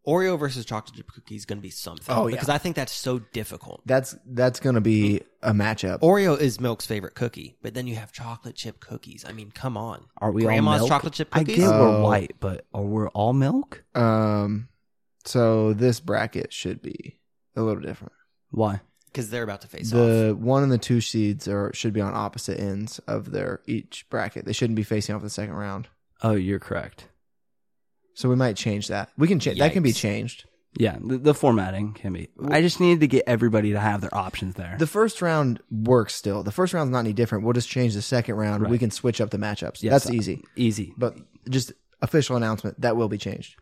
Speaker 2: Oreo versus chocolate chip cookie is going to be something.
Speaker 1: Oh, yeah.
Speaker 2: Because I think that's so difficult.
Speaker 1: it. That's, that's going to be
Speaker 3: Mm.
Speaker 1: a matchup.
Speaker 2: Oreo is Milk's favorite cookie, but then you have chocolate chip cookies. I mean, come on.
Speaker 3: Are we all
Speaker 2: Grandma's
Speaker 3: milk?
Speaker 2: chocolate chip
Speaker 3: I
Speaker 2: cookies?
Speaker 3: get we're
Speaker 1: Oh.
Speaker 3: white, but are we all milk?
Speaker 1: Um, so this bracket should be a little different.
Speaker 3: Why?
Speaker 2: Because they're about to face off.
Speaker 1: The one and the two seeds are should be on opposite ends of their each bracket. They shouldn't be facing off in the second round.
Speaker 3: Oh, you're correct.
Speaker 1: So we might change that. We can change that can be
Speaker 2: Yikes.
Speaker 1: changed.
Speaker 3: Yeah, the, the formatting can be. I just needed to get everybody to have their options there.
Speaker 1: The first round works still. The first round's not any different. We'll just change the second round. We
Speaker 3: Right.
Speaker 1: can switch up the matchups.
Speaker 3: Yes,
Speaker 1: That's
Speaker 3: uh,
Speaker 1: easy.
Speaker 3: Easy.
Speaker 1: But just official announcement that will be changed.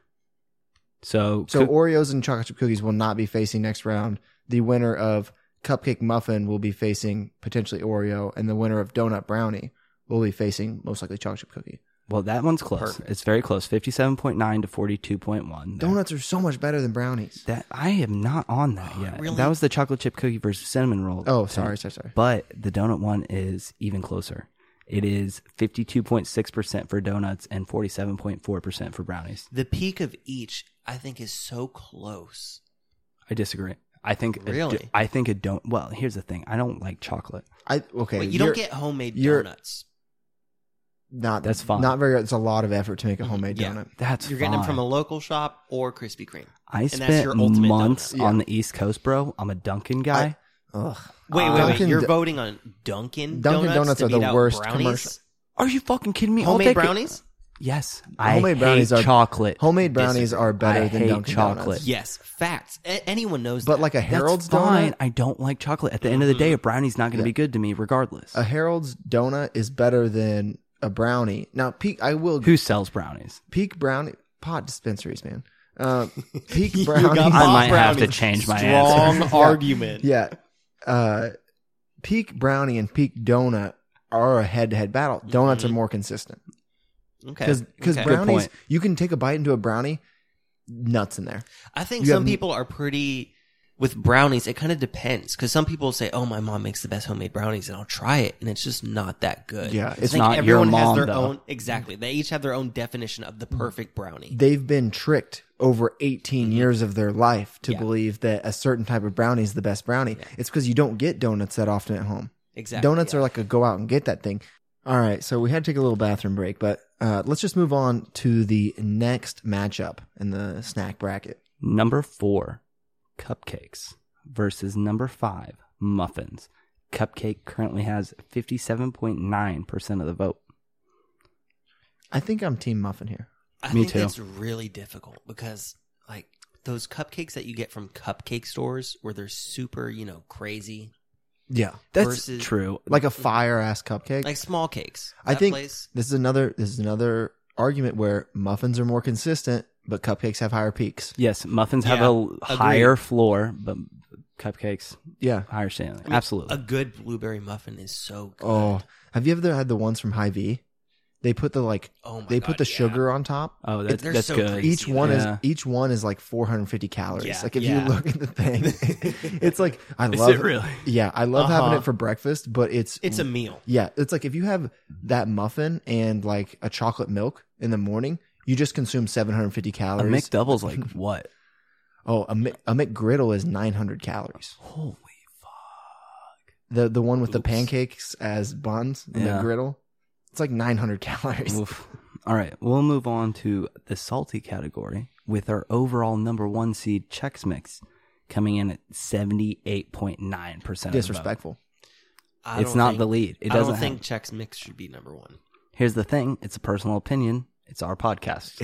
Speaker 3: So,
Speaker 1: So
Speaker 3: coo-
Speaker 1: Oreos and chocolate chip cookies will not be facing next round. The winner of cupcake muffin will be facing potentially Oreo, and the winner of donut brownie will be facing most likely chocolate chip cookie.
Speaker 3: well, that one's close.
Speaker 2: Perfect.
Speaker 3: It's very close. Fifty-seven point nine to forty-two point one.
Speaker 1: Donuts are so much better than brownies.
Speaker 3: That I am not on that yet.
Speaker 2: Really?
Speaker 3: That was the chocolate chip cookie versus cinnamon roll.
Speaker 1: Oh,
Speaker 3: thing.
Speaker 1: sorry, sorry, sorry.
Speaker 3: But the donut one is even closer. It is fifty-two point six percent for donuts and forty-seven point four percent for brownies.
Speaker 2: The peak of each, I think, is so close.
Speaker 3: I disagree. I think a do-
Speaker 2: Really?
Speaker 3: I think a don't. Well, here's the thing. I don't like chocolate.
Speaker 1: I okay.
Speaker 2: Wait, you don't
Speaker 1: you're
Speaker 2: get homemade
Speaker 1: you're-
Speaker 2: donuts.
Speaker 1: not
Speaker 3: That's fine.
Speaker 1: Not very. It's a lot of effort to make a homemade
Speaker 2: Yeah.
Speaker 1: donut.
Speaker 3: That's
Speaker 2: You're getting them
Speaker 3: fine.
Speaker 2: from a local shop or Krispy Kreme.
Speaker 3: I
Speaker 2: that's
Speaker 3: spent
Speaker 2: your ultimate
Speaker 3: months
Speaker 1: donut.
Speaker 3: on the East Coast, bro. I'm a Dunkin' guy.
Speaker 1: Ugg.
Speaker 2: Wait,
Speaker 3: Uh,
Speaker 2: wait, wait.
Speaker 1: Dunkin'
Speaker 2: You're
Speaker 1: Do-
Speaker 2: voting on Dunkin'
Speaker 1: Dunkin'
Speaker 2: Donuts
Speaker 1: Donuts
Speaker 2: to
Speaker 1: are the
Speaker 2: beat out
Speaker 1: worst
Speaker 2: brownies?
Speaker 1: commercial.
Speaker 3: Are you fucking kidding me? I'll
Speaker 2: Homemade
Speaker 3: take a-
Speaker 2: brownies?
Speaker 3: yes, I
Speaker 1: Homemade
Speaker 3: hate
Speaker 1: brownies are-
Speaker 3: chocolate.
Speaker 1: Homemade brownies
Speaker 3: Disagree.
Speaker 1: are better
Speaker 3: I
Speaker 1: than
Speaker 3: hate
Speaker 1: Dunkin'
Speaker 3: chocolate.
Speaker 1: Donuts.
Speaker 2: Yes, facts. A- anyone knows
Speaker 1: But
Speaker 2: that.
Speaker 1: like a
Speaker 3: That's
Speaker 1: Harold's
Speaker 3: fine.
Speaker 1: donut,
Speaker 3: I don't like chocolate. At the end of the
Speaker 2: Mm-hmm.
Speaker 3: day, a brownie's not going to be good to me, regardless.
Speaker 1: a Harold's donut is better than a brownie. Now, peak. I will
Speaker 3: Who sells brownies?
Speaker 1: peak brownie pot dispensaries, man.
Speaker 2: [laughs]
Speaker 1: Uh, peak
Speaker 3: [laughs]
Speaker 2: You got
Speaker 1: brownies.
Speaker 3: I
Speaker 2: Bob
Speaker 3: might have to
Speaker 2: Brownie's
Speaker 3: change
Speaker 1: [laughs]
Speaker 3: my
Speaker 2: strong
Speaker 1: answer.
Speaker 2: argument.
Speaker 1: yeah. Uh, peak brownie and peak donut are a head-to-head battle. Donuts are more consistent
Speaker 2: Mm-hmm. Okay.
Speaker 1: because
Speaker 2: okay.
Speaker 3: Good
Speaker 1: brownies
Speaker 3: point.
Speaker 1: you can take a bite into a brownie, nuts in there.
Speaker 2: I think
Speaker 1: You
Speaker 2: some
Speaker 1: have-
Speaker 2: people are pretty with brownies. It kind of depends because some people say, "Oh, my mom makes the best homemade brownies," and I'll try it, and it's just not that good.
Speaker 1: Yeah,
Speaker 2: I
Speaker 1: it's
Speaker 2: think
Speaker 3: not your
Speaker 2: everyone has
Speaker 3: mom,
Speaker 2: their
Speaker 3: though.
Speaker 2: own exactly. They each have their own definition of the
Speaker 1: Mm.
Speaker 2: perfect brownie.
Speaker 1: they've been tricked over 18 years of their life to
Speaker 2: Mm-hmm. Yeah.
Speaker 1: believe that a certain type of brownie is the best brownie. It's because you don't get donuts that often at home.
Speaker 2: Exactly.
Speaker 1: Donuts are like a go out and get that thing. All right, so we had to take a little bathroom break, but uh, let's just move on to the next matchup in the snack bracket.
Speaker 3: Number four, cupcakes versus number five, muffins. Cupcake currently has 57.9% of the vote.
Speaker 1: I think I'm Team Muffin here.
Speaker 2: I
Speaker 3: Me
Speaker 2: think
Speaker 3: too.
Speaker 2: It's really difficult because like those cupcakes that you get from cupcake stores where they're super, you know, crazy,
Speaker 1: Yeah,
Speaker 3: That's
Speaker 2: Versus-
Speaker 3: true.
Speaker 1: like a fire ass cupcake.
Speaker 2: like small cakes.
Speaker 1: I
Speaker 2: That
Speaker 1: think
Speaker 2: place-
Speaker 1: this is another this is another argument where muffins are more consistent, but cupcakes have higher peaks.
Speaker 3: Yes, muffins have
Speaker 2: Yeah,
Speaker 3: a l-
Speaker 2: agreed.
Speaker 3: higher floor, but cupcakes
Speaker 1: Yeah.
Speaker 3: higher standing.
Speaker 2: I mean,
Speaker 3: Absolutely.
Speaker 2: a good blueberry muffin is so good.
Speaker 1: Oh, have you ever had the ones from High V? They put the like
Speaker 2: Oh my
Speaker 1: they
Speaker 2: God,
Speaker 1: put the
Speaker 2: yeah.
Speaker 1: sugar on top.
Speaker 3: oh, that's,
Speaker 2: they're
Speaker 3: that's
Speaker 2: so
Speaker 3: good.
Speaker 2: greasy.
Speaker 1: each one
Speaker 3: Yeah.
Speaker 1: is each one is like 450 calories.
Speaker 2: Yeah.
Speaker 1: like if
Speaker 2: Yeah.
Speaker 1: you look at the
Speaker 3: [laughs]
Speaker 1: thing, [laughs] it's like I
Speaker 3: Is
Speaker 1: love
Speaker 3: it really?
Speaker 1: Yeah, I love having
Speaker 2: Uh-huh.
Speaker 1: it for breakfast, but it's
Speaker 2: It's a meal.
Speaker 1: yeah, it's like if you have that muffin and like a chocolate milk in the morning, you just consume 750
Speaker 3: A
Speaker 1: calories.
Speaker 3: McDouble's
Speaker 1: [laughs]
Speaker 3: like what?
Speaker 1: oh, a, Mc, a McGriddle is 900 calories.
Speaker 3: Holy fuck.
Speaker 1: The the one with the
Speaker 2: Oops.
Speaker 1: pancakes as buns, the
Speaker 3: Yeah.
Speaker 1: McGriddle, it's like 900 calories. [laughs]
Speaker 3: Oof. All right, we'll move on to the salty category with our overall number one seed Chex Mix coming in at 78.9%. of the vote.
Speaker 1: Disrespectful.
Speaker 2: I
Speaker 3: It's
Speaker 2: don't
Speaker 3: not
Speaker 2: think-
Speaker 3: the lead. It
Speaker 2: I
Speaker 3: doesn't
Speaker 2: don't think
Speaker 3: have-
Speaker 2: Chex Mix should be number
Speaker 1: [laughs]
Speaker 2: one. [laughs]
Speaker 3: Here's the thing it's a personal opinion, it's our podcast.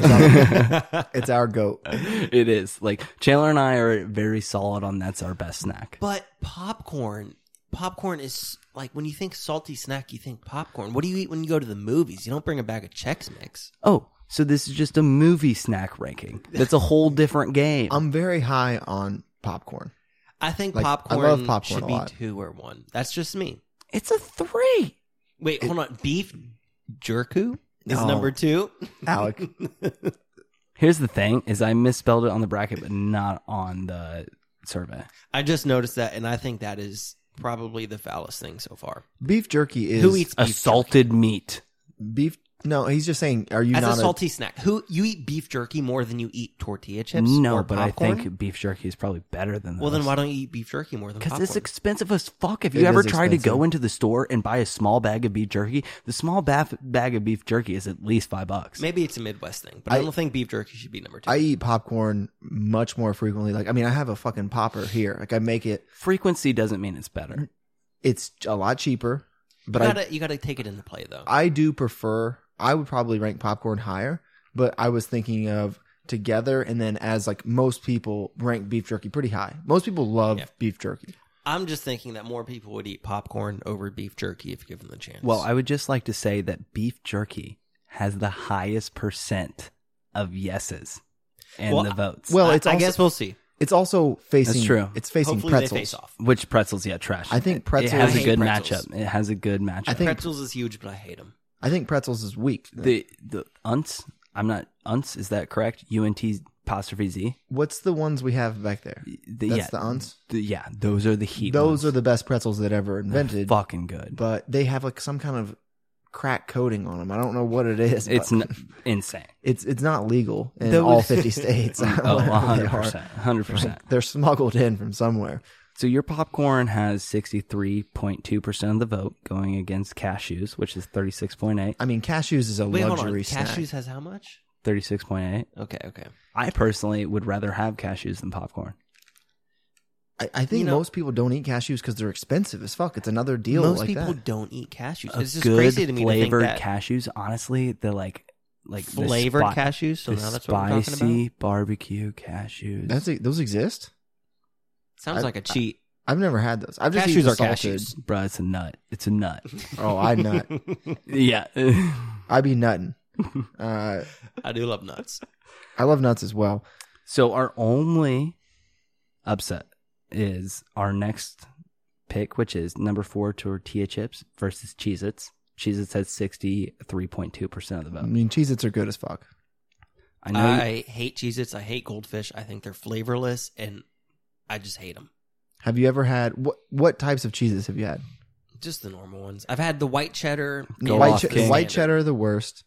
Speaker 3: [laughs]
Speaker 1: It's our goat.
Speaker 3: it is. Like, Chandler and I are very solid on that's our best snack.
Speaker 2: But popcorn popcorn is like when you think salty snack, you think popcorn. What do you eat when you go to the movies? You don't bring a bag of Chex Mix.
Speaker 3: Oh, so this is just a movie snack ranking. That's a whole different game.
Speaker 1: I'm very high on popcorn.
Speaker 2: I think
Speaker 1: Like, I
Speaker 2: popcorn,
Speaker 1: love popcorn
Speaker 2: should
Speaker 1: a
Speaker 2: be
Speaker 1: lot.
Speaker 2: two or one. That's just me.
Speaker 3: it's a three.
Speaker 2: Wait, hold on. Beef jerku is
Speaker 1: No.
Speaker 2: number two.
Speaker 3: [laughs]
Speaker 1: Alec,
Speaker 3: Here's the thing: is I misspelled it on the bracket, but not on the survey.
Speaker 2: I just noticed that, and I think that is probably the foulest thing so far.
Speaker 1: beef jerky is
Speaker 2: Who eats beef
Speaker 3: Assaulted meat.
Speaker 1: beef. No, he's just saying. Are you
Speaker 2: jerky?
Speaker 1: not
Speaker 2: as a salty snack? Who you eat beef jerky more than you eat tortilla chips?
Speaker 3: No,
Speaker 2: or
Speaker 3: but I
Speaker 2: popcorn?
Speaker 3: think beef jerky is probably better than.
Speaker 2: Well, then
Speaker 3: those.
Speaker 2: why don't you eat beef jerky more than
Speaker 3: Because
Speaker 2: popcorn?
Speaker 3: it's expensive as fuck. Have
Speaker 1: It
Speaker 3: you ever
Speaker 1: is
Speaker 3: tried to go
Speaker 1: expensive.
Speaker 3: into the store and buy a small bag of beef jerky? The small baf- bag of beef jerky is at least five bucks.
Speaker 2: Maybe it's a Midwest thing, but I,
Speaker 1: I-
Speaker 2: don't think beef jerky should be number two.
Speaker 1: I eat popcorn much more frequently. Like, I mean, I have a fucking popper here. Like, I make it.
Speaker 3: Frequency doesn't mean it's
Speaker 2: Mm,
Speaker 3: better.
Speaker 1: It's a lot cheaper, but
Speaker 2: you
Speaker 1: I
Speaker 2: gotta, you gotta take it into play though.
Speaker 1: I do prefer. I would probably rank popcorn higher, but I was thinking of together and then as like most people rank beef jerky pretty high. Most people love
Speaker 2: Yeah.
Speaker 1: beef jerky.
Speaker 2: I'm just thinking that more people would eat popcorn over beef jerky if given the chance.
Speaker 3: Well, I would just like to say that beef jerky has the highest percent of yeses and
Speaker 2: Well,
Speaker 3: the votes.
Speaker 1: Well,
Speaker 2: I-
Speaker 1: it's
Speaker 2: I,
Speaker 1: also,
Speaker 2: guess we'll see.
Speaker 1: it's also facing.
Speaker 3: true.
Speaker 1: It's facing
Speaker 2: Hopefully
Speaker 1: pretzels.
Speaker 2: they face off.
Speaker 3: which pretzels? Yeah, trash.
Speaker 1: I think
Speaker 3: it
Speaker 1: pretzels-
Speaker 3: has
Speaker 2: I
Speaker 3: a
Speaker 2: hate
Speaker 3: good
Speaker 2: pretzels.
Speaker 3: matchup. It has a good matchup.
Speaker 1: I think-
Speaker 2: pretzels is huge, but I hate them.
Speaker 1: I think pretzels is weak.
Speaker 3: the the unts. I'm not unts. Is that correct? U N T apostrophe Z.
Speaker 1: What's the ones we have back there?
Speaker 3: The,
Speaker 1: That's
Speaker 3: yeah,
Speaker 1: the unts.
Speaker 3: the- yeah, those are the heat.
Speaker 1: Those
Speaker 3: ones.
Speaker 1: are the best pretzels that ever invented.
Speaker 3: fucking good.
Speaker 1: but they have like some kind of crack coating on them. I don't know what it is.
Speaker 3: it's
Speaker 1: [laughs] but
Speaker 3: n- insane.
Speaker 1: it's it's not legal in
Speaker 3: Those- [laughs]
Speaker 1: all fifty states. [laughs]
Speaker 3: Oh,
Speaker 1: whatever they are.
Speaker 3: 100%. 100%.
Speaker 1: They're smuggled in from somewhere.
Speaker 3: So your popcorn has 63.2% of the vote going against cashews, which is 36.8.
Speaker 1: I mean, cashews is a
Speaker 2: Wait, hold on.
Speaker 1: luxury snack.
Speaker 2: Cashews has how much?
Speaker 3: 36.8.
Speaker 2: Okay, okay.
Speaker 3: I personally would rather have cashews than popcorn.
Speaker 1: I, I think
Speaker 2: You know-
Speaker 1: most people don't eat cashews because they're expensive as fuck. It's another deal
Speaker 2: Most
Speaker 1: like
Speaker 2: people
Speaker 1: that.
Speaker 2: don't eat cashews.
Speaker 3: A
Speaker 2: It's just
Speaker 3: good
Speaker 2: crazy to me
Speaker 3: flavored
Speaker 2: to think that
Speaker 3: cashews, honestly, the like like the
Speaker 2: flavored
Speaker 3: spi-
Speaker 2: cashews. So
Speaker 3: the
Speaker 2: now that's what we're
Speaker 3: spicy
Speaker 2: talking about.
Speaker 3: barbecue cashews.
Speaker 1: That's it. Those exist.
Speaker 2: Sounds
Speaker 1: I-
Speaker 2: like a cheat.
Speaker 1: I've never had those. I've just
Speaker 2: Cashews
Speaker 1: eaten
Speaker 2: are
Speaker 1: salted.
Speaker 2: cashews.
Speaker 3: Bruh, it's a nut. It's
Speaker 1: [laughs]
Speaker 3: a nut.
Speaker 1: Oh, I nut.
Speaker 3: yeah. [laughs]
Speaker 1: I be nutting. Uh,
Speaker 2: [laughs] I do love nuts.
Speaker 1: I love nuts as well.
Speaker 3: So our only upset is our next pick, which is number four tortilla chips versus Cheez Its. Cheez Its has sixty three point two percent of the
Speaker 1: I
Speaker 3: vote.
Speaker 1: mean, Cheez-Its are good as fuck.
Speaker 3: I know you-
Speaker 2: I hate Cheez Its. I hate goldfish. I think they're flavorless and I just hate them.
Speaker 1: Have you ever had what? What types of cheeses have you had?
Speaker 2: Just the normal ones. I've had the white cheddar.
Speaker 3: Go
Speaker 1: white,
Speaker 3: off,
Speaker 1: che-
Speaker 3: King.
Speaker 1: white cheddar are the worst.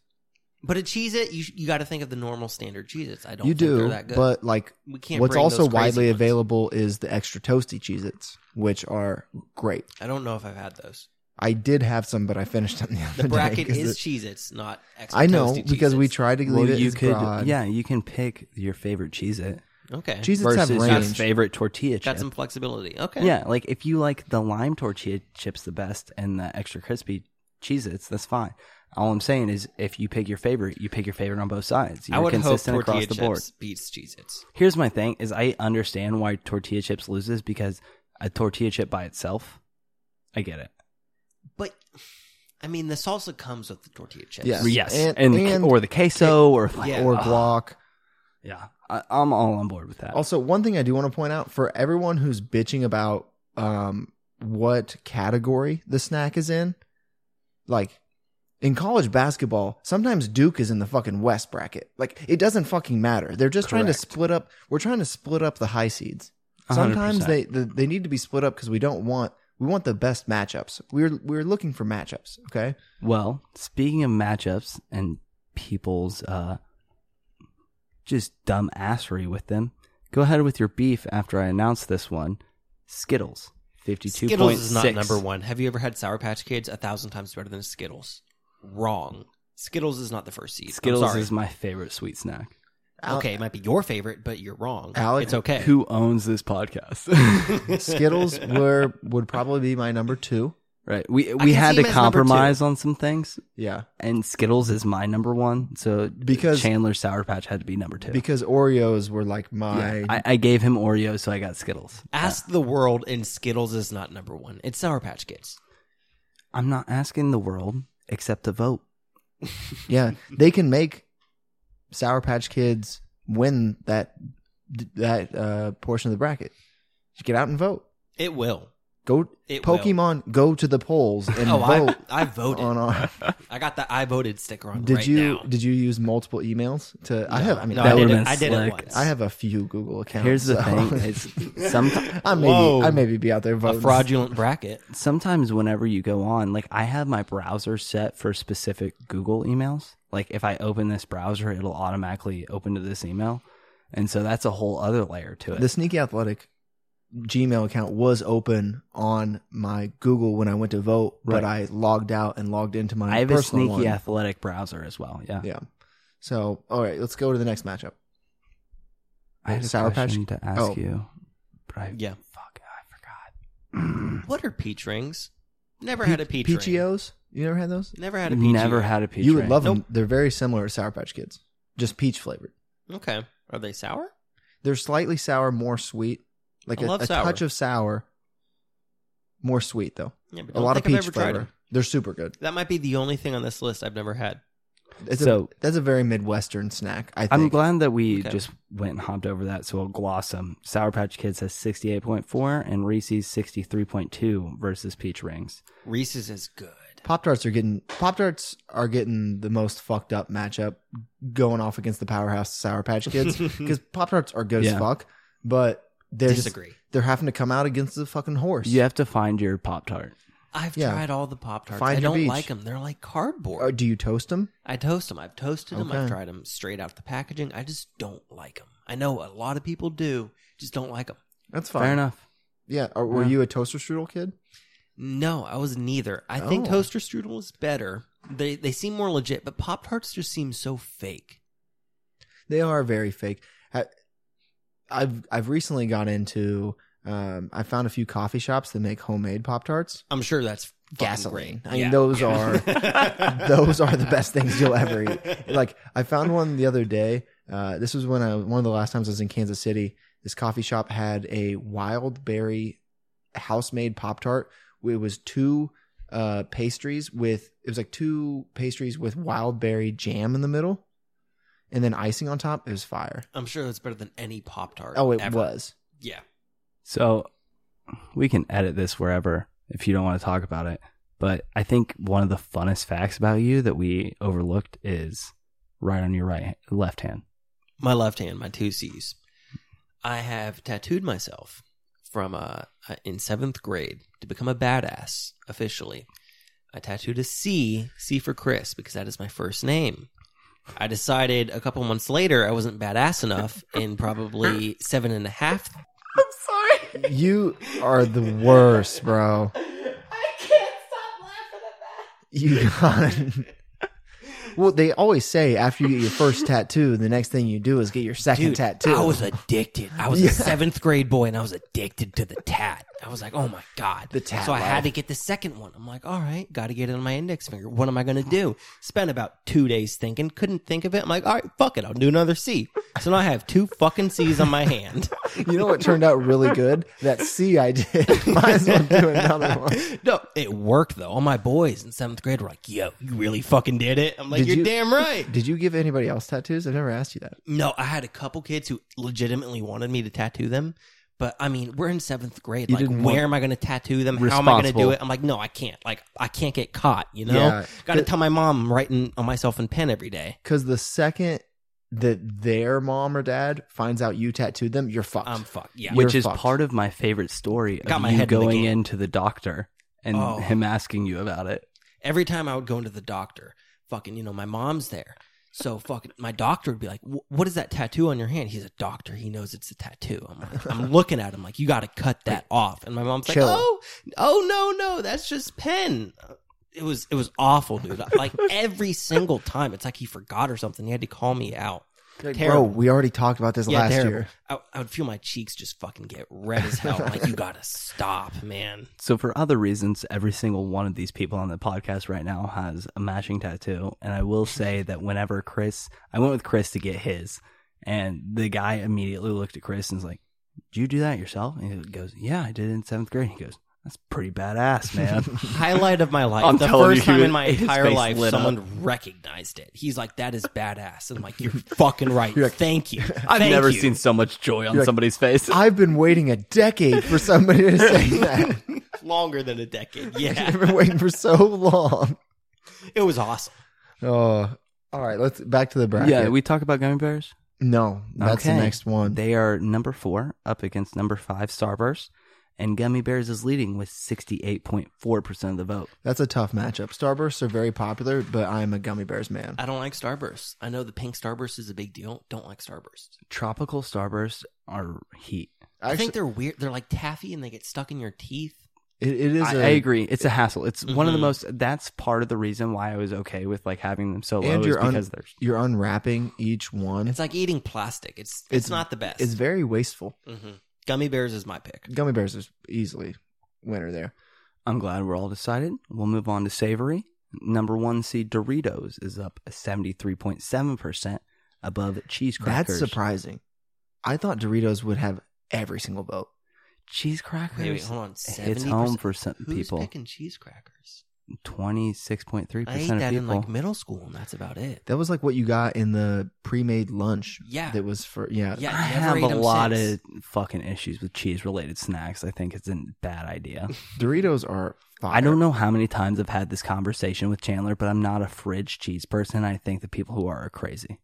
Speaker 2: But a Cheez It, you, sh- you got to think of the normal standard Cheez Its. I don't
Speaker 1: you
Speaker 2: think they're
Speaker 1: do,
Speaker 2: that good.
Speaker 1: but like
Speaker 2: we can't
Speaker 1: what's
Speaker 2: bring
Speaker 1: also
Speaker 2: those crazy
Speaker 1: widely
Speaker 2: ones.
Speaker 1: available is the extra toasty Cheez-Its, which are great.
Speaker 2: I don't know if I've had
Speaker 1: [laughs]
Speaker 2: those.
Speaker 1: I did have some, but I finished them the [laughs] other
Speaker 2: The bracket
Speaker 1: day 'cause
Speaker 2: is
Speaker 1: the-
Speaker 2: Cheez Its, not extra
Speaker 1: I know
Speaker 2: toasty
Speaker 1: because we
Speaker 2: Cheez-Its.
Speaker 1: tried to leave
Speaker 3: well,
Speaker 1: it
Speaker 3: you
Speaker 1: as
Speaker 3: could
Speaker 1: broad.
Speaker 3: yeah, you can pick your favorite Cheez It
Speaker 2: Okay.
Speaker 1: Cheez-Its have
Speaker 3: versus your
Speaker 1: range.
Speaker 3: favorite tortilla
Speaker 2: Got
Speaker 3: chip.
Speaker 2: some flexibility. Okay.
Speaker 3: Yeah, like if you like the lime tortilla chips the best and the extra crispy Cheez Its, that's fine. All I'm saying is if you pick your favorite, you pick your favorite on both sides. You're
Speaker 2: I would hope
Speaker 3: consistent
Speaker 2: tortilla
Speaker 3: across the
Speaker 2: chips
Speaker 3: board.
Speaker 2: beats Cheez Its.
Speaker 3: Here's my thing: is I understand why tortilla chips loses because a tortilla chip by itself, I get it.
Speaker 2: But, I mean, the salsa comes with the tortilla chips.
Speaker 1: Yes.
Speaker 3: Yes,
Speaker 1: And-
Speaker 3: and,
Speaker 1: and-
Speaker 3: or the queso or like,
Speaker 2: Yeah.
Speaker 1: or
Speaker 3: ugh,
Speaker 1: guac.
Speaker 3: yeah, I, I'm all on board with that.
Speaker 1: Also, one thing I do want to point out for everyone who's bitching about um, what category the snack is in, like in college basketball, sometimes Duke is in the fucking West bracket. Like it doesn't fucking matter. They're just trying to
Speaker 3: Correct.
Speaker 1: split up. We're trying to split up the high seeds.
Speaker 3: A hundred
Speaker 1: Sometimes
Speaker 3: percent.
Speaker 1: they the, they need to be split up because we don't want we want the best matchups. We're we're looking for matchups. Okay.
Speaker 3: Well, speaking of matchups and people's uh, just dumbassery with them, go ahead with your beef after I announce this one. Skittles, fifty-two
Speaker 2: Skittles
Speaker 3: point
Speaker 2: is not
Speaker 3: six.
Speaker 2: number one. Have you ever had Sour Patch Kids? A thousand times better than Skittles. Wrong. Skittles is not the first seed. I'm
Speaker 3: Skittles
Speaker 2: sorry.
Speaker 3: is my favorite sweet snack.
Speaker 1: [laughs]
Speaker 2: okay. It might be your favorite, but you're wrong.
Speaker 1: Alex-
Speaker 2: it's okay.
Speaker 3: Who owns this
Speaker 2: [laughs]
Speaker 3: podcast? [laughs]
Speaker 1: Skittles were would probably be my number two.
Speaker 3: Right. We
Speaker 2: can
Speaker 3: we had
Speaker 2: see him
Speaker 3: to
Speaker 2: as number two.
Speaker 3: compromise on some things,
Speaker 1: Yeah,
Speaker 3: and Skittles is my number one. So
Speaker 1: Because-
Speaker 3: Chandler's Sour Patch had to be number two.
Speaker 1: because Oreos were like
Speaker 3: yeah,
Speaker 1: my.
Speaker 3: I, I gave him Oreos, so I got Skittles.
Speaker 2: Ask the world, and Skittles is not number one. It's Sour Patch Kids.
Speaker 3: I'm not asking the world except to vote.
Speaker 1: yeah, they can make Sour Patch Kids win that that uh, portion of the bracket. Just get out and vote.
Speaker 2: It will.
Speaker 1: Go
Speaker 2: It will.
Speaker 1: Pokemon. Go to the polls and
Speaker 2: [laughs] Oh,
Speaker 1: vote.
Speaker 2: I, I voted.
Speaker 1: on our,
Speaker 2: I got the I voted sticker on.
Speaker 1: [laughs] did
Speaker 2: right
Speaker 1: you
Speaker 2: now.
Speaker 1: did you use multiple emails to? I have. I mean,
Speaker 2: No,
Speaker 1: I,
Speaker 2: I
Speaker 3: That
Speaker 2: did,
Speaker 3: would've
Speaker 2: it,
Speaker 3: been
Speaker 2: I did it
Speaker 3: slick.
Speaker 2: once.
Speaker 1: I have a few Google accounts.
Speaker 3: Here's the
Speaker 1: so- [laughs]
Speaker 3: thing: is some,
Speaker 1: I maybe
Speaker 2: Whoa.
Speaker 1: I maybe be out there
Speaker 2: a
Speaker 1: voting.
Speaker 2: fraudulent bracket.
Speaker 3: sometimes whenever you go on, like I have my browser set for specific Google emails. Like if I open this browser, it'll automatically open to this email, and so that's a whole other layer to it.
Speaker 1: The Sneaky Athletic Gmail account was open on my Google when I went to vote, but I logged out and logged into my
Speaker 3: I have a
Speaker 1: personal
Speaker 3: sneaky
Speaker 1: one.
Speaker 3: athletic browser as well. Yeah,
Speaker 1: Yeah. So, all right, let's go to the next matchup.
Speaker 3: I had a
Speaker 1: Sour Patch-
Speaker 3: question to ask
Speaker 1: oh.
Speaker 3: you, but I
Speaker 2: Yeah.
Speaker 3: fuck, I forgot.
Speaker 2: What are peach rings? Never
Speaker 1: Pe-
Speaker 2: had a peach ring.
Speaker 1: PTOs? You never had those?
Speaker 2: Never
Speaker 3: [clears throat]
Speaker 2: had a peach.
Speaker 3: Never
Speaker 2: ring.
Speaker 3: had a peach.
Speaker 1: you would
Speaker 3: ring.
Speaker 1: love them. They're very similar to Sour Patch Kids, just peach flavored.
Speaker 2: Okay. Are they sour?
Speaker 1: They're slightly sour, more sweet, like
Speaker 2: I
Speaker 1: a,
Speaker 2: love
Speaker 1: a
Speaker 2: sour.
Speaker 1: touch of sour, more sweet though.
Speaker 2: Yeah, but
Speaker 1: A
Speaker 2: don't
Speaker 1: lot of
Speaker 2: think I've
Speaker 1: peach
Speaker 2: ever tried
Speaker 1: flavor.
Speaker 2: them.
Speaker 1: They're super good.
Speaker 2: That might be the only thing on this list I've never had.
Speaker 1: It's
Speaker 3: So-
Speaker 1: a, that's a very Midwestern snack. I think.
Speaker 3: I'm glad that we
Speaker 2: Okay.
Speaker 3: just went and hopped over that, so we'll gloss them. Sour Patch Kids has 68.4 and Reese's 63.2 versus Peach Rings.
Speaker 2: Reese's is good.
Speaker 1: Pop Tarts are getting Pop Tarts are getting the most fucked up matchup going off against the powerhouse Sour Patch
Speaker 2: [laughs]
Speaker 1: Kids because Pop Tarts are good
Speaker 3: Yeah.
Speaker 1: as fuck, but they're just-
Speaker 2: Disagree.
Speaker 1: they're having to come out against the fucking horse.
Speaker 3: You have to find your Pop Tart.
Speaker 2: I've
Speaker 1: Yeah.
Speaker 2: tried all the Pop Tarts.
Speaker 1: Find
Speaker 2: I
Speaker 1: your
Speaker 2: don't
Speaker 1: beach.
Speaker 2: like them. They're like cardboard.
Speaker 1: Uh, do you toast them?
Speaker 2: I toast them. I've toasted them. I've
Speaker 1: Okay.
Speaker 2: tried them straight out of the packaging. I just don't like them. I know a lot of people do, just don't like them.
Speaker 1: That's fine.
Speaker 3: Fair enough.
Speaker 1: Yeah. Or, were
Speaker 3: Yeah.
Speaker 1: you a toaster strudel kid?
Speaker 2: No, I was neither. I think
Speaker 1: Oh.
Speaker 2: toaster strudel is better. They they seem more legit, but Pop Tarts just seem so fake.
Speaker 1: They are very fake. I, I've I've recently got into. Um, I found a few coffee shops that make homemade Pop Tarts.
Speaker 2: I'm sure that's fucking
Speaker 1: Gasoline.
Speaker 2: Great.
Speaker 1: I mean, those are
Speaker 2: [laughs]
Speaker 1: those are the best things you'll ever eat. Like I found one the other day. Uh, this was when I one of the last times I was in Kansas City. This coffee shop had a wild berry house made pop tart. It was two uh, pastries with it was like two pastries with wild berry jam in the middle, and then icing on top. It was fire.
Speaker 2: I'm sure that's better than any Pop Tart.
Speaker 1: Oh, it
Speaker 2: ever.
Speaker 1: was.
Speaker 2: Yeah.
Speaker 3: So we can edit this wherever if you don't want to talk about it. But I think one of the funnest facts about you that we overlooked is right on your right left hand.
Speaker 2: My left hand, my two C's. I have tattooed myself from uh, uh, in seventh grade to become a badass officially. I tattooed a C, C for Chris, because that is my first name. I decided a couple months later I wasn't badass enough in probably seven and a half
Speaker 1: You are the worst, bro. You [laughs] got it. Well, they always say after you get your first tattoo, the next thing you do is get your second
Speaker 2: Dude,
Speaker 1: tattoo.
Speaker 2: I was addicted. I was a seventh grade boy, and I was addicted to the tat. I was like, oh my god, the
Speaker 1: tat
Speaker 2: So I
Speaker 1: life.
Speaker 2: had to get the second one. I'm like, all right, got to get it on my index finger. What am I gonna do? Spent about two days thinking, couldn't think of it. I'm like, all right, fuck it, I'll do another C. So now I have two fucking C's on
Speaker 1: [laughs]
Speaker 2: my hand.
Speaker 1: you know what turned out really good? That C I did. [laughs] Might as well do another one.
Speaker 2: No, it worked though. All my boys in seventh grade were like, yo, you really fucking did it. I'm like,
Speaker 1: Did
Speaker 2: you're
Speaker 1: you-
Speaker 2: damn right.
Speaker 1: Did you give anybody else tattoos? I've never asked you that.
Speaker 2: No, I had a couple kids who legitimately wanted me to tattoo them. But I mean, we're in seventh grade.
Speaker 1: You
Speaker 2: like,
Speaker 1: didn't
Speaker 2: where
Speaker 1: want-
Speaker 2: am I going to tattoo them? How am I going to do
Speaker 3: Responsible.
Speaker 2: it? I'm like, no, I can't. Like, I can't get caught. You know,
Speaker 1: Yeah.
Speaker 2: got to tell my mom I'm writing on myself in pen every day.
Speaker 1: Because the second that their mom or dad finds out you tattooed them, you're fucked.
Speaker 2: I'm fucked. Yeah,
Speaker 1: You're
Speaker 3: which is
Speaker 1: fucked.
Speaker 3: part of my favorite story
Speaker 2: Got
Speaker 3: of
Speaker 2: my
Speaker 3: you
Speaker 2: head in the
Speaker 3: going
Speaker 2: game.
Speaker 3: into the doctor and
Speaker 2: Oh.
Speaker 3: him asking you about it.
Speaker 2: every time I would go into the doctor, fucking, you know, my mom's there. So fucking, my doctor would be like, "Wh- "What is that tattoo on your hand?" He's a doctor. He knows it's a tattoo. I'm like, I'm looking at him like, "You got to cut that off." And my mom's
Speaker 1: Chill.
Speaker 2: like, "Oh, oh no, no, that's just pen." It was it was awful, dude. Like every single time, it's like he forgot or something. He had to call me out.
Speaker 1: Like, bro,
Speaker 2: Terrible.
Speaker 1: we already talked about this last
Speaker 2: terrible.
Speaker 1: year.
Speaker 2: I, I would feel my cheeks just fucking get red as hell. I'm like, you gotta stop, man.
Speaker 3: So for other reasons, every single one of these people on the podcast right now has a matching tattoo. And I
Speaker 1: [laughs]
Speaker 3: will say that whenever Chris, I went with Chris to get his, and the guy immediately looked at Chris and was like, "Did you do that yourself?" And he goes, "Yeah, I did it in seventh grade." He goes, "That's pretty
Speaker 1: [laughs]
Speaker 3: badass, man." [laughs]
Speaker 2: Highlight of my life.
Speaker 3: I'm
Speaker 2: the
Speaker 3: telling
Speaker 2: first
Speaker 3: you,
Speaker 2: time
Speaker 3: his-
Speaker 2: in my
Speaker 3: his
Speaker 2: entire
Speaker 3: face
Speaker 2: life
Speaker 3: lit up.
Speaker 2: someone recognized it. He's like, that is badass. And I'm
Speaker 3: [laughs]
Speaker 2: like, you're fucking right. Thank you.
Speaker 3: I've
Speaker 2: Thank
Speaker 3: never
Speaker 2: you.
Speaker 3: seen so much joy
Speaker 1: You're
Speaker 3: on
Speaker 1: like, "Ah,
Speaker 3: somebody's face.
Speaker 1: I've been waiting a decade for somebody to
Speaker 2: [laughs]
Speaker 1: say that.
Speaker 2: longer than a
Speaker 3: [laughs]
Speaker 2: decade. Yeah.
Speaker 1: I've been waiting for so long.
Speaker 2: It was awesome.
Speaker 1: Oh, all right. Let's back to the bracket.
Speaker 3: [laughs] yeah, we talk about gummy bears.
Speaker 1: no, that's
Speaker 3: Okay.
Speaker 1: the next one.
Speaker 3: They are number four up against number five Starburst, and Gummy Bears is leading with sixty eight point four percent of the vote.
Speaker 1: that's a tough matchup. Starbursts are very popular, but I am a gummy bears man.
Speaker 2: I don't like Starbursts. I know the pink Starburst is a big deal. Don't like Starbursts.
Speaker 3: Tropical Starbursts are heat.
Speaker 2: I
Speaker 1: Actually,
Speaker 2: think they're weird. They're like taffy and they get stuck in your teeth.
Speaker 1: it, it is.
Speaker 3: I
Speaker 1: a-
Speaker 3: I agree. It's a hassle. It's one of the
Speaker 2: Mhm.
Speaker 3: most. That's part of the reason why I was okay with like having them so low
Speaker 1: And
Speaker 3: is
Speaker 1: you're un-
Speaker 3: because they're
Speaker 1: You're unwrapping each one.
Speaker 2: It's like eating plastic. It's it's,
Speaker 1: It's-
Speaker 2: not the best.
Speaker 1: It's very wasteful.
Speaker 2: hmm Gummy bears is my pick.
Speaker 1: Gummy bears is easily winner there.
Speaker 3: I'm glad we're all decided. We'll move on to savory. Number one seed Doritos is up seventy three point seven percent above cheese
Speaker 1: That's
Speaker 3: crackers.
Speaker 1: surprising. I thought Doritos would have every single vote.
Speaker 3: Cheese
Speaker 2: Wait, wait,
Speaker 3: crackers
Speaker 2: hold on.
Speaker 3: hits
Speaker 2: 70%?
Speaker 3: home for some
Speaker 2: Who's
Speaker 3: people.
Speaker 2: picking cheese crackers?
Speaker 3: Twenty six point three
Speaker 2: I ate
Speaker 3: percent of
Speaker 2: that
Speaker 3: people.
Speaker 2: in like middle school, and that's about it.
Speaker 1: That was like what you got in the pre-made lunch.
Speaker 2: Yeah.
Speaker 1: that was for yeah.
Speaker 2: Yeah,
Speaker 3: I
Speaker 2: never
Speaker 3: have
Speaker 2: ate
Speaker 3: a
Speaker 2: 'em
Speaker 3: lot
Speaker 2: since.
Speaker 3: of fucking issues with cheese related snacks. I think it's a bad idea.
Speaker 1: Doritos are. Fire.
Speaker 3: I don't know how many times I've had this conversation with Chandler, but I'm not a fridge cheese person. I think the people who are are crazy.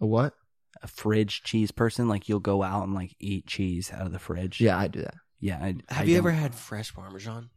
Speaker 1: A what?
Speaker 3: A fridge cheese person, like you'll go out and like eat cheese out of the fridge.
Speaker 1: Yeah, I do that.
Speaker 3: yeah. I,
Speaker 2: Have
Speaker 3: I
Speaker 2: you
Speaker 3: don't-
Speaker 2: ever had fresh Parmesan?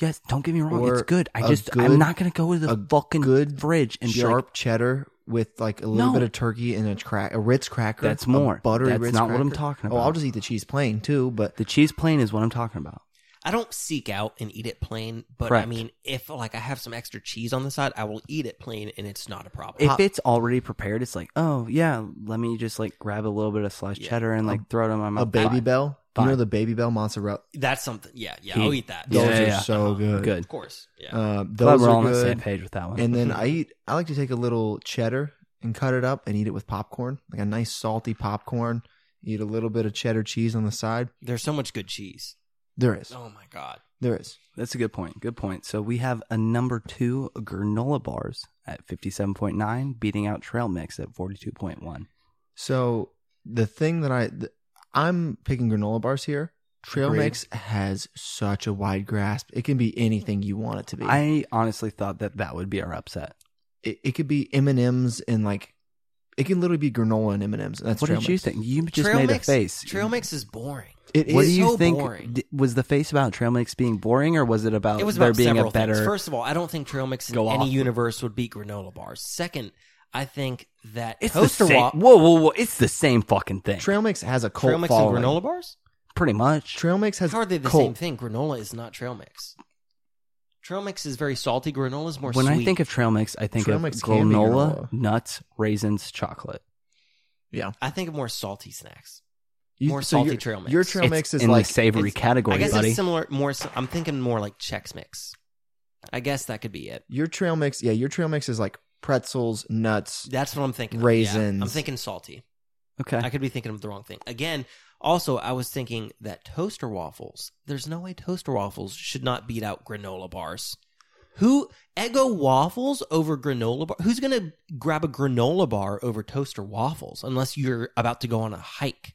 Speaker 3: Yes, don't get me wrong.
Speaker 1: Or
Speaker 3: It's good. I
Speaker 1: a
Speaker 3: just
Speaker 1: good-
Speaker 3: I'm not gonna go to the
Speaker 1: a
Speaker 3: fucking
Speaker 1: good
Speaker 3: fridge and be like,
Speaker 1: Sharp cheddar with like a little
Speaker 3: No.
Speaker 1: bit of turkey and a crack, a Ritz cracker.
Speaker 3: That's
Speaker 1: a
Speaker 3: more.
Speaker 1: buttery.
Speaker 3: That's
Speaker 1: Ritz
Speaker 3: not what I'm
Speaker 1: cracker.
Speaker 3: talking
Speaker 1: Oh,
Speaker 3: about.
Speaker 1: I'll just eat the cheese plain too. But
Speaker 3: the cheese plane is what I'm talking about.
Speaker 2: I don't seek out and eat it plain, but I
Speaker 3: Correct.
Speaker 2: mean, if like I have some extra cheese on the side, I will eat it plain, and it's not a problem.
Speaker 3: If it's already prepared, it's like, oh yeah, let me just like grab a little bit of sliced
Speaker 2: Yeah.
Speaker 3: cheddar and like throw it on my mouth.
Speaker 1: a baby
Speaker 3: Fine.
Speaker 1: bell. You know
Speaker 3: Fine.
Speaker 1: the baby bell mozzarella.
Speaker 2: That's something. Yeah, yeah,
Speaker 3: Yeah.
Speaker 2: I'll eat that.
Speaker 1: Those
Speaker 3: Yeah,
Speaker 1: are
Speaker 3: yeah.
Speaker 1: so good.
Speaker 3: Good.
Speaker 2: Of course. Yeah.
Speaker 1: Uh,
Speaker 3: Glad
Speaker 1: those
Speaker 3: we're
Speaker 1: are
Speaker 3: all on
Speaker 1: good.
Speaker 3: the same page with that one.
Speaker 1: And
Speaker 3: [laughs]
Speaker 1: then I eat. I like to take a little cheddar and cut it up and eat it with popcorn, like a nice salty popcorn. Eat a little bit of cheddar cheese on the side.
Speaker 2: There's so much good cheese.
Speaker 1: There is.
Speaker 2: Oh my god.
Speaker 1: There is.
Speaker 3: That's a good point. Good point. So we have a number two granola bars at 57.9, beating out trail mix at 42.1.
Speaker 1: So the thing that I th- I'm picking granola bars here. Trail
Speaker 3: Agreed.
Speaker 1: mix has such a wide grasp. It can be anything you want it to be.
Speaker 3: I honestly thought that that would be our upset.
Speaker 1: it, it could be M and M's and like it can literally be granola and M and M's. That's
Speaker 3: what
Speaker 1: trail
Speaker 3: did you
Speaker 1: mix.
Speaker 3: think? You just made
Speaker 2: mix,
Speaker 3: a face.
Speaker 2: Trail mix is boring.
Speaker 1: It
Speaker 3: What
Speaker 1: is-
Speaker 3: do you
Speaker 2: so
Speaker 3: think?
Speaker 2: boring.
Speaker 3: d- Was the face about trail mix being boring, or was it about
Speaker 2: It was
Speaker 3: Oh, there
Speaker 2: about
Speaker 3: being
Speaker 2: several
Speaker 3: a better?
Speaker 2: things. First of all, I don't think trail mix in
Speaker 3: Go
Speaker 2: any
Speaker 3: off.
Speaker 2: universe would beat granola bars. Second, I think that
Speaker 3: it's the
Speaker 2: toaster
Speaker 3: same.
Speaker 2: wop
Speaker 3: Whoa, whoa, whoa! It's the same fucking thing.
Speaker 1: trail mix has a cult
Speaker 2: trail mix
Speaker 1: following.
Speaker 2: and granola bars.
Speaker 3: Pretty much.
Speaker 1: Trail mix has
Speaker 2: How are they the
Speaker 1: cult.
Speaker 2: same thing? Granola is not trail mix. Trail mix is very salty. Granola is more
Speaker 3: when
Speaker 2: sweet.
Speaker 3: I think of trail mix, I think
Speaker 1: Trail
Speaker 3: of
Speaker 1: mix can be
Speaker 3: granola,
Speaker 1: granola.
Speaker 3: nuts, raisins, chocolate.
Speaker 2: I think of more salty snacks.
Speaker 1: You-
Speaker 2: more
Speaker 1: so your-
Speaker 2: salty trail mix.
Speaker 1: Your trail
Speaker 3: It's
Speaker 1: mix is
Speaker 3: in
Speaker 1: like
Speaker 3: the savory
Speaker 2: it's-
Speaker 3: category,
Speaker 2: I guess
Speaker 3: buddy.
Speaker 2: it's similar. More, so- I'm thinking more like Chex Mix. I guess that could be it.
Speaker 1: your trail mix. Yeah, your trail mix is like pretzels, nuts.
Speaker 2: That's what I'm thinking. of.
Speaker 1: Raisins.
Speaker 2: Yeah, I'm thinking salty.
Speaker 3: okay.
Speaker 2: I could be thinking of the wrong thing. Again, also, I was thinking that toaster waffles, there's no way toaster waffles should not beat out granola bars. Who, Eggo waffles over granola bar? Who's going to grab a granola bar over toaster waffles unless you're about to go on a hike,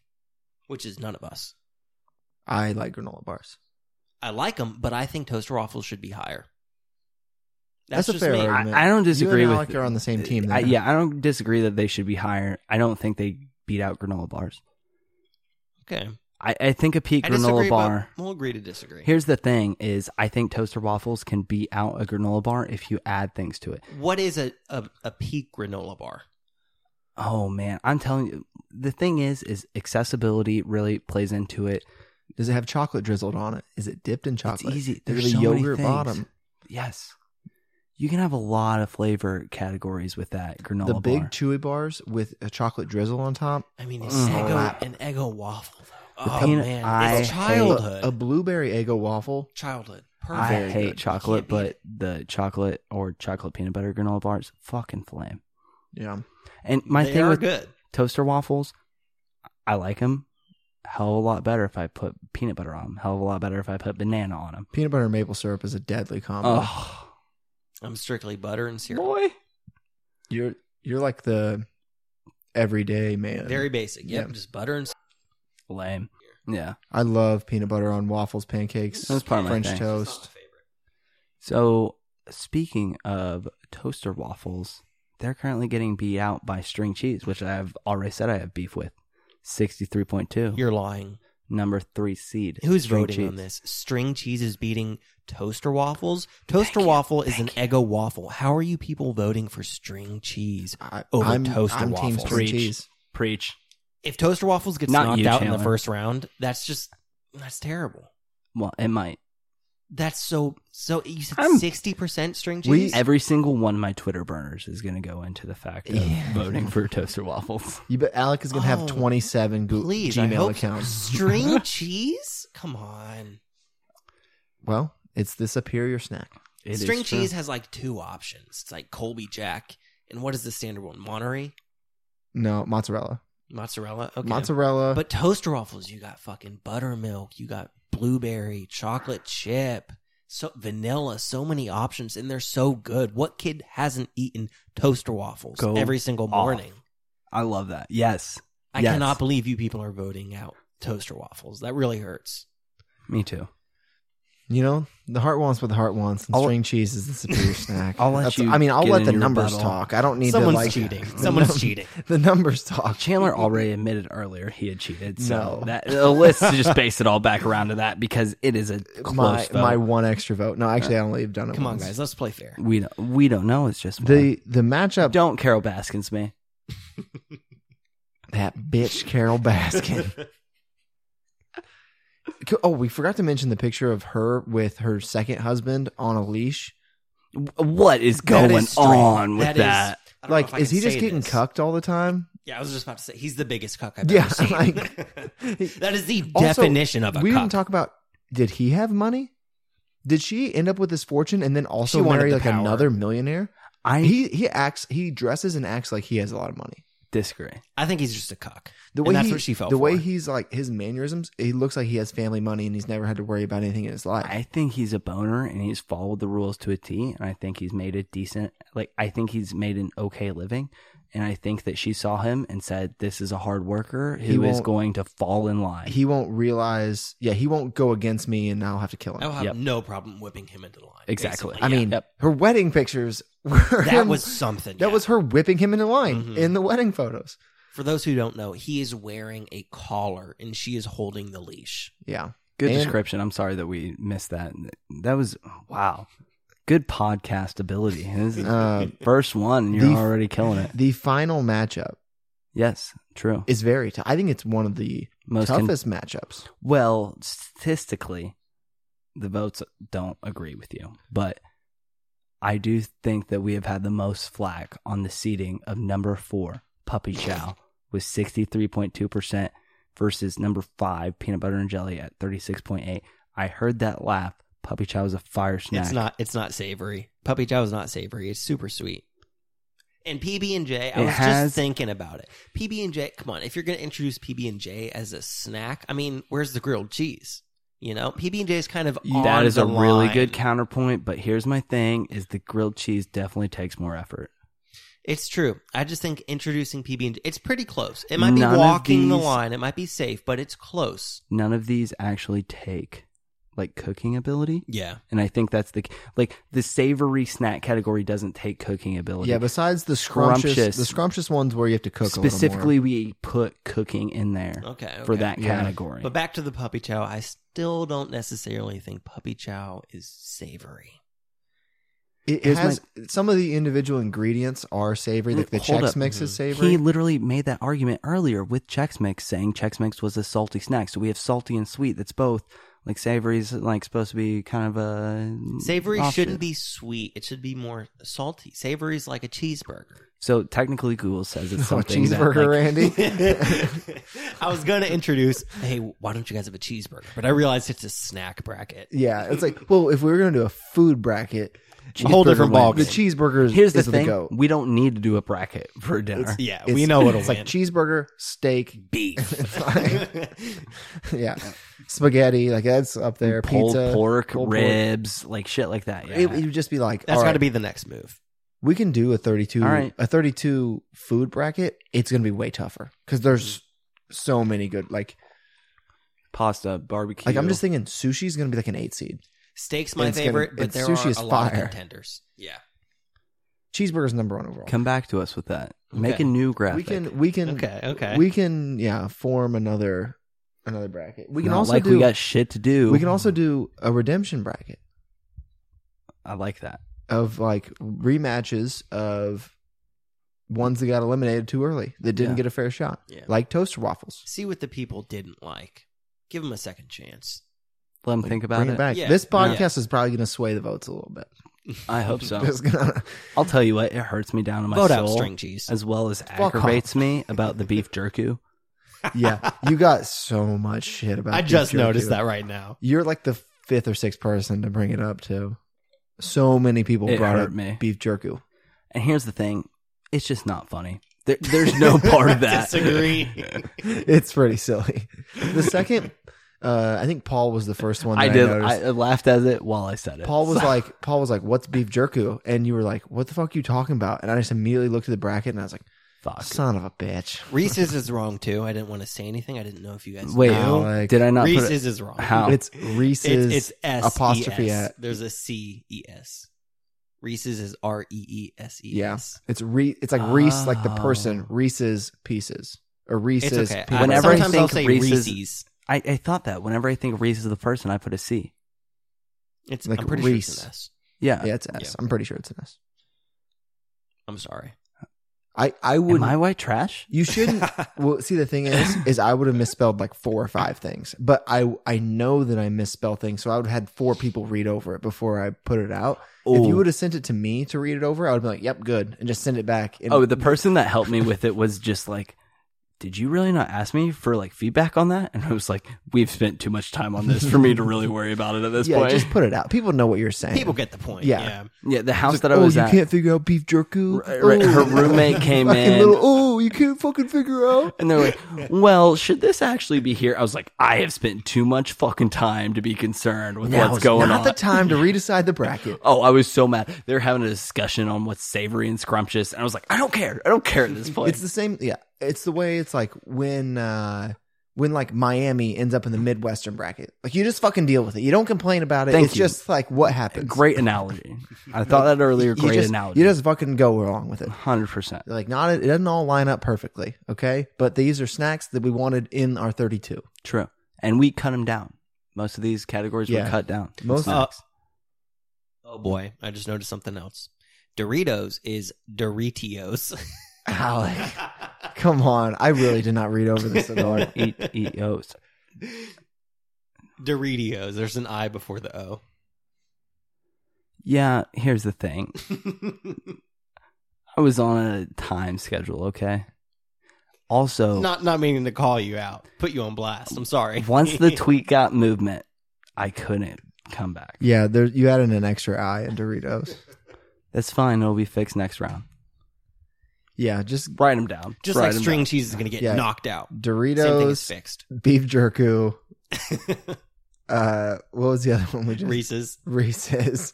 Speaker 2: which is none of us.
Speaker 1: I like granola bars.
Speaker 2: I like them, but I think toaster waffles should be higher.
Speaker 1: That's a fair
Speaker 2: me.
Speaker 1: argument.
Speaker 3: I, I don't
Speaker 1: You and
Speaker 3: disagree with.
Speaker 1: Alec are on the same team
Speaker 3: I,
Speaker 1: there.
Speaker 3: yeah, I don't disagree that they should be higher. I don't think they beat out granola bars.
Speaker 2: Okay.
Speaker 3: I, I think a peak
Speaker 2: I
Speaker 3: granola
Speaker 2: disagree,
Speaker 3: bar.
Speaker 2: but we'll agree to disagree.
Speaker 3: Here's the thing: is I think toaster waffles can beat out a granola bar if you add things to it.
Speaker 2: what is a, a, a peak granola bar?
Speaker 3: Oh man, I'm telling you, the thing is, is accessibility really plays into it.
Speaker 1: Does it have chocolate drizzled on it? Is it dipped in chocolate?
Speaker 3: easy.
Speaker 1: Is it
Speaker 3: There's
Speaker 1: a
Speaker 3: so many
Speaker 1: yogurt
Speaker 3: things.
Speaker 1: bottom.
Speaker 3: Yes, you can have a lot of flavor categories with that granola
Speaker 1: the big
Speaker 3: bar.
Speaker 1: chewy bars with a chocolate drizzle on top.
Speaker 2: I mean, an
Speaker 3: Mm.
Speaker 2: Eggo, an Eggo waffle. Oh
Speaker 3: peanut-
Speaker 2: man,
Speaker 3: I
Speaker 2: it's
Speaker 3: hate-
Speaker 2: childhood.
Speaker 1: A blueberry Eggo waffle.
Speaker 2: childhood. Perfect.
Speaker 3: I
Speaker 1: Very
Speaker 3: hate
Speaker 1: good.
Speaker 3: chocolate,
Speaker 2: Can't beat
Speaker 3: but the chocolate or chocolate peanut butter granola bars, fucking flame.
Speaker 1: Yeah.
Speaker 3: And my
Speaker 2: they
Speaker 3: thing
Speaker 2: are
Speaker 3: with
Speaker 2: good.
Speaker 3: toaster waffles, I like them. Hell of a lot better if I put peanut butter on them. Hell of a lot better if I put banana on them.
Speaker 1: Peanut butter and maple syrup is a deadly combo.
Speaker 3: Oh,
Speaker 2: I'm strictly butter and syrup.
Speaker 3: boy.
Speaker 1: You're you're like the everyday man.
Speaker 2: Very basic. Yep,
Speaker 1: Yeah.
Speaker 2: just butter and. s-
Speaker 3: Lame. Yeah.
Speaker 1: I love peanut butter on waffles, pancakes,
Speaker 3: That's part of my
Speaker 1: French
Speaker 3: thing.
Speaker 2: That's
Speaker 1: toast.
Speaker 2: not my favorite.
Speaker 3: So, speaking of toaster waffles, they're currently getting beat out by string cheese, which I have already said I have beef with. 63.2.
Speaker 2: You're lying.
Speaker 3: number three seed.
Speaker 2: Who's
Speaker 3: string
Speaker 2: voting on
Speaker 3: cheese.
Speaker 2: this? String cheese is beating toaster waffles. Toaster waffle is an Eggo waffle. How are you people voting for string cheese?
Speaker 1: I,
Speaker 2: Over
Speaker 1: I'm,
Speaker 2: toaster
Speaker 1: I'm team
Speaker 2: waffles.
Speaker 1: string
Speaker 3: Preach.
Speaker 1: cheese.
Speaker 3: Preach.
Speaker 2: If toaster waffles gets
Speaker 3: Not
Speaker 2: knocked
Speaker 3: you,
Speaker 2: out in the
Speaker 3: Chandler.
Speaker 2: first round, that's just that's terrible.
Speaker 3: Well, it might.
Speaker 2: That's so so. You said
Speaker 3: I'm-
Speaker 2: sixty percent string
Speaker 1: We-
Speaker 2: cheese.
Speaker 3: Every single one of my Twitter burners is going to go into the fact of
Speaker 2: Yeah.
Speaker 3: voting for toaster waffles.
Speaker 1: You bet Alec is gonna
Speaker 2: Oh,
Speaker 1: have twenty seven go-
Speaker 2: Please, I
Speaker 1: Gmail
Speaker 2: hope so.
Speaker 1: accounts.
Speaker 3: [laughs]
Speaker 2: String cheese? Come on.
Speaker 1: Well, it's the superior snack.
Speaker 3: It is
Speaker 2: String
Speaker 3: true.
Speaker 2: cheese has like two options. It's like Colby Jack, and what is the standard one? Monterey,
Speaker 1: No, mozzarella.
Speaker 2: mozzarella. Okay,
Speaker 1: Mozzarella.
Speaker 2: But toaster waffles, you got fucking buttermilk, you got blueberry, chocolate chip, so vanilla, so many options, and they're so good. What kid hasn't eaten toaster waffles
Speaker 3: Go
Speaker 2: every single
Speaker 3: off.
Speaker 2: morning?
Speaker 3: I love that. Yes.
Speaker 2: I
Speaker 3: Yes.
Speaker 2: cannot believe you people are voting out toaster waffles. That really hurts.
Speaker 3: Me too.
Speaker 1: you know, the heart wants what the heart wants, and
Speaker 3: I'll-
Speaker 1: string cheese is the superior [laughs] snack.
Speaker 3: I'll let you
Speaker 1: I mean, I'll
Speaker 3: get
Speaker 1: let
Speaker 3: in
Speaker 1: the
Speaker 3: your
Speaker 1: numbers
Speaker 3: rebuttal.
Speaker 1: talk. I don't need
Speaker 2: Someone's
Speaker 1: to like [laughs]
Speaker 2: [laughs] cheating.
Speaker 1: the
Speaker 2: Someone's
Speaker 1: num-
Speaker 2: cheating.
Speaker 1: The numbers talk.
Speaker 3: Uh, Chandler [laughs] already admitted earlier he had cheated. So
Speaker 1: No.
Speaker 3: that, uh, let's just base it all back around to that because it is a close
Speaker 1: my
Speaker 3: vote.
Speaker 1: my one extra vote. No, actually, I only have done it.
Speaker 2: Come on,
Speaker 1: once.
Speaker 2: guys, let's play fair.
Speaker 3: we don't, we don't know. It's just one.
Speaker 1: The the matchup
Speaker 3: don't Carol Baskins me.
Speaker 1: that bitch Carol Baskin.
Speaker 2: [laughs]
Speaker 1: oh, we forgot to mention the picture of her with her second husband on a leash.
Speaker 3: What is
Speaker 1: That
Speaker 3: going
Speaker 1: is
Speaker 2: strange.
Speaker 3: on with
Speaker 2: is-
Speaker 3: that?
Speaker 2: I don't know if
Speaker 1: Like,
Speaker 2: I
Speaker 1: is
Speaker 2: can
Speaker 1: he just
Speaker 2: say
Speaker 1: getting
Speaker 2: this.
Speaker 1: cucked all the time?
Speaker 2: Yeah, I was just about to say he's the biggest cuck I've
Speaker 1: Yeah,
Speaker 2: ever
Speaker 1: [laughs]
Speaker 2: [laughs] seen.
Speaker 1: like-
Speaker 2: that is the
Speaker 1: Also,
Speaker 2: definition of a
Speaker 1: we
Speaker 2: cuck.
Speaker 1: didn't talk about. Did he have money? Did she end up with this fortune and then also
Speaker 2: She wanted
Speaker 1: marry
Speaker 2: the
Speaker 1: like
Speaker 2: power.
Speaker 1: another millionaire?
Speaker 3: I
Speaker 1: He he acts he dresses and acts like he has a lot of money.
Speaker 3: disagree.
Speaker 2: I think he's just a cuck.
Speaker 1: The
Speaker 2: And
Speaker 1: way
Speaker 2: that's
Speaker 1: he,
Speaker 2: what she fell
Speaker 1: The way
Speaker 2: for.
Speaker 1: he's like his mannerisms, he looks like he has family money and he's never had to worry about anything in his life.
Speaker 3: I think he's a boner and he's followed the rules to a T and I think he's made a decent like I think he's made an okay living and I think that she saw him and said this is a hard worker
Speaker 1: He
Speaker 3: who is
Speaker 1: won't-
Speaker 3: going to fall in line.
Speaker 1: he won't realize. Yeah, he won't go against me, and I'll have to kill him.
Speaker 2: I will have
Speaker 3: Yep.
Speaker 2: no problem whipping him into line.
Speaker 3: Exactly.
Speaker 2: basically.
Speaker 1: I
Speaker 2: Oh, Yeah.
Speaker 1: mean,
Speaker 3: Yep.
Speaker 1: her wedding pictures [laughs] were
Speaker 2: that
Speaker 1: him-
Speaker 2: was something.
Speaker 1: that
Speaker 2: yeah.
Speaker 1: was her whipping him into line
Speaker 2: Mhm.
Speaker 1: in the wedding photos.
Speaker 2: For those who don't know, he is wearing a collar and she is holding the leash.
Speaker 1: Yeah,
Speaker 3: Good
Speaker 1: and-
Speaker 3: description. I'm sorry that we missed that. That was wow. Good podcast ability.
Speaker 1: [laughs]
Speaker 3: This is
Speaker 1: Uh,
Speaker 3: first one and you're
Speaker 1: the-
Speaker 3: already killing it.
Speaker 1: the final matchup
Speaker 3: Yes, true.
Speaker 1: is very. T- I think it's one of the
Speaker 3: Most con-
Speaker 1: toughest matchups.
Speaker 3: Well, statistically, the votes don't agree with you, but I do think that we have had the most flack on the seating of number four, Puppy Chow, with 63.2% versus number five, Peanut Butter and Jelly at 36.8. I heard that laugh. Puppy Chow is a fire snack.
Speaker 2: It's not. It's not savory. Puppy Chow is not savory. It's super sweet. And PB and J, I
Speaker 3: It
Speaker 2: was
Speaker 3: has-
Speaker 2: just thinking about it. PB and J, come on! If you're going to introduce PB and J as a snack, I mean, where's the grilled cheese? You know, PB and J is kind of on
Speaker 3: that is
Speaker 2: the
Speaker 3: a really
Speaker 2: line.
Speaker 3: good counterpoint, but here's my thing: is the grilled cheese definitely takes more effort.
Speaker 2: It's true. I just think introducing PB and J, it's pretty close. It might be
Speaker 3: None of
Speaker 2: walking the
Speaker 3: these-
Speaker 2: line. It might be safe, but it's close.
Speaker 3: None of these actually take like cooking ability.
Speaker 2: Yeah.
Speaker 3: And I think that's the like the savory snack category doesn't take cooking ability.
Speaker 1: Yeah, besides the scrumptious,
Speaker 3: Scrumptious.
Speaker 1: the scrumptious ones where you have to cook a little more.
Speaker 3: specifically we put cooking in there
Speaker 2: Okay.
Speaker 3: for
Speaker 2: okay.
Speaker 3: that
Speaker 1: Yeah.
Speaker 3: category.
Speaker 2: But back to the puppy chow, I still don't necessarily think puppy chow is savory.
Speaker 1: It
Speaker 3: Here's
Speaker 1: has some of the individual ingredients are savory, like the
Speaker 3: Hold
Speaker 1: Chex
Speaker 3: up.
Speaker 1: Mix is savory.
Speaker 3: He literally made that argument earlier with Chex Mix, saying Chex Mix was a salty snack. So we have salty and sweet. That's both. Like savory's like supposed to be kind of a
Speaker 2: Savory
Speaker 3: offshoot.
Speaker 2: shouldn't be sweet. It should be more salty. Savory's like a cheeseburger.
Speaker 3: So technically, Google says
Speaker 1: [laughs]
Speaker 3: it's
Speaker 1: [laughs] Oh,
Speaker 3: something that,
Speaker 1: cheeseburger,
Speaker 3: like,
Speaker 1: Randy.
Speaker 3: [laughs]
Speaker 2: I was going to introduce, hey, why don't you guys have a cheeseburger? But I realized it's a snack bracket.
Speaker 1: Yeah, it's like well, if we were gonna do a food bracket,
Speaker 2: A whole different
Speaker 1: cheeseburger
Speaker 2: ball
Speaker 1: wins. The cheeseburgers
Speaker 3: Here's the
Speaker 1: is
Speaker 3: thing:
Speaker 1: go.
Speaker 3: we don't need to do a bracket for dinner.
Speaker 2: Yeah,
Speaker 1: It's-
Speaker 2: we know what'll
Speaker 1: it's
Speaker 2: win.
Speaker 1: like cheeseburger, steak, [laughs]
Speaker 2: Beef.
Speaker 1: yeah, spaghetti. Like that's up there.
Speaker 3: Pulled
Speaker 1: Pizza,
Speaker 3: pork,
Speaker 1: pulled pork.
Speaker 3: ribs, like shit like that. Yeah.
Speaker 1: It, it would just be like
Speaker 2: That's
Speaker 1: all
Speaker 2: got to
Speaker 1: right,
Speaker 2: be the next move.
Speaker 1: We can do a thirty-two.
Speaker 3: All right.
Speaker 1: a thirty-two food bracket. It's gonna be way tougher because there's so many good. Like
Speaker 3: Pasta, barbecue.
Speaker 1: like I'm just thinking sushi's gonna be like an eight seed.
Speaker 2: Steak's my
Speaker 1: It's gonna-
Speaker 2: favorite, but
Speaker 1: it's-
Speaker 2: there
Speaker 1: sushi
Speaker 2: are a
Speaker 1: is
Speaker 2: lot of
Speaker 1: fire.
Speaker 2: contenders. Yeah.
Speaker 1: Cheeseburger's number one overall.
Speaker 3: come back to us with that. Make
Speaker 2: Okay.
Speaker 3: a new graphic.
Speaker 1: we can we can
Speaker 2: Okay, okay.
Speaker 1: we can yeah form another another bracket. We can
Speaker 3: Not
Speaker 1: also
Speaker 3: like
Speaker 1: do
Speaker 3: we got shit to do.
Speaker 1: We can also do a redemption bracket
Speaker 3: I like that.
Speaker 1: of like rematches of ones that got eliminated too early that didn't
Speaker 3: Yeah.
Speaker 1: get a fair shot,
Speaker 2: Yeah.
Speaker 1: like toaster waffles.
Speaker 2: See what the people didn't like. Give them a second chance.
Speaker 3: Let them think about
Speaker 1: Bring
Speaker 3: it.
Speaker 1: it back.
Speaker 2: Yeah.
Speaker 1: This
Speaker 2: Yeah.
Speaker 1: podcast is probably going to sway the votes a little bit.
Speaker 3: I hope
Speaker 2: [laughs]
Speaker 3: so.
Speaker 2: Oh.
Speaker 1: It's gonna-
Speaker 3: I'll tell you what, it hurts me down in my
Speaker 2: Vote
Speaker 3: soul,
Speaker 2: out string cheese.
Speaker 3: as well as
Speaker 1: off.
Speaker 3: aggravates me about the
Speaker 1: [laughs]
Speaker 3: beef jerky.
Speaker 1: yeah, you got so much shit about.
Speaker 2: I
Speaker 1: beef
Speaker 2: just
Speaker 1: jerky.
Speaker 2: noticed that right now.
Speaker 1: You're like the fifth or sixth person to bring it up to. So many people
Speaker 3: It
Speaker 1: brought
Speaker 3: hurt
Speaker 1: up
Speaker 3: me.
Speaker 1: beef jerky.
Speaker 3: And here's the thing: it's just not funny. There, there's
Speaker 1: [laughs]
Speaker 3: [laughs] no part of that.
Speaker 2: Disagree.
Speaker 1: It's pretty silly. The second, uh, I think Paul was the first one. That
Speaker 3: I did.
Speaker 1: noticed.
Speaker 3: I, laughed at it while I said it.
Speaker 1: Paul was
Speaker 2: [laughs]
Speaker 3: [laughs] So-
Speaker 1: like, Paul was like, "What's beef jerky?" And you were like, "What the fuck are you talking about?" And I just immediately looked at the bracket and I was like,
Speaker 3: "Fuck."
Speaker 1: "Son of a bitch!"
Speaker 2: Reese's is wrong too. I didn't want to say anything. I didn't know if you guys
Speaker 3: Wait,
Speaker 2: knew.
Speaker 1: Alec.
Speaker 3: did I not? Put it,
Speaker 2: Reese's is wrong.
Speaker 3: How?
Speaker 1: It's Reese's.
Speaker 2: It's, it's S
Speaker 1: apostrophe
Speaker 2: apostrophe
Speaker 1: at.
Speaker 2: There's a C E S. Reese's is R E E S E
Speaker 1: Yeah.
Speaker 2: S.
Speaker 1: it's Re. It's like Reese, like the
Speaker 3: Oh.
Speaker 1: person. Reese's pieces or
Speaker 2: It's
Speaker 1: Reese's.
Speaker 2: okay.
Speaker 1: peanut
Speaker 2: I-
Speaker 3: Whenever I
Speaker 1: butter.
Speaker 2: sometimes
Speaker 3: think
Speaker 2: I'll say
Speaker 3: Reese's-
Speaker 2: Reese's,
Speaker 3: I, I thought that whenever I think Reese is the person, I put a C.
Speaker 2: it's
Speaker 1: Like
Speaker 2: I'm pretty sure
Speaker 1: Reese.
Speaker 2: it's an S.
Speaker 3: Uh, Yeah.
Speaker 1: yeah, it's S.
Speaker 2: Yeah.
Speaker 1: am pretty sure it's an S.
Speaker 2: I'm sorry.
Speaker 1: I I would.
Speaker 3: Am I white trash?
Speaker 1: [laughs] You shouldn't. well, see, the thing is, is I would have misspelled like four or five things, but I I know that I misspell things, so I would have had four people read over it before I put it out. If
Speaker 3: Ooh.
Speaker 1: you would have sent it to me to read it over, I would be like, "Yep, good," and just send it back. And
Speaker 3: [laughs] Oh, the person that helped me with it was just like, "Did you really not ask me for like feedback on that?" And I was like, "We've spent too much time on this for me to really worry about it at
Speaker 1: [laughs]
Speaker 3: this
Speaker 1: yeah,
Speaker 3: point."
Speaker 1: just put it out. People know what you're saying.
Speaker 2: People get the point.
Speaker 1: Yeah.
Speaker 2: Yeah.
Speaker 3: [laughs] yeah, the house
Speaker 1: It's
Speaker 3: that
Speaker 1: like,
Speaker 3: I was
Speaker 1: oh,
Speaker 3: at,
Speaker 1: you can't figure out beef jerky. Oh,
Speaker 3: Right, right.
Speaker 1: [laughs]
Speaker 3: Her roommate came
Speaker 1: Fucking
Speaker 3: in.
Speaker 1: Little, oh, you can't fucking figure out.
Speaker 3: and
Speaker 1: [laughs]
Speaker 3: they're like, "Well, should this actually be here?" I was like, "I have spent too much fucking time to be concerned with
Speaker 1: Now
Speaker 3: what's
Speaker 1: is
Speaker 3: going
Speaker 1: not
Speaker 3: on."
Speaker 1: the time to redecide the bracket.
Speaker 3: Oh, I was so mad. They were having a discussion on what's savory and scrumptious, and I was like, I don't care. I don't care at this point.
Speaker 1: It's the same. Yeah, it's the way it's like when uh when like Miami ends up in the Midwestern bracket. Like you just fucking deal with it. You don't complain about it.
Speaker 3: Thank
Speaker 1: it's
Speaker 3: you.
Speaker 1: just like what happens.
Speaker 3: [laughs] Great analogy. I thought that earlier.
Speaker 1: You
Speaker 3: Great
Speaker 1: just,
Speaker 3: analogy.
Speaker 1: You just fucking go along with it.
Speaker 3: hundred percent.
Speaker 1: Like not it doesn't all line up perfectly, okay? But these are snacks that we wanted in our 32.
Speaker 3: True. And we cut them down. Most of these categories
Speaker 1: Yeah.
Speaker 3: were cut down.
Speaker 1: Most-
Speaker 3: Snacks.
Speaker 2: Oh boy, I just noticed something else. Doritos is Doritos.
Speaker 1: Alec, [laughs] come on! I really did not read over this at
Speaker 3: [laughs]
Speaker 1: all.
Speaker 3: eat, eat E O's.
Speaker 2: [laughs] Doritos. There's an I before the O.
Speaker 3: Yeah, here's the thing. I was on a time schedule, okay?
Speaker 2: [laughs]
Speaker 3: Also,
Speaker 2: not not meaning to call you out. Put you on blast. I'm sorry. [laughs]
Speaker 3: once the tweet got movement, I couldn't come back.
Speaker 1: Yeah, there you added an extra I in Doritos.
Speaker 3: That's fine. It'll be fixed next round.
Speaker 1: Yeah, just
Speaker 3: Write them down.
Speaker 2: just
Speaker 3: Write
Speaker 2: like
Speaker 3: 'em
Speaker 2: string
Speaker 3: down.
Speaker 2: cheese is gonna get
Speaker 1: Yeah.
Speaker 2: knocked out. Same thing is
Speaker 1: Doritos,
Speaker 2: fixed.
Speaker 1: beef
Speaker 3: [laughs]
Speaker 1: jerky. Uh, what was the other one we just
Speaker 2: Reese's.
Speaker 1: Reese's.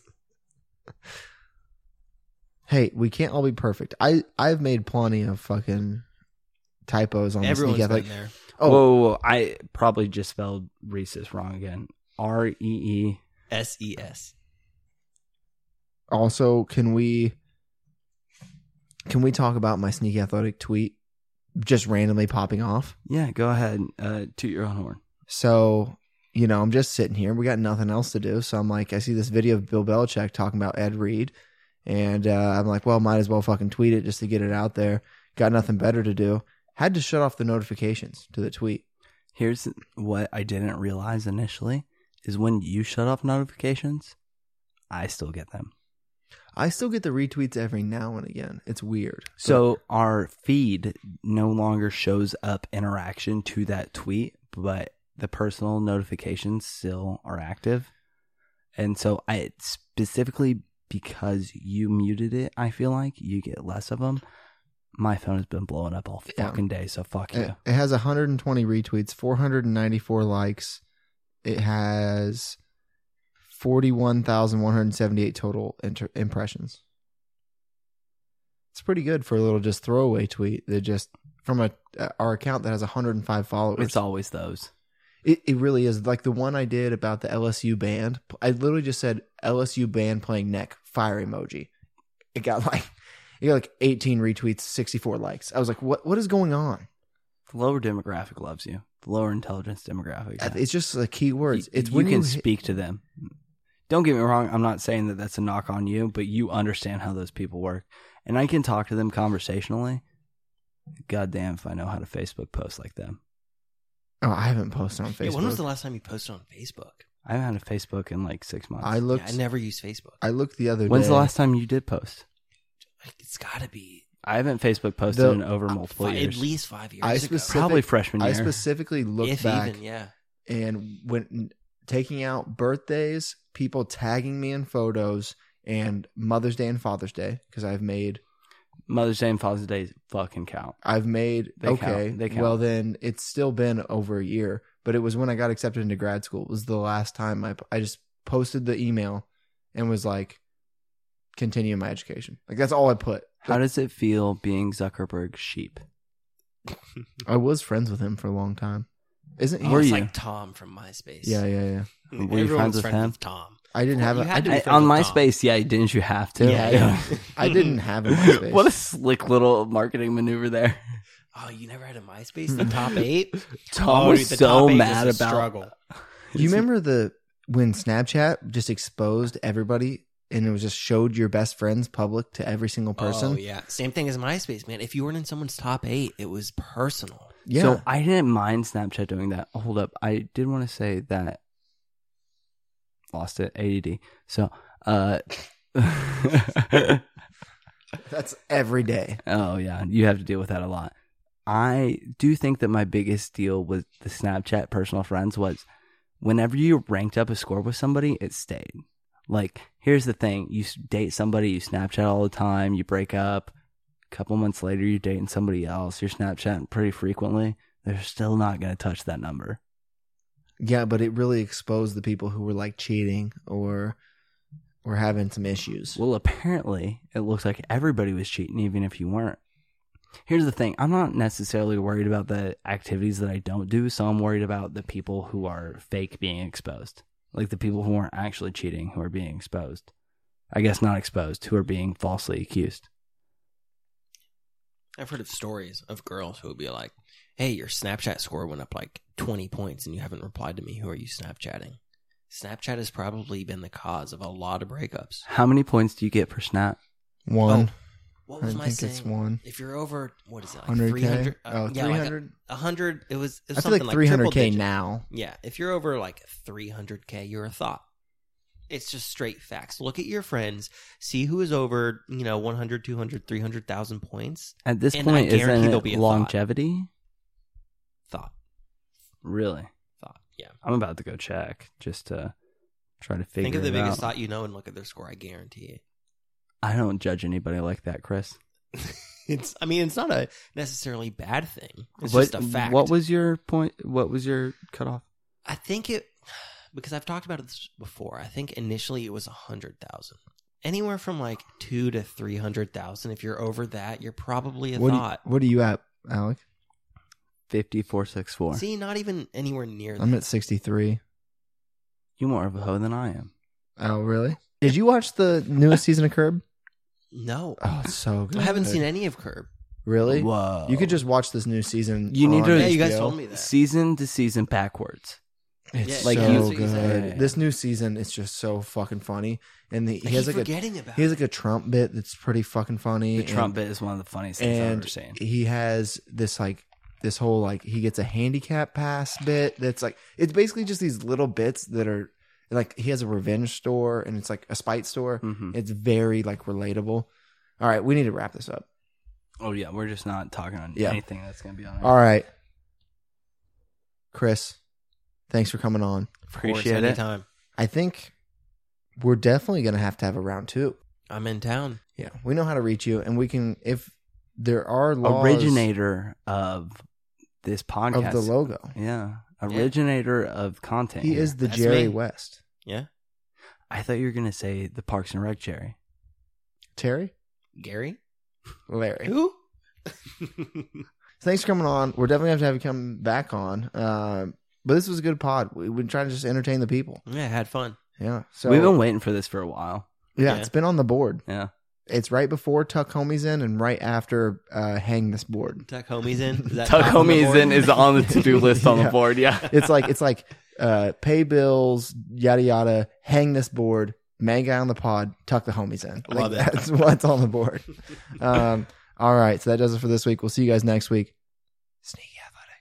Speaker 1: hey, we can't all be perfect. I I've made plenty of fucking typos on
Speaker 2: Everyone's
Speaker 1: the
Speaker 2: been
Speaker 1: sneak attack.
Speaker 2: there.
Speaker 1: Oh,
Speaker 3: Whoa, whoa, whoa. I probably just spelled Reese's wrong again. R E E.
Speaker 2: S E S.
Speaker 1: also, can we can we talk about my sneaky athletic tweet just randomly popping off?
Speaker 3: Yeah, go ahead. Uh, toot your own horn.
Speaker 1: So, you know, I'm just sitting here. We got nothing else to do. So I'm like, I see this video of Bill Belichick talking about Ed Reed. And uh, I'm like, well, might as well fucking tweet it just to get it out there. Got nothing better to do. Had to shut off the notifications to the tweet.
Speaker 3: Here's what I didn't realize initially is when you shut off notifications, I still get them.
Speaker 1: I still get the retweets every now and again. It's weird.
Speaker 3: So our feed no longer shows up interaction to that tweet, but the personal notifications still are active. And so I specifically because you muted it, I feel like you get less of them. My phone has been blowing up all
Speaker 1: Yeah.
Speaker 3: fucking day, so fuck
Speaker 1: But
Speaker 3: you.
Speaker 1: it, it has 120 retweets, 494 likes. It has 41,178 total inter- impressions. It's pretty good for a little just throwaway tweet that just from a uh, our account that has 105 followers.
Speaker 3: It's always those.
Speaker 1: It, it really is like the one I did about the LSU band. I literally just said LSU band playing neck fire emoji. It got like it got like 18 retweets, 64 likes. I was like, what what is going on?
Speaker 3: The lower demographic loves you. The lower intelligence demographic.
Speaker 1: It's just the key words.
Speaker 3: You-
Speaker 1: It's
Speaker 3: you
Speaker 1: when
Speaker 3: can
Speaker 1: you hit-
Speaker 3: speak to them. Don't get me wrong. I'm not saying that that's a knock on you, but you understand how those people work, and I can talk to them conversationally. Goddamn, if I know how to Facebook post like them.
Speaker 1: Oh, I haven't posted on Facebook.
Speaker 2: Yeah, when was the last time you posted on Facebook?
Speaker 3: I haven't had a Facebook in like six months.
Speaker 1: I looked.
Speaker 2: Yeah, I never use Facebook.
Speaker 1: I looked the other
Speaker 3: When's
Speaker 1: day.
Speaker 3: the last time you did post?
Speaker 2: Like, It's got to be
Speaker 3: I haven't Facebook posted
Speaker 1: The-
Speaker 3: in over multiple
Speaker 2: fi-
Speaker 3: years.
Speaker 2: at least five years
Speaker 1: I
Speaker 2: ago.
Speaker 1: specific-
Speaker 3: Probably freshman year.
Speaker 1: I specifically looked
Speaker 2: if
Speaker 1: back
Speaker 2: even, yeah.
Speaker 1: and when taking out birthdays, people tagging me in photos, and Mother's Day and Father's Day because I've made
Speaker 3: Mother's Day and Father's Day fucking count.
Speaker 1: I've made
Speaker 3: They count.
Speaker 1: okay.
Speaker 3: They count.
Speaker 1: Well, then it's still been over a year, but it was when I got accepted into grad school. It was the last time I I just posted the email and was like, continue my education. Like that's all I put.
Speaker 3: How does it feel being Zuckerberg's sheep?
Speaker 1: I was friends with him for a long time. Isn't he?
Speaker 3: Were
Speaker 2: it's
Speaker 3: you?
Speaker 2: like Tom from MySpace. Mm,
Speaker 1: Yeah, yeah, yeah.
Speaker 2: Everyone's
Speaker 3: Were you friends with him?
Speaker 2: Tom.
Speaker 1: I didn't
Speaker 2: Well,
Speaker 1: have
Speaker 2: you
Speaker 1: a,
Speaker 2: had
Speaker 1: I
Speaker 2: to
Speaker 1: didn't-
Speaker 2: be
Speaker 3: I,
Speaker 2: friends
Speaker 3: on
Speaker 2: with Tom.
Speaker 3: MySpace, yeah, didn't you have to?
Speaker 1: Yeah, yeah.
Speaker 3: [laughs]
Speaker 1: I didn't have a MySpace.
Speaker 3: what a slick little marketing maneuver there.
Speaker 2: [laughs] Oh, you never had a MySpace?
Speaker 3: [laughs]
Speaker 2: The top eight?
Speaker 3: Tom
Speaker 2: Oh,
Speaker 3: was
Speaker 2: the
Speaker 3: so
Speaker 2: top eight
Speaker 3: mad
Speaker 2: was a
Speaker 3: about.
Speaker 2: struggle.
Speaker 1: you remember the when Snapchat just exposed everybody and it was just showed your best friends public to every single person?
Speaker 2: Oh, yeah. Same thing as MySpace, man. If you weren't in someone's top eight, it was personal.
Speaker 1: Yeah.
Speaker 3: So I didn't mind Snapchat doing that. Hold up, I did want to say that. Lost it. ADD. So,
Speaker 2: [laughs]
Speaker 3: uh, [laughs] oh
Speaker 1: [laughs] that's every day.
Speaker 3: yeah, you have to deal with that a lot. I do think that my biggest deal with the Snapchat personal friends was whenever you ranked up a score with somebody, it stayed. Like, here's the thing: you s- date somebody, you Snapchat all the time, you break up. A couple months later, you're dating somebody else. You're Snapchatting pretty frequently. They're still not going to touch that number.
Speaker 1: Yeah, but it really exposed the people who were like cheating or were having some issues.
Speaker 3: Well, apparently, it looks like everybody was cheating, even if you weren't. Here's the thing I'm not necessarily worried about the activities that I don't do, so I'm worried about the people who are fake being exposed. Like the people who aren't actually cheating, who are being exposed. I guess not exposed, who are being falsely accused.
Speaker 2: I've heard of stories of girls who would be like, hey, your Snapchat score went up like 20 points and you haven't replied to me. Who are you Snapchatting? Snapchat has probably been the cause of a lot of breakups.
Speaker 3: How many points do you get per snap?
Speaker 1: One.
Speaker 2: oh, What
Speaker 1: I
Speaker 2: was my
Speaker 1: think
Speaker 2: saying?
Speaker 1: it's one.
Speaker 2: If you're over, what is it? Like
Speaker 1: 100K?
Speaker 2: 300?
Speaker 1: Oh,
Speaker 2: yeah, like a-
Speaker 1: 300?
Speaker 2: 100. It was, it was
Speaker 1: I feel
Speaker 2: something
Speaker 1: like
Speaker 2: like
Speaker 1: 300K
Speaker 2: triple digit.
Speaker 1: now.
Speaker 2: Yeah, if you're over like 300k, you're a thought. It's just straight facts. Look at your friends, see who is over, you know, 100, 200, 300,000 points.
Speaker 3: At this
Speaker 2: And I
Speaker 3: point,
Speaker 2: guarantee
Speaker 3: isn't
Speaker 2: there'll be
Speaker 3: it
Speaker 2: a
Speaker 3: longevity?
Speaker 2: Thought,
Speaker 3: Really?
Speaker 2: thought. Yeah.
Speaker 3: I'm about to go check just to try to figure
Speaker 2: Think of the
Speaker 3: it
Speaker 2: biggest
Speaker 3: out.
Speaker 2: thought you know and look at their score. I guarantee
Speaker 3: I don't judge anybody like that, Chris.
Speaker 2: it. it's, I mean, it's not a necessarily bad thing. It's
Speaker 3: what,
Speaker 2: just a fact.
Speaker 3: What was your point? What was your cutoff?
Speaker 2: I think it because I've talked about this before. I think initially it was a hundred thousand, anywhere from like two to three hundred thousand. If you're over that, you're probably a
Speaker 1: What, do
Speaker 2: thought.
Speaker 1: you, what are you at, Alec?
Speaker 3: 5464.
Speaker 2: See, not even anywhere near.
Speaker 1: I'm
Speaker 2: that.
Speaker 1: at 63.
Speaker 3: You more of a hoe than I am.
Speaker 1: Oh, really? Did you watch the newest season of Curb?
Speaker 2: no,
Speaker 1: [laughs] Oh, it's so good.
Speaker 2: I haven't seen any of Curb.
Speaker 1: Really?
Speaker 3: Whoa.
Speaker 1: You could just watch this new season.
Speaker 3: You need
Speaker 1: on
Speaker 3: to-
Speaker 2: Yeah, you guys
Speaker 1: HBO.
Speaker 2: told me that.
Speaker 3: season to season backwards.
Speaker 1: It's
Speaker 2: Yeah,
Speaker 1: like
Speaker 3: like,
Speaker 1: so
Speaker 3: you-
Speaker 1: good.
Speaker 3: Yeah.
Speaker 1: This new season, it's just so fucking funny, and the,
Speaker 2: I
Speaker 1: he has
Speaker 2: keep
Speaker 1: like a
Speaker 2: forgetting about.
Speaker 1: he has like a Trump bit that's pretty fucking funny.
Speaker 3: The
Speaker 1: and-
Speaker 3: Trump bit is one of the funniest things I've
Speaker 1: and
Speaker 3: ever seen.
Speaker 1: he has this like this whole like he gets a handicap pass bit that's like it's basically just these little bits that are like he has a revenge store and it's like a spite store.
Speaker 3: hmm
Speaker 1: It's very like relatable. All right, we need to wrap this up.
Speaker 3: Oh yeah, we're just not talking on
Speaker 1: Yeah.
Speaker 3: anything that's gonna be on.
Speaker 1: All right. Chris, thanks for coming on.
Speaker 2: Of course,
Speaker 3: Appreciate it.
Speaker 2: anytime.
Speaker 1: I think we're definitely going to have to have a round 2.
Speaker 2: I'm in town.
Speaker 1: Yeah, we know how to reach you and we can if there are laws
Speaker 3: originator of this
Speaker 1: of
Speaker 3: podcast
Speaker 1: the logo.
Speaker 3: Yeah, originator of content.
Speaker 1: He
Speaker 3: here.
Speaker 1: is the
Speaker 2: That's
Speaker 1: Jerry
Speaker 2: me.
Speaker 1: West.
Speaker 2: Yeah,
Speaker 3: I thought you were gonna say the Parks and Rec Jerry.
Speaker 1: Terry?
Speaker 2: Gary.
Speaker 1: Larry.
Speaker 2: Who?
Speaker 1: thanks for coming on. We're definitely going to have you come back on. Um, but this was a good pod. We, we've been trying to just entertain the people.
Speaker 2: [laughs] yeah, I had fun.
Speaker 1: Yeah. So
Speaker 3: We've been waiting for this for a while.
Speaker 1: yeah,
Speaker 2: yeah.
Speaker 1: it's been on the board.
Speaker 3: Yeah,
Speaker 1: It's right before Tuck Homies in and right after uh, Hang This Board.
Speaker 2: Tuck homies in. Is that
Speaker 3: Tuck
Speaker 2: top on the
Speaker 3: homies
Speaker 2: board? [laughs]
Speaker 3: in is on the to do list
Speaker 1: [laughs]
Speaker 3: on
Speaker 1: Yeah.
Speaker 3: the board. Yeah,
Speaker 1: It's like it's like uh, pay bills, yada yada. Hang this board, man guy on the pod, tuck the homies in.
Speaker 2: I love
Speaker 1: Like,
Speaker 2: it.
Speaker 1: That's what's on the board. Um, all right, so that does it for this week. We'll see you guys next week. Sneaky.